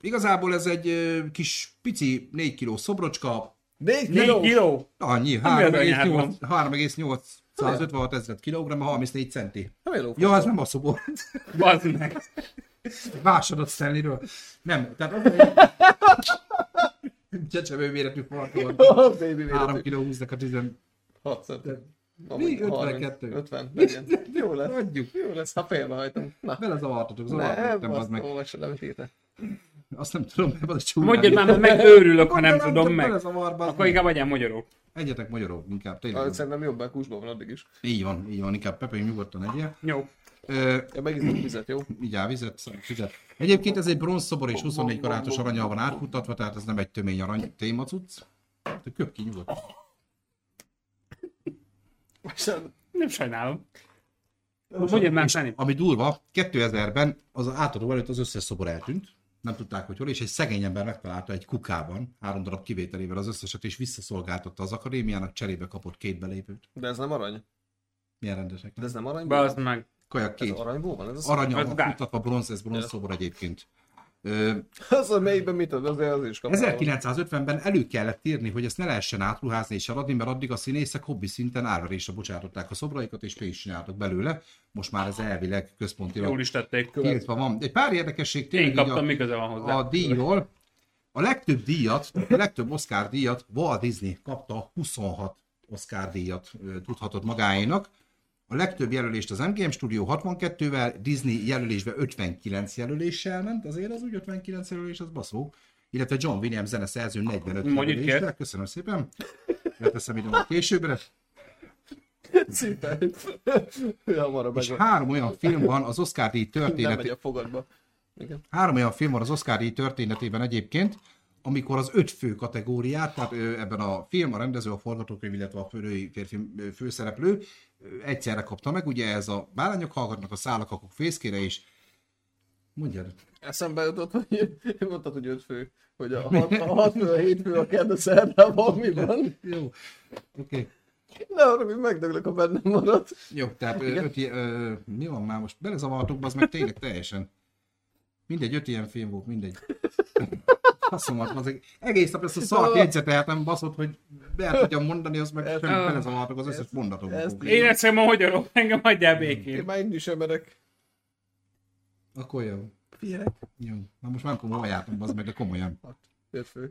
A: Igazából ez egy ö, kis pici 4 kiló szobrocska,
C: Négy
B: Négy
C: kiló!
B: kiló.
A: Hát annyi,
B: Ami az
A: 3,8
B: anyádban.
A: 3,856 ezeret kilogram, a 34 centi.
C: Nem éló
A: Jó, az nem a szobor.
B: Bazd meg.
A: Vásárod Stanleyről. Nem, tehát az a lényeg... Csecsemő méretű farka van.
C: Oh, baby,
A: 3
C: méretű.
A: kiló húznak a 10
C: Hat
A: De-
C: cent.
A: Mi? 52?
C: 50, legyen. Jó lesz.
A: Adjuk.
C: Jó lesz, ha félbehajtom. Na,
A: Bele zavartatok,
C: nem,
A: zavartam, az
C: azt
A: meg.
C: olvasod, amit írta.
A: Azt nem tudom, mert az csúnya.
B: Mondjad már, mert megőrülök, ha nem tudom meg. Akkor
A: Akkor
B: inkább legyen magyarul.
A: Egyetek magyarok, inkább
C: Ah,
A: tényleg.
C: Szerintem jobban kúsban van addig is.
A: Így van, így van, inkább Pepe nyugodtan egyél.
B: Jó.
A: Ö,
C: Ja, megiszom vizet, jó?
A: így áll, vizet, szar, vizet. Egyébként ez egy bronzszobor és 24 karátos aranyal van átkutatva, tehát ez nem egy tömény arany témacucc. Te köp ki nyugodtan.
C: Most
B: Nem sajnálom. Mondjad már, Sani.
A: Ami durva, 2000-ben az átadó előtt az összes szobor eltűnt, nem tudták, hogy hol, és egy szegény ember megtalálta egy kukában, három darab kivételével az összeset, és visszaszolgáltatta az akadémiának, cserébe kapott két belépőt.
C: De ez nem arany?
A: Milyen rendesek?
C: De ez nem arany?
B: Bazd meg.
A: Kajak
C: Ez
A: két.
C: aranyból van? Ez az,
A: Aranyal
B: az
A: van
B: gát.
A: kutatva, bronz, ez bronz szobor egyébként. Ö,
C: az a mélyben mit ad? Azért az is kap.
A: 1950-ben elő kellett írni, hogy ezt ne lehessen átruházni és eladni, mert addig a színészek hobbi szinten árverésre bocsátották a szobraikat, és pénzt csináltak belőle. Most már ez elvileg
B: Jól
A: központilag
B: is tették.
A: tiltva van. Egy pár érdekesség tényleg
B: Én
A: így a-
B: kaptam, mi köze van hozzá.
A: a díjról. A legtöbb díjat, a legtöbb Oscar díjat Walt Disney kapta 26 Oscar díjat ö, tudhatott magáénak. A legtöbb jelölést az MGM Studio 62-vel, Disney jelölésbe 59 jelöléssel ment, azért az úgy 59 jelölés, az baszó. Illetve John Williams zeneszerző 45
B: Mondjuk
A: jelöléssel,
B: kért.
A: köszönöm szépen. Leteszem ide a későbbre.
C: Szinte. Hamarabb
A: És
C: megvan.
A: három olyan film van az Oscar díj
C: Nem
A: történeti,
C: megy a fogadba. Igen.
A: Három olyan film van az Oscar díj történetében egyébként, amikor az öt fő kategóriát, tehát ö, ebben a film, a rendező, a forgatókönyv, illetve a főnői férfi ö, főszereplő ö, egyszerre kapta meg, ugye ez a bálányok hallgatnak a szálakakok fészkére, és mondjad,
C: Eszembe jutott, hogy mondtad, hogy öt fő. Hogy a hat, a hat fő, a hét fő, a kedd a szerdában mi van.
A: jó, oké, okay.
C: Ne arra, hogy megdöglök, ha bennem marad.
A: jó, tehát ö, öt, i- ö, mi van már most, belezavartuk, az meg tényleg teljesen. Mindegy, öt ilyen film volt, mindegy. Faszomat, az egész nap ezt a szart jegyzeteltem, baszott, hogy be el tudjam mondani, az meg semmi belezavartuk az összes mondatomba.
C: ezt-
A: konkrétan.
B: Én egyszerűen ma magyarul, engem hagyjál
C: Én
B: békén.
C: már indi sem merek.
A: Akkor jó.
C: Figyelek.
A: Jó. Na most már komolyan jártam, az meg, de komolyan.
C: Öt fő.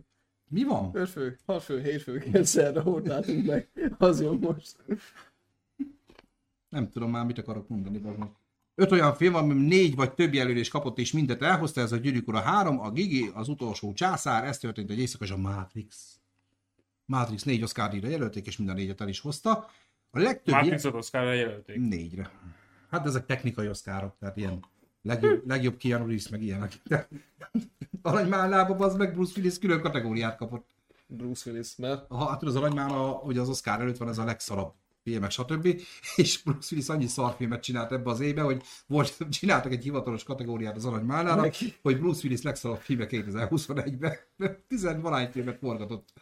A: Mi van?
C: Öt fő, hat fő, hét fő, kedd szerda, hogy látunk meg. Az jön most.
A: Nem tudom már, mit akarok mondani. bazd meg. Öt olyan film, ami négy vagy több jelölés kapott, és mindet elhozta, ez a Gyűrűk Ura 3, a Gigi, az utolsó császár, ez történt egy éjszaka, és a Matrix. Matrix négy Oscar díjra jelölték, és minden négyet el is hozta. A legtöbb jel-
B: Matrixot Oscarra jelölték.
A: Négyre. Hát ezek technikai oszkárok, tehát ilyen legjobb, legjobb Keanu Reeves, meg ilyenek. De- Aranymállába, az meg Bruce Willis külön kategóriát kapott.
C: Bruce Willis, mert
A: ha hát tudod, az aranymála, hogy az Oscar előtt van ez a legszarabb filmek, stb. És Bruce Willis annyi szarfilmet csinált ebbe az évbe, hogy volt, csináltak egy hivatalos kategóriát az aranymálára,
C: Neki.
A: hogy Bruce Willis legszarabb filme 2021-ben. Tizenvalány filmet forgatott.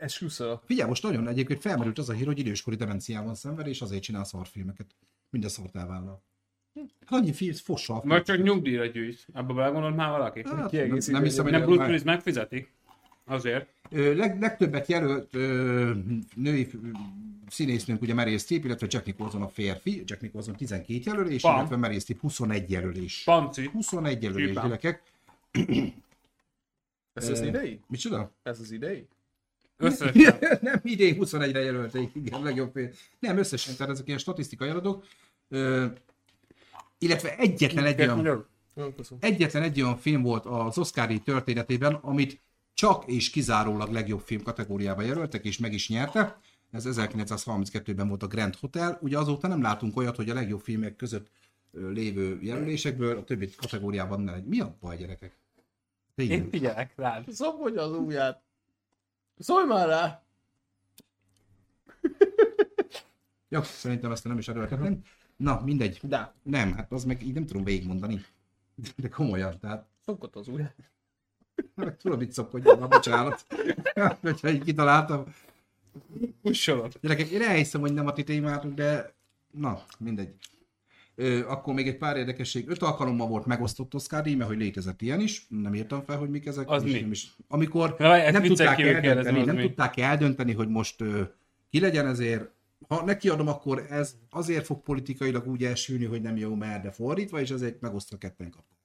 C: esküszöl a
A: Figyelj, most nagyon egyébként felmerült az a hír, hogy időskori demenciában szenved, és azért csinál szarfilmeket. Minden szart elvállal. Hát Annyi film, fossal.
B: Vagy csak nyugdíjra gyűjt. Abba belegondol már valaki?
A: Hát, nem,
C: kiegészítő
A: nem hiszem, hogy
B: Nem Bruce
A: már-
B: Willis megfizeti? Azért.
A: Ö, Leg, legtöbbet jelölt ö, női ö, színésznőnk, ugye Meryl Streep, illetve Jack Nicholson a férfi, Jack Nicholson 12 jelölés,
B: Pam.
A: illetve Meryl Streep 21 jelölés.
B: Panci.
A: 21 jelölés,
B: Csipám.
A: gyerekek.
C: Ez az idei?
A: Micsoda?
C: Ez az idei?
B: Összesen.
A: nem idén 21-re jelölték, igen, legjobb fél. Nem, összesen, tehát ezek ilyen statisztikai adatok. Ö, illetve egyetlen egy olyan
B: Magyarul.
C: Jó, köszönöm.
A: egyetlen egy olyan film volt az Oscari történetében, amit csak és kizárólag legjobb film kategóriába jelöltek, és meg is nyerte. Ez 1932-ben volt a Grand Hotel. Ugye azóta nem látunk olyat, hogy a legjobb filmek között ö, lévő jelölésekből a többi kategóriában ne legyen. Mi a baj, gyerekek?
B: Én
A: Tényleg.
B: figyelek rád.
C: Szabodja az ujját! Szólj már rá!
A: Jó, szerintem ezt nem is erőltetem. Na, mindegy.
C: De.
A: Nem, hát az meg így nem tudom végigmondani. De komolyan, tehát
C: Szokott az új.
A: meg tudom, mit szopkodjam, na bocsánat. Hogyha így kitaláltam.
B: Pussolod.
A: Gyerekek, én elhiszem, hogy nem a ti témátok, de na, mindegy. Ö, akkor még egy pár érdekesség. Öt alkalommal volt megosztott Oscar díj, mert hogy létezett ilyen is. Nem írtam fel, hogy mik ezek.
B: Az
A: és
B: mi?
A: Nem is. Amikor
B: Na, ezt
A: nem,
B: viccen
A: tudták
B: kívül
A: eldönteni,
B: kérdezem, az
A: nem
B: mi?
A: tudták eldönteni, hogy most ö, ki legyen ezért. Ha nekiadom, akkor ez azért fog politikailag úgy elsülni, hogy nem jó, mert de fordítva, és ezért megosztva ketten kapott.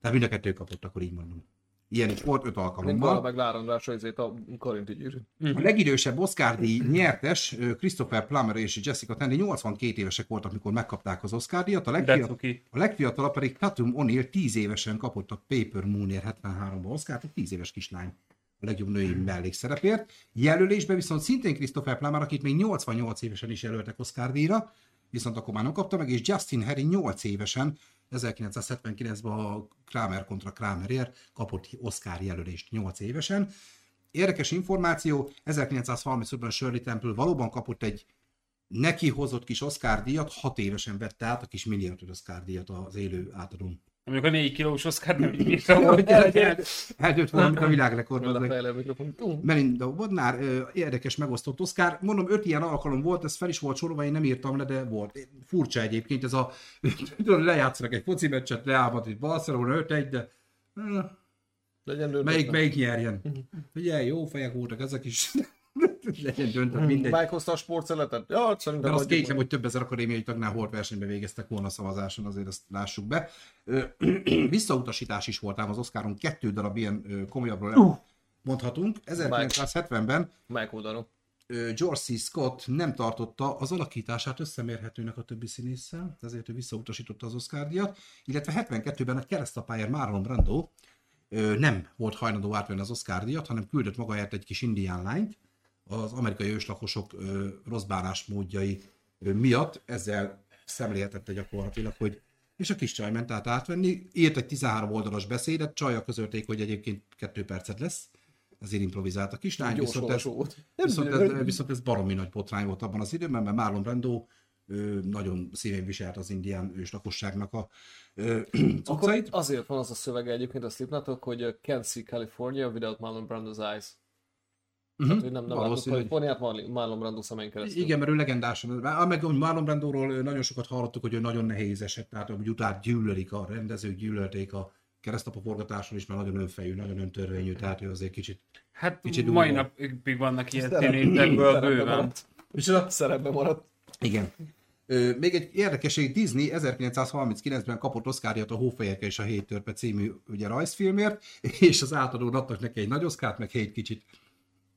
A: Tehát mind a kettő kapott, akkor így mondom. Ilyen is volt öt
C: Mint vala
A: alkalommal.
C: meg Láron Rása, ezért a Karinti gyűrű.
A: A legidősebb Oscar díj nyertes, ö, Christopher Plummer és Jessica Tandy 82 évesek voltak, amikor megkapták az Oscar díjat, a,
B: De
A: legfiatal,
B: cuki.
A: a legfiatalabb pedig Tatum O'Neill 10 évesen kapott a Paper Moonért 73-ban Oscar, egy 10 éves kislány a legjobb női mellékszerepért. Jelölésben viszont szintén Christopher Plummer, akit még 88 évesen is jelöltek Oscar díjra, viszont akkor már nem kapta meg, és Justin Harry 8 évesen 1979-ben a Kramer kontra Kramerért kapott Oscar jelölést 8 évesen. Érdekes információ, 1935-ben Shirley Temple valóban kapott egy neki hozott kis Oscar díjat, hat évesen vette át a kis miniatűr Oscar díjat az élő átadón.
B: Amikor a négy kilós oszkár nem hát- így írtam, hogy
A: Eldőtt valamit a világrekordban.
C: Mind a
A: ezek-
C: fejlő mikrofon. Tum.
A: Melinda Bodnár, ö, érdekes megosztott Oscar. Mondom, öt ilyen alkalom volt, ez fel is volt sorolva, én nem írtam le, de volt. Furcsa egyébként ez a, tudod, lejátszanak egy foci meccset, leálmat egy Barcelona 5-1, de ö,
C: Legyen lőtt.
A: melyik, melyik nyerjen. Ugye, jó fejek voltak ezek is. Legyen
C: Hmm.
A: döntött mindegy.
C: Meghozta a sportszeletet? Ja, hát szerintem
A: De azt
C: adjuk
A: kétlem,
C: meg.
A: hogy több ezer akadémiai tagnál hort versenyben végeztek volna a szavazáson, azért ezt lássuk be. Ö, Visszautasítás is volt ám az Oscaron, kettő darab ilyen ö, komolyabbról nem mondhatunk. 1970-ben
C: Melyik oldalon?
A: ö, George C. Scott nem tartotta az alakítását összemérhetőnek a többi színésszel, ezért ő visszautasította az Oscar díjat, illetve 72-ben a keresztapáért Marlon Brando ö, nem volt hajlandó átvenni az Oscar díjat, hanem küldött magáért egy kis indián lányt, az amerikai őslakosok ö, rossz bánásmódjai ö, miatt, ezzel szemlélhetette gyakorlatilag, hogy és a kis csaj ment át átvenni, írt egy 13 oldalas beszédet, csajjal közölték, hogy egyébként kettő percet lesz, ezért improvizált a kislány,
C: Gyors
A: viszont ez,
C: olvasó volt.
A: Viszont ez, viszont ez baromi nagy botrány volt abban az időben, mert Marlon Brando ő, nagyon szívén viselt az indián őslakosságnak a ö,
C: Akkor
A: cuccait.
C: azért van az a szövege egyébként a Slipknotok, hogy uh, can't see California without Marlon Brando's eyes. Tehát, hogy nem, nem látod
A: Mhm. Valószínű, hogy-
C: Kaliforniát Marlon Marlon Brando szemein keresztül.
A: Igen, mert ő legendás. Á, Meg hogy Marlon Brandóról ö, nagyon sokat hallottuk, hogy ő nagyon nehéz esett, tehát hogy utána gyűlölik a rendezők, gyűlölték a keresztapa forgatáson is, mert nagyon önfejű, nagyon öntörvényű, tehát ő azért kicsit.
B: Hát
A: Kicsit durva.
B: mai napig vannak ilyen
C: Szerep-
B: tinétekből
C: szerepbe
B: bőven.
C: maradt.
A: Micsoda?
C: Szerepbe maradt.
A: Igen. Ö, még egy érdekesség, Disney 1939-ben kapott Oscarjat a Hófejeke és a Hét törpe című ugye, rajzfilmért, és az átadón adtak neki egy nagy oszkárt, meg hét kicsit.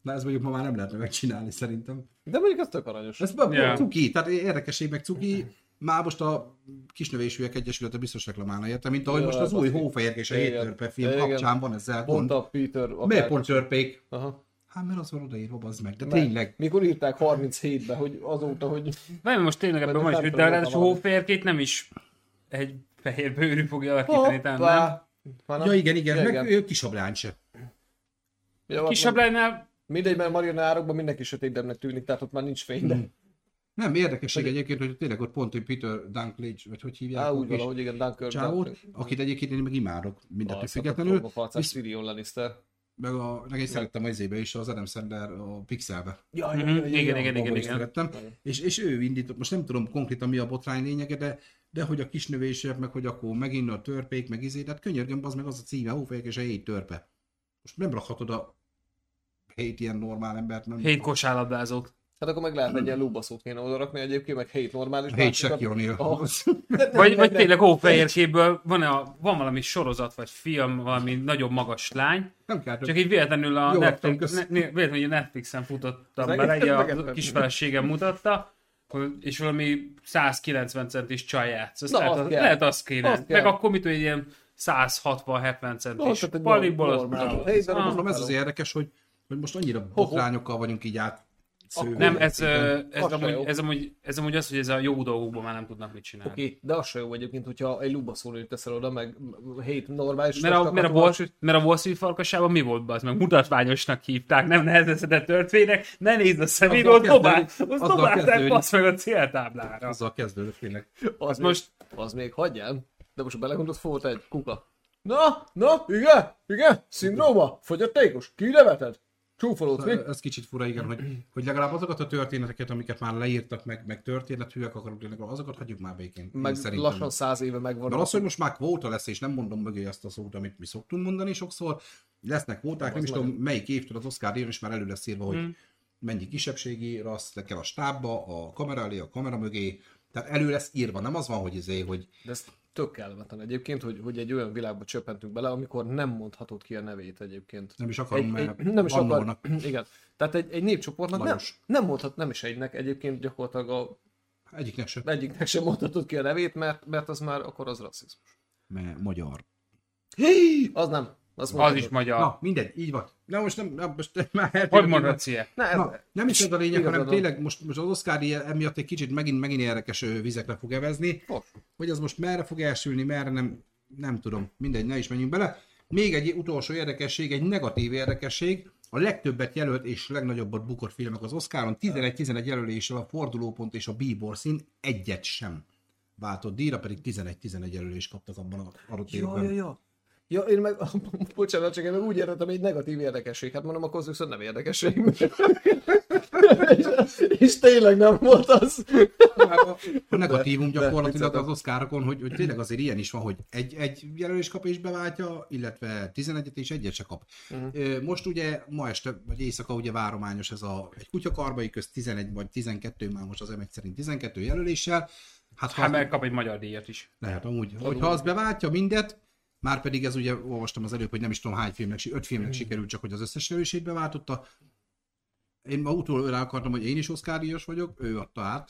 A: Na ez mondjuk ma már nem lehetne megcsinálni szerintem.
C: De mondjuk ez tök aranyos.
A: Ez ma yeah.
B: Ja.
A: cuki, tehát érdekesség meg cuki. Már most a Kisnövésűek Egyesülete biztos reklamálna érte, mint ahogy
C: Ja,
A: most az
C: baszki.
A: új Hófejek és a Hét
C: Igen.
A: törpe film
C: Igen.
A: kapcsán van ezzel
C: Hát Pont
A: gond.
C: a Peter... akár-
A: Miért pont törpék?
C: Aha.
A: Hát mert az van odaírva, bazd meg, de
C: Mert
A: tényleg.
C: Mikor írták 37-ben, hogy azóta, hogy
B: Nem, most tényleg ebben
C: Vagy
B: van
C: nem
B: is, de
C: tudom,
B: ráadásul
C: valami.
B: hóférkét nem is egy fehér bőrű fogja alakítani, tehát nem.
C: hoppá. Már nem-
A: Ja igen, igen,
C: Ja,
A: meg ő kisebb lány se.
C: Ja,
B: Kisebb
C: már-
B: lenne,
C: Mindegy, mert marionárokban mindenki sötétdebbnek tűnik, tehát ott már nincs fény, de...
A: Hmm. Nem, érdekesség egyébként, hogy tényleg ott pont, hogy Peter Dunklage, vagy hogy hívják,
C: Á,
A: a
C: úgy
A: kis
C: valahogy, igen, Dunkirk.
A: csávót, akit egyébként én meg imádok, mindentől függetlenül.
C: Visz...
A: Visz,
C: Tyrion Lannister.
A: meg a, meg én szerettem az izébe is, az Adam Sandler a Pixelbe.
C: Ja,
B: Mhm, igen, igen, igen,
A: Abba is
B: igen.
A: szerettem. És, és ő indított, most nem tudom konkrétan mi a botrány lényege, de, de hogy a kisnövések, meg hogy akkor megint a törpék, meg izé, tehát könyörgöm, az meg az a címe, hófejek és a hét törpe. Most nem rakhatod a hét ilyen normál embert, nem?
B: hét kosárlabdázót.
C: Hát akkor meg lehet egy ilyen lóbaszót kéne odarakni egyébként, meg hét normális. Ah.
A: A Hmm. hét
C: másikat-
A: Shaquille O'Neal.
C: Ahhoz.
B: Vagy, vagy tényleg hófehérkéből van, a, van valami sorozat, vagy film, valami nagyobb magas lány,
A: Nem kell
B: csak így véletlenül a
A: Jó, akkor
B: Netflix, ne,
A: kösz.
B: ne- véletlenül a Netflixen futottam
C: Az
B: bele,
C: egész-
B: így a
C: meglepett.
B: kis feleségem mutatta, hogy- és valami 190 centis csaj játsz. Azt
C: Na,
B: lehet,
C: azt
B: az,
C: kell.
B: lehet azt kéne.
C: Azt
B: Meg
C: kell.
B: akkor mit, hogy egy ilyen 160-70
C: Ahhoz,
B: centis
C: tehát egy
B: paliból.
C: norm-
B: azt-
C: normál.
B: Ah,
C: Hét darab
A: Mondom, ez az érdekes, hogy, hogy most annyira botrányokkal vagyunk így át. szőve.
B: Nem, ez, ö, ez,
C: Az se jó.
B: amúgy, ez, amúgy, ez amúgy az, hogy ez a jó dolgokban már nem tudnak mit csinálni.
C: Oké, de az se jó egyébként, hogyha egy lubaszónőt teszel oda, meg hét normális.
B: Mert a, mert, a Wall, mert a Wall Street farkasában mi volt be az? Meg mutatványosnak hívták, nem nehezeszedett törtvények, ne nézd a szemébe,
A: Azzal
B: ott dobál,
A: kezdődik,
B: ott
A: azzal
B: dobálták
A: kezdődik.
B: basz meg a céltáblára.
A: Azzal kezdődött tényleg.
C: az,
B: most-
C: most... még, az még hagyján. De most ha belegondolsz, volt egy kuka. Na, na, igen, igen, szindróma, fogyatékos, kineveted, csúfolót, mi?
A: Ez kicsit fura, igen, hogy, hogy legalább azokat a történeteket, amiket már leírtak, meg, meg történethűek akarok lenni, azokat hagyjuk már békén. Én
C: Meg
A: szerintem.
C: lassan száz éve megvan.
A: De az, hogy most már kvóta lesz, és nem mondom mögé azt a szót, amit mi szoktunk mondani sokszor, lesznek kvóták, nem is tudom, melyik évtől az Oscar díjon is már elő lesz írva, hogy
C: Hmm.
A: mennyi kisebbségi rassz le kell a stábba, a kamera elé, a kamera mögé, tehát elő lesz írva, nem az van, hogy izé, hogy
C: De ez tök kellemetlen egyébként, hogy, hogy egy olyan világba csöppentünk bele, amikor nem mondhatod ki a nevét egyébként.
A: nem is akarom,
C: Egy, egy,
A: mert
C: nem is akar,
A: annónak-
C: igen. Tehát egy, egy népcsoportnak nem,
A: Lajos.
C: nem mondhat, nem is egynek egyébként gyakorlatilag a,
A: Egyiknek sem,
C: egyiknek sem mondhatod ki a nevét, mert, mert az már akkor az rasszizmus.
A: mert magyar.
C: Az nem. Az,
B: Az is magyar.
A: Na, hát- mindegy, így van. Na most nem, na, most már
B: hogy
A: eltérünk innen.
B: mondhatsz ilyen?
C: Na,
A: Na,
C: ez,
A: nem is ez a lényeg, hanem
C: Igazad van.
A: tényleg most, most az Oscar díj emiatt egy kicsit megint, megint érdekes ö, vizekre fog evezni.
C: Fog.
A: Hogy az most merre fog elsülni, merre nem, nem tudom. Mindegy, ne is menjünk bele. Még egy utolsó érdekesség, egy negatív érdekesség. A legtöbbet jelölt és legnagyobbat bukott filmek az Oscaron, 11-11 jelöléssel a fordulópont és a bíbor szín egyet sem váltott díjra, pedig 11-11 jelölést kaptak abban a adott
C: Ja, ja,
A: évben.
C: ja. Ja, én meg, bocsánat, csak én meg úgy értettem, hogy egy negatív érdekesség. Hát mondom, akkor az viszont nem érdekesség. és, és, tényleg nem volt az.
A: A negatívum
C: De-
A: gyakorlatilag
C: de-
A: az oszkárokon, hogy, hogy tényleg azért ilyen is van, hogy egy, egy jelölés kap és beváltja, illetve 11-et és egyet se kap.
C: Mhm.
A: Ö, Most ugye ma este, vagy éjszaka ugye várományos ez a egy kutyakarbai közt 11 vagy 12, már most az m szerint 12 jelöléssel. Hát, ha
B: Hát
A: az-
B: meg kap egy magyar díjat is.
A: lehet amúgy. Hogyha az beváltja mindet, már pedig ez ugye, olvastam az előbb, hogy nem is tudom hány filmnek, si- öt filmnek
B: Mhm.
A: sikerült csak, hogy az összes jelölését beváltotta. Én ma utól rá akartam, hogy én is Oscar díjas vagyok, ő adta át.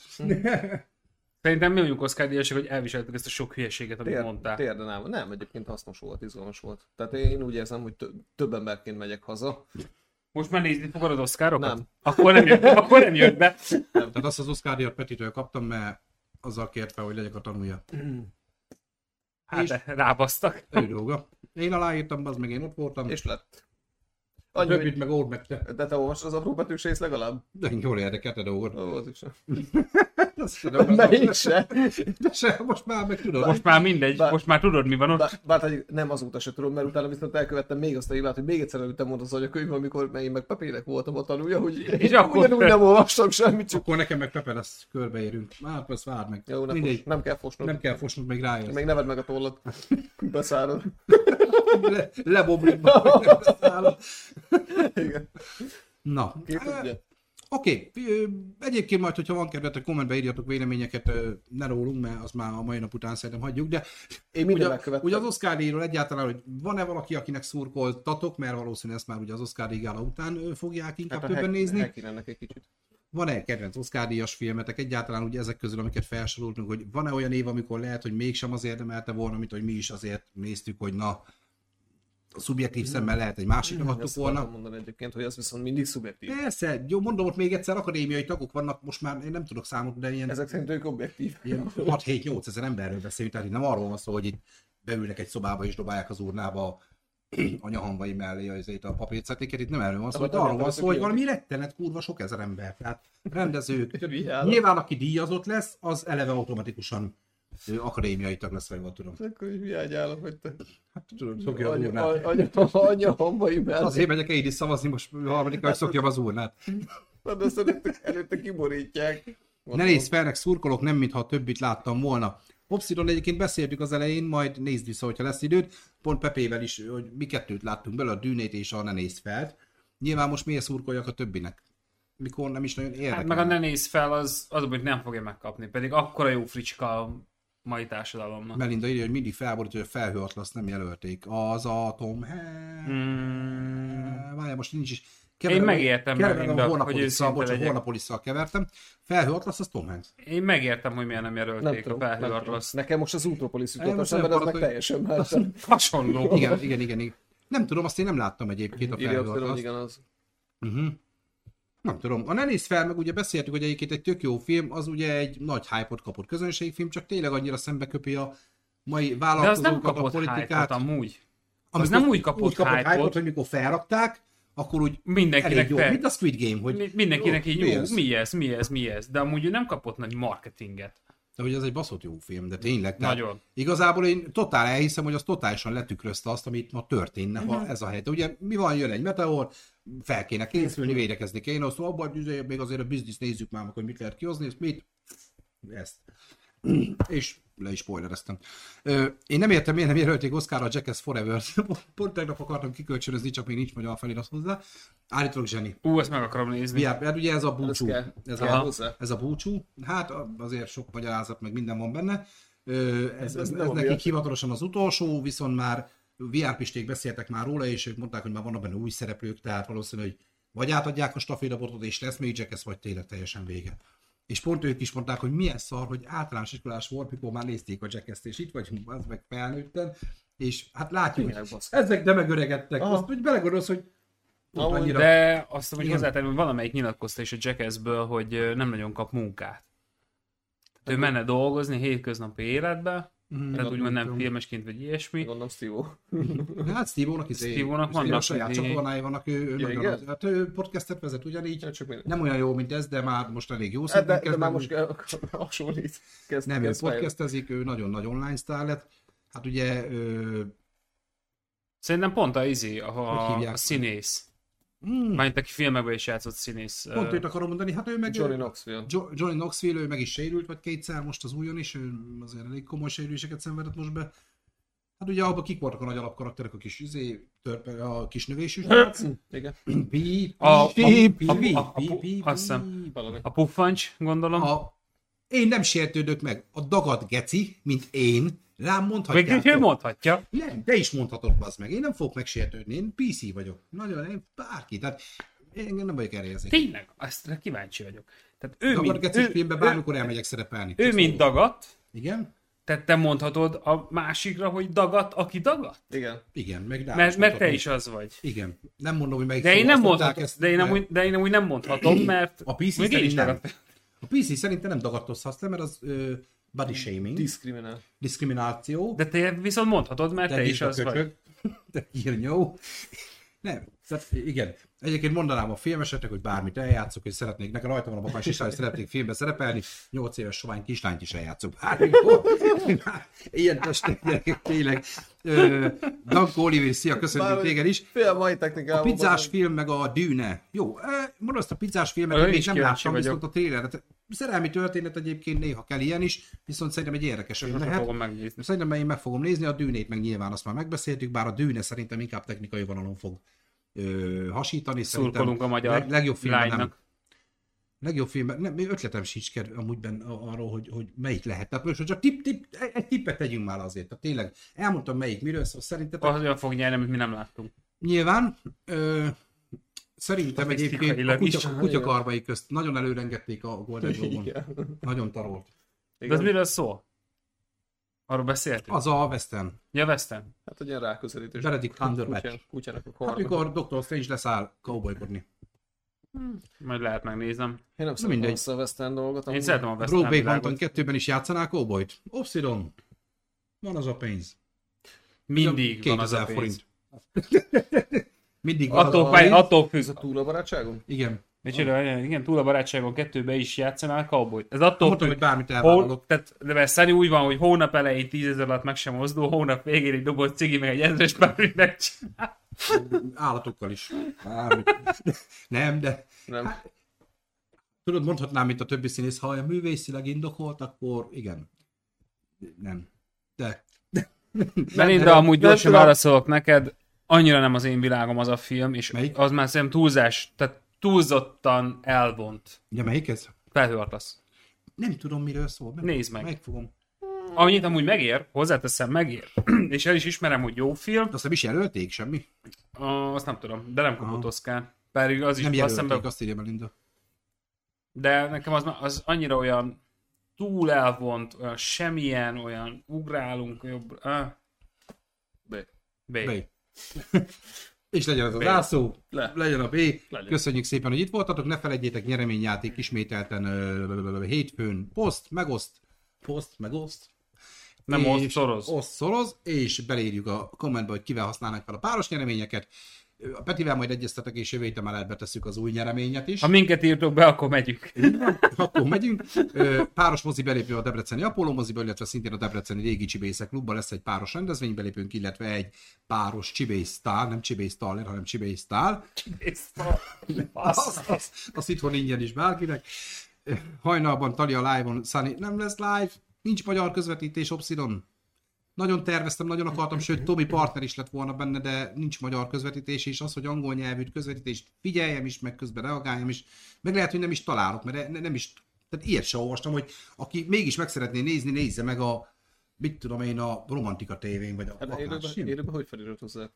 B: Szerintem mi vagyunk Oscar díjasok, hogy elviseltük ezt a sok hülyeséget, amit mondtál.
C: Térden áll. Nem, egyébként hasznos volt, izgalmas volt. Tehát én úgy érzem, hogy tö- több emberként megyek haza.
B: Most már nézni fogod az oszkárokat?
C: Nem.
B: Akkor nem jött, akkor nem jött be.
A: Tehát azt az Oscar díjat Petitől kaptam, mert azzal kért fel, hogy legyek a tanulja.
B: Hát
A: És-
B: de rábasztak.
A: Ő dolga. Én aláírtam, az meg én ott voltam. És
C: És lett. Annyi,
A: Rövid,
C: hogy...
A: meg old meg te.
C: De te olvastad az apróbetűs rész legalább?
A: De jól érdekelte dolgot.
C: Ó, volt is sem.
A: Azt tudom, az-
C: Melyik se?
A: De se, most már meg tudod.
B: Most már mindegy,
C: Bár-
B: most már tudod mi van ott. Hát,
C: Bár, bár hogy nem azóta se tudom, mert utána viszont elkövettem még azt a hibát, hogy még egyszer előttem volt az anyakönyv, amikor meg én meg papírek voltam a tanulja, hogy én
B: akkor-
C: ugyanúgy nem olvastam semmit, csak
A: Akkor nekem meg Pepe lesz, körbeérünk. Már persze várd meg.
C: jó, nem,
A: Mindegy.
C: fos, nem kell fosnod.
A: Nem kell fosnod, még ráérsz.
C: Még neved meg a tollat. Beszárod.
A: Le, lebomlik majd a szállat.
C: Igen.
A: Na,
C: Ki
A: hát,
C: tudja?
A: Oké, okay. egyébként majd, hogyha van kedvetek, kommentbe írjatok véleményeket, ö, ne rólunk, mert az már a mai nap után szerintem hagyjuk, de
C: Én
A: ugye,
C: minden megkövettem.
A: ugye az Oscar díjról egyáltalán, hogy van-e valaki, akinek szurkoltatok, mert valószínűleg ezt már ugye az Oscar díj gála után ö, fogják inkább
C: Hát
A: hát
C: a
A: többen
C: hack-
A: nézni.
C: hacking ennek egy kicsit.
A: Van-e kedvenc Oscar díjas filmetek egyáltalán ugye ezek közül, amiket felsoroltunk, hogy van-e olyan év, amikor lehet, hogy mégsem az érdemelte volna, mint hogy mi is azért néztük, hogy na, a szubjektív szemmel lehet egy másiknak adtuk
C: Ezt
A: volna.
C: akartam mondani egyébként, hogy ez viszont mindig szubjektív.
A: Persze, jó, mondom, ott még egyszer akadémiai tagok vannak, most már én nem tudok számot, de ilyen,
C: Ezek szerint ők objektív.
A: ilyen 6-7-8 ezer emberről beszélünk, tehát itt nem arról van szó, hogy itt beülnek egy szobába és dobálják az urnába a anyahanvai mellé azért a papírcetéket, itt nem erről van szó,
C: Akkor
A: itt arról van szó,
C: gyakorlatilag
A: hogy
C: jó.
A: valami rettenet kurva sok ezer ember, tehát rendezők,
C: Vihála.
A: Nyilván, aki díjazott lesz, az eleve automatikusan ö, akadémiai tag lesz, vagy jól tudom.
C: Akkor is hiányálok, hogy te...
A: Hát tudod, szokja az
C: Anya,
A: urnát.
C: anya, anya hambai mellett.
A: Azért megyek én is szavazni, most harmadik, hogy szokjam az urnát.
C: Na, de azt előtte, előtte kiborítják.
A: Ne nézz fel, meg szurkolok, nem mintha a többit láttam volna. Popsidon egyébként beszéltük az elején, majd nézd vissza, hogyha lesz időd. Pont Pepével is, hogy mi kettőt láttunk belőle, a dűnét és a ne nézd fel. Nyilván most miért szurkoljak a többinek? Mikor nem is nagyon érdekel.
B: Hát meg a ne nézz fel, az, az hogy nem fogja megkapni. Pedig akkora jó fricska a mai társadalomnak.
A: Melinda írja, hogy mindig felborítja, hogy a felhő atlaszt nem jelölték. Az a Tom Hanks.
B: Mm,
A: Várjál, most nincs is.
B: Én megértem,
A: keverem
B: Melinda,
A: a
B: hogy
A: Hornapolisszal,
B: őszinte
A: bocs, a
B: legyek.
A: Hornapolisszal kevertem. Felhő Atlasz, az Tom Hanks.
B: én megértem, hogy miért nem
C: Nem
B: jelölték
C: tudom,
B: a
C: nem
B: felhő
C: tudom.
B: atlaszt.
C: Nekem most az Utropolis
A: Nem,
C: jutott a
A: most
C: szemben,
A: nem
C: az meg
A: akarok,
C: teljesen más.
B: Hasonló.
A: Igen, igen, igen, igen. Nem tudom, azt én nem láttam egyébként a
C: Írja
A: Felhő
C: azt, hogy
A: Atlaszt.
C: igen, az.
A: Uh-huh. Nem tudom. A Ne nézz fel, meg ugye beszéltük, hogy egyébként egy tök jó film, az ugye egy nagy hype-ot kapott közönségfilm, csak tényleg annyira szembeköpi a mai
B: De az nem
A: vállalkozókat, a
B: kapott
A: politikát.
B: hype-ot amúgy.
A: Amikor
B: nem úgy kapott
A: úgy kapott
B: hype-ot,
A: hype-ot, hogy mikor felrakták, akkor úgy elég
B: Mindenkinek
A: jó.
B: fel-
A: Mint a Squid Game, hogy
B: Mi- Mindenkinek
A: Jó,
B: így
A: mi
B: jó,
A: ez?
B: mi ez, mi ez, mi ez. De amúgy ő nem kapott nagy marketinget.
A: De de hogy ez egy baszott jó film, de tényleg. Tehát
B: Nagyon.
A: Igazából én totál elhiszem, hogy az totálisan letükrözte azt, amit ma történne, ha ez a hely. De ugye mi van, jön egy meteor, fel kéne készülni, védekezni kéne, azt abban, hogy üzé- még azért a bizniszt nézzük már, meg, hogy mit lehet kihozni, és mit, ezt. és le is spoilereztem. Ö, én nem értem, miért nem jelölték Oscarra a Jackass forever Pont tegnap akartam kikölcsönözni, csak még nincs magyar felirat hozzá. Állítólag zseni.
B: Ú, ezt meg akarom nézni.
A: Mi, hát ugye ez a búcsú.
C: Ez kell.
A: Ez
C: Kell
A: a,
C: hozzá.
A: ez a búcsú. Hát a- azért sok magyarázat, meg minden van benne. Ö, Ez, ez, ez
C: nem
A: nekik
C: olyat.
A: hivatalosan az utolsó, viszont már VR-pisték beszéltek már róla, és ők mondták, hogy már vannak benne új szereplők, tehát valószínű, hogy vagy átadják a stafétabotot, és lesz még Jackass, vagy tényleg teljesen vége. És pont ők is mondták, hogy milyen szar, hogy általános iskolás volt, mikor már nézték a jackass és itt vagyunk, az meg felnőtten, és hát látjuk,
C: Tényleg,
A: hogy
C: baszki.
A: ezek de megöregedtek.
C: Aha.
A: Azt, hogy belegondolsz, hogy pont
C: Amúgy,
A: annyira-
B: De azt hogy
A: Igen.
B: hozzátenni, hogy valamelyik nyilatkozta is a Jackassből, hogy ö, nem nagyon kap munkát. Tehát ő
A: Hát-
B: menne dolgozni hétköznapi életbe,
A: Mhm.
B: tehát úgymond nem
A: tudom.
B: filmesként vagy ilyesmi.
C: Gondolom, Steve-o.
A: Hát Steve-ónak is
B: Steve-ónak
A: a
B: vannak
A: saját
B: idei-
A: csatornái vannak, ő, ő
C: Ja,
A: nagyon
C: igen?
A: az- hát ő podcastet vezet ugyanígy,
C: Csak mindegy.
A: nem olyan jó, mint ez, de már most elég jó
C: Hát
A: szinten
C: de, de
A: kezd
C: már
A: lenni.
C: most kell- hasonlít. Kezd,
A: nem, ő
C: kezd fejlődni.
A: podcastezik, ő nagyon-nagyon online sztár lett. Hát ugye, ö,
B: Szerintem pont a izé, a,
A: Hogy hívják?
B: a színész.
A: hmm,
B: Már aki filmekben is játszott színész. ö,
A: pont őt akarom mondani, hát ő meg
C: Johnny Knoxville.
A: Jo- Johnny Knoxville, ő meg is sérült, vagy kétszer most az újon is, ő azért elég komoly sérüléseket szenvedett most be. Hát ugye abban kik voltak a nagy alapkarakterek, a kis izé, törpe, a kis növésű srác?
C: Igen,
A: Pi,
B: A-
A: pi,
B: a-
A: pi,
B: a-
A: pi,
B: a- a-
A: pi, pi,
B: azt hiszem.
A: pi, pi.
C: valami.
B: A puffancs, gondolom.
A: a, én nem sértődök meg. A dagad geci, mint én, rám
B: Még
A: mondhatjátok.
B: ő mondhatja.
A: Nem, te is mondhatod, bazd meg. Én nem fogok megsértődni. Én PC vagyok. Nagyon, én bárki. Tehát én nem vagyok erre érzékeny.
B: Tényleg, azt kíváncsi vagyok. Tehát ő,
A: Dagad
B: mint,
A: gecis
B: ő,
A: filmbe
B: ő,
A: bármikor elmegyek szerepelni.
B: ő mint dagadt,
A: Igen?
B: tehát te mondhatod a másikra, hogy dagadt, aki dagadt?
C: Igen.
A: Igen, meg rá
B: Mert, mert te
A: mutatni.
B: is az vagy.
A: Igen. Nem mondom, hogy melyik
B: De én, nem
A: szóval azt
B: mondhatom,
A: mondták
B: de, én nem
A: mert
B: úgy, de én amúgy nem mondhatom, mert
A: A PC
B: még én is
A: szerint nem.
B: dagadt.
A: A PC szerintem nem dagadtozhatsz le, mert az ö, body shaming,
C: Diszkriminál.
A: diszkrimináció.
B: De te viszont mondhatod, mert te,
A: Te
B: is
A: is a
B: az vagy.
A: köcsög. Te írnyó. Nem, tehát igen. Egyébként mondanám a filmeseknek, hogy bármit eljátszok, hogy szeretnék, nekem rajta van a bakás is, hogy szeretnék filmbe szerepelni, 8 éves sovány kislányt is eljátszok bármikor. Ilyen testek gyerekek, tényleg. Ö, Danko Oliver, szia, köszönjük
C: Bárhogy
A: téged is.
C: Fél a mai
A: A
C: technikában.
A: pizzás film, meg a dűne. Jó, eh, mondom azt a pizzás filmet,
B: Arra
A: én
B: én
A: még
B: is
A: nem
B: kíváncsi
A: láttam,
B: vagyok.
A: viszont a tréletet. Szerelmi történet egyébként néha kell ilyen is, viszont szerintem egy érdekes film
B: Sose
A: lehet.
B: fogom megnézni.
A: Szerintem én meg fogom nézni, a dűnét meg nyilván azt már megbeszéltük, bár a dűne szerintem inkább technikai vonalon fog ö, hasítani. Szerintem
B: Szurkolunk a magyar
A: leg, legjobb filmben nem,
B: lánynak.
A: legjobb filmben, nem, még ötletem sincs ked, amúgy benne a- arról, hogy, hogy melyik lehet. Tehát most csak tip, tip, egy- egy tippet tegyünk már azért. Tehát tényleg elmondtam melyik, miről szól szerintetek. A...
B: Olyan fog nyerni, amit mi nem láttunk.
A: Nyilván ö, szerintem egyébként a
B: Statisztikailag
A: kutya,
B: is.
A: a kutya karmai közt nagyon előrengették a Golden Globe-on.
C: Igen.
A: Nagyon tarolt.
B: De az
C: Igen.
B: miről szól? Arról beszéltünk?
A: Az a Western.
B: Ja, vesztem.
C: Hát egy ilyen ráközelítés.
A: Benedict Cumberbatch.
C: Kutyán, kutyának a
A: Hát
C: karma.
A: mikor Dr. Strange leszáll cowboykodni.
B: Majd lehet megnézem.
C: Én nem
A: mindegy.
C: szeretem azt a Western dolgot.
B: Én szeretem a Western
A: Broadway Mountain
B: világot.
A: 2-ben is játszanál Cowboyt? Obsidon. Van az a pénz.
B: Mindig van az a
A: 2000
B: pénz.
A: Mindig van
B: Attól,
A: az a
B: fáj,
A: pénz.
B: attól függ.
C: Ez a túl a barátságom?
A: Igen.
B: Micsoda, igen, túl a barátságon kettőbe is játszanál cowboy. Ez attól
A: Mondtam, hogy
B: függ.
A: bármit
B: Hol,
A: elvállalok.
B: tehát, de mert Szani úgy van, hogy hónap elején 10 ezer alatt meg sem mozdul, hónap végén egy doboz cigi, meg egy ezres már úgy megcsinál.
A: Állatokkal is. Bármit. Nem, de
C: Nem.
A: Hát, tudod, mondhatnám, mint a többi színész, ha olyan művészileg indokolt, akkor igen. Nem. De
B: Belinda, amúgy
C: nem
B: gyorsan
C: tudom.
B: válaszolok neked, annyira nem az én világom az a film, és
A: Melyik?
B: az már szerintem túlzás, tehát túlzottan elvont.
A: ugye melyik ez?
B: Felhő Atlasz.
A: Nem tudom, miről szól. Meg,
B: Nézd meg.
A: Megfogom.
B: Amit amúgy megér, hozzáteszem, megér, és el is ismerem, hogy jó film,
A: Azt nem is jelölték semmi.
B: uh, azt nem tudom, de nem kapott
A: Aha.
B: Oszkár. Pedig az is,
A: Nem
B: azt hiszem,
A: jelölték,
B: be-
A: azt írja Belinda.
B: de nekem az, az annyira olyan túl elvont, olyan semmilyen, olyan ugrálunk, jobb, uh,
C: B.
B: B.
A: Bej. És legyen az a
B: B.
A: zászó,
C: Le.
A: legyen a B.
C: Legyen.
A: Köszönjük szépen, hogy itt voltatok. Ne felejtjétek, nyereményjáték ismételten ö, hétfőn. Poszt, megoszt. Poszt, megoszt.
B: Nem
A: És
B: most szoroz.
A: Oszt, szoroz, és belírjuk a kommentbe, hogy kivel használnánk fel a páros nyereményeket. Ö, A Petivel majd egyeztetek, és jövő héten már betesszük az új nyereményet is.
B: Ha minket írtok be, akkor megyünk.
A: Akkor megyünk. Ö, Páros mozi belépő a Debreceni Apollo moziba, illetve szintén a Debreceni Régi Csibészek klubban lesz egy páros rendezvény belépünk, illetve egy páros csibésztál, nem csibésztaller, hanem csibésztál. Azt, azt, azt itthon ingyen is bárkinek. Ö, Hajnalban Tali a live-on, Sunny, nem lesz live, nincs magyar közvetítés, Obsidon. Nagyon terveztem, nagyon akartam, sőt, Tomi partner is lett volna benne, de nincs magyar közvetítés, és az, hogy angol nyelvű közvetítést figyeljem is, meg közben reagáljam is, meg lehet, hogy nem is találok, mert ne- nem is, tehát ilyet se olvastam, hogy aki mégis meg szeretné nézni, nézze meg a, mit tudom én, a Romantika tévén, vagy a
C: Hát
A: akár
C: élőben,
A: sim.
C: élőben hogy felirat hozzá?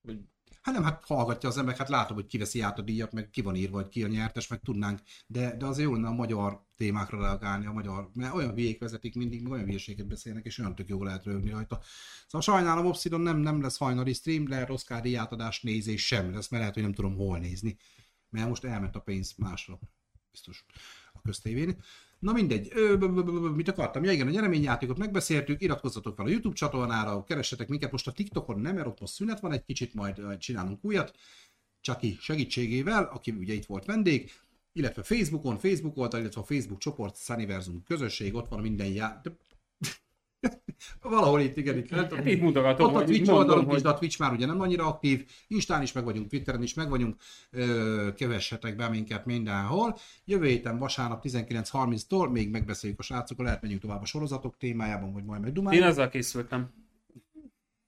C: Vagy
A: Hát nem, hát hallgatja az ember, hát látom, hogy kiveszi át a díjat, meg ki van írva, hogy ki a nyertes, meg tudnánk, de, de azért jó lenne a magyar témákra reagálni, a magyar, mert olyan hülyék vezetik mindig, meg olyan hülyeséget beszélnek, és olyan tök jó lehet rögni rajta. Szóval sajnálom, Obsidon nem, nem lesz hajnali stream, de Oscar díjátadás nézés sem lesz, mert lehet, hogy nem tudom hol nézni, mert most elment a pénz másra, biztos a köztévén. Na mindegy, ö, b- b- b- mit akartam? Ja igen, a nyereményjátékot megbeszéltük, iratkozzatok fel a YouTube csatornára, keressetek minket most a TikTokon, nem, mert ott most szünet van egy kicsit, majd ö, csinálunk újat, Csaki segítségével, aki ugye itt volt vendég, illetve Facebookon, Facebook oldal, illetve a Facebook csoport, Sunniversum közösség, ott van minden já... De... Valahol itt, igen, itt, nem tudom.
B: Itt mutogatom,
A: Ott a
B: hogy
A: Twitch
B: mondom,
A: oldalunk is,
B: hogy-
A: de a Twitch már ugye nem annyira aktív, Instán is meg vagyunk, Twitteren is meg vagyunk, Ö, kövessetek be minket mindenhol. Jövő héten vasárnap 19.30-tól még megbeszéljük a srácokkal, lehet menjünk tovább a sorozatok témájában, vagy majd
B: Én
A: megdumáljuk,
B: azzal készültem.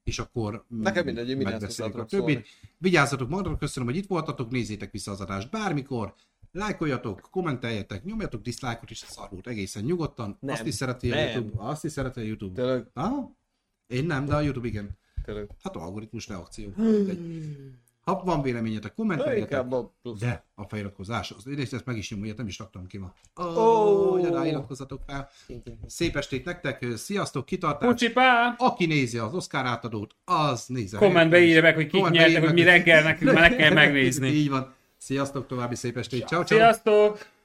A: és akkor mm,
C: Nekem mindegy, én mindenhez
A: megbeszéljük
C: hozzá
A: a
C: tudok
A: többit. Vigyázzatok magatokra, köszönöm, hogy itt voltatok, nézzétek vissza az adást bármikor, lájkoljatok, kommenteljetek, nyomjatok diszlájkot is a szarvót egészen nyugodtan.
C: Nem.
A: Azt is szereti a
C: Nem.
A: YouTube. Azt is szereti a YouTube.
C: tényleg,
A: Na? Én nem, de a YouTube igen.
C: tényleg.
A: Hát algoritmus reakció.
C: Hmm.
A: Mindegy. Ha van véleményetek,
C: Na,
A: kommenteljetek.
C: Inkább a plusz.
A: De a feliratkozás, az egyrészt ezt meg is nyomja, nem is raktam ki ma. Ó,
C: Ó.
A: oh, rá iratkozzatok fel. Szép estét nektek, sziasztok, kitartás.
B: Pucsi pá!
A: Aki nézi az Oscar átadót, az nézze.
B: Kommentbe
A: helyettes.
B: írja meg, hogy kik
A: Kommentbe írja
B: nyertek, hogy mi
A: meg,
B: reggel nekünk, meg kell megnézni.
A: Így van. Sziasztok, további szép estét. Ciao, ciao.
B: Sziasztok!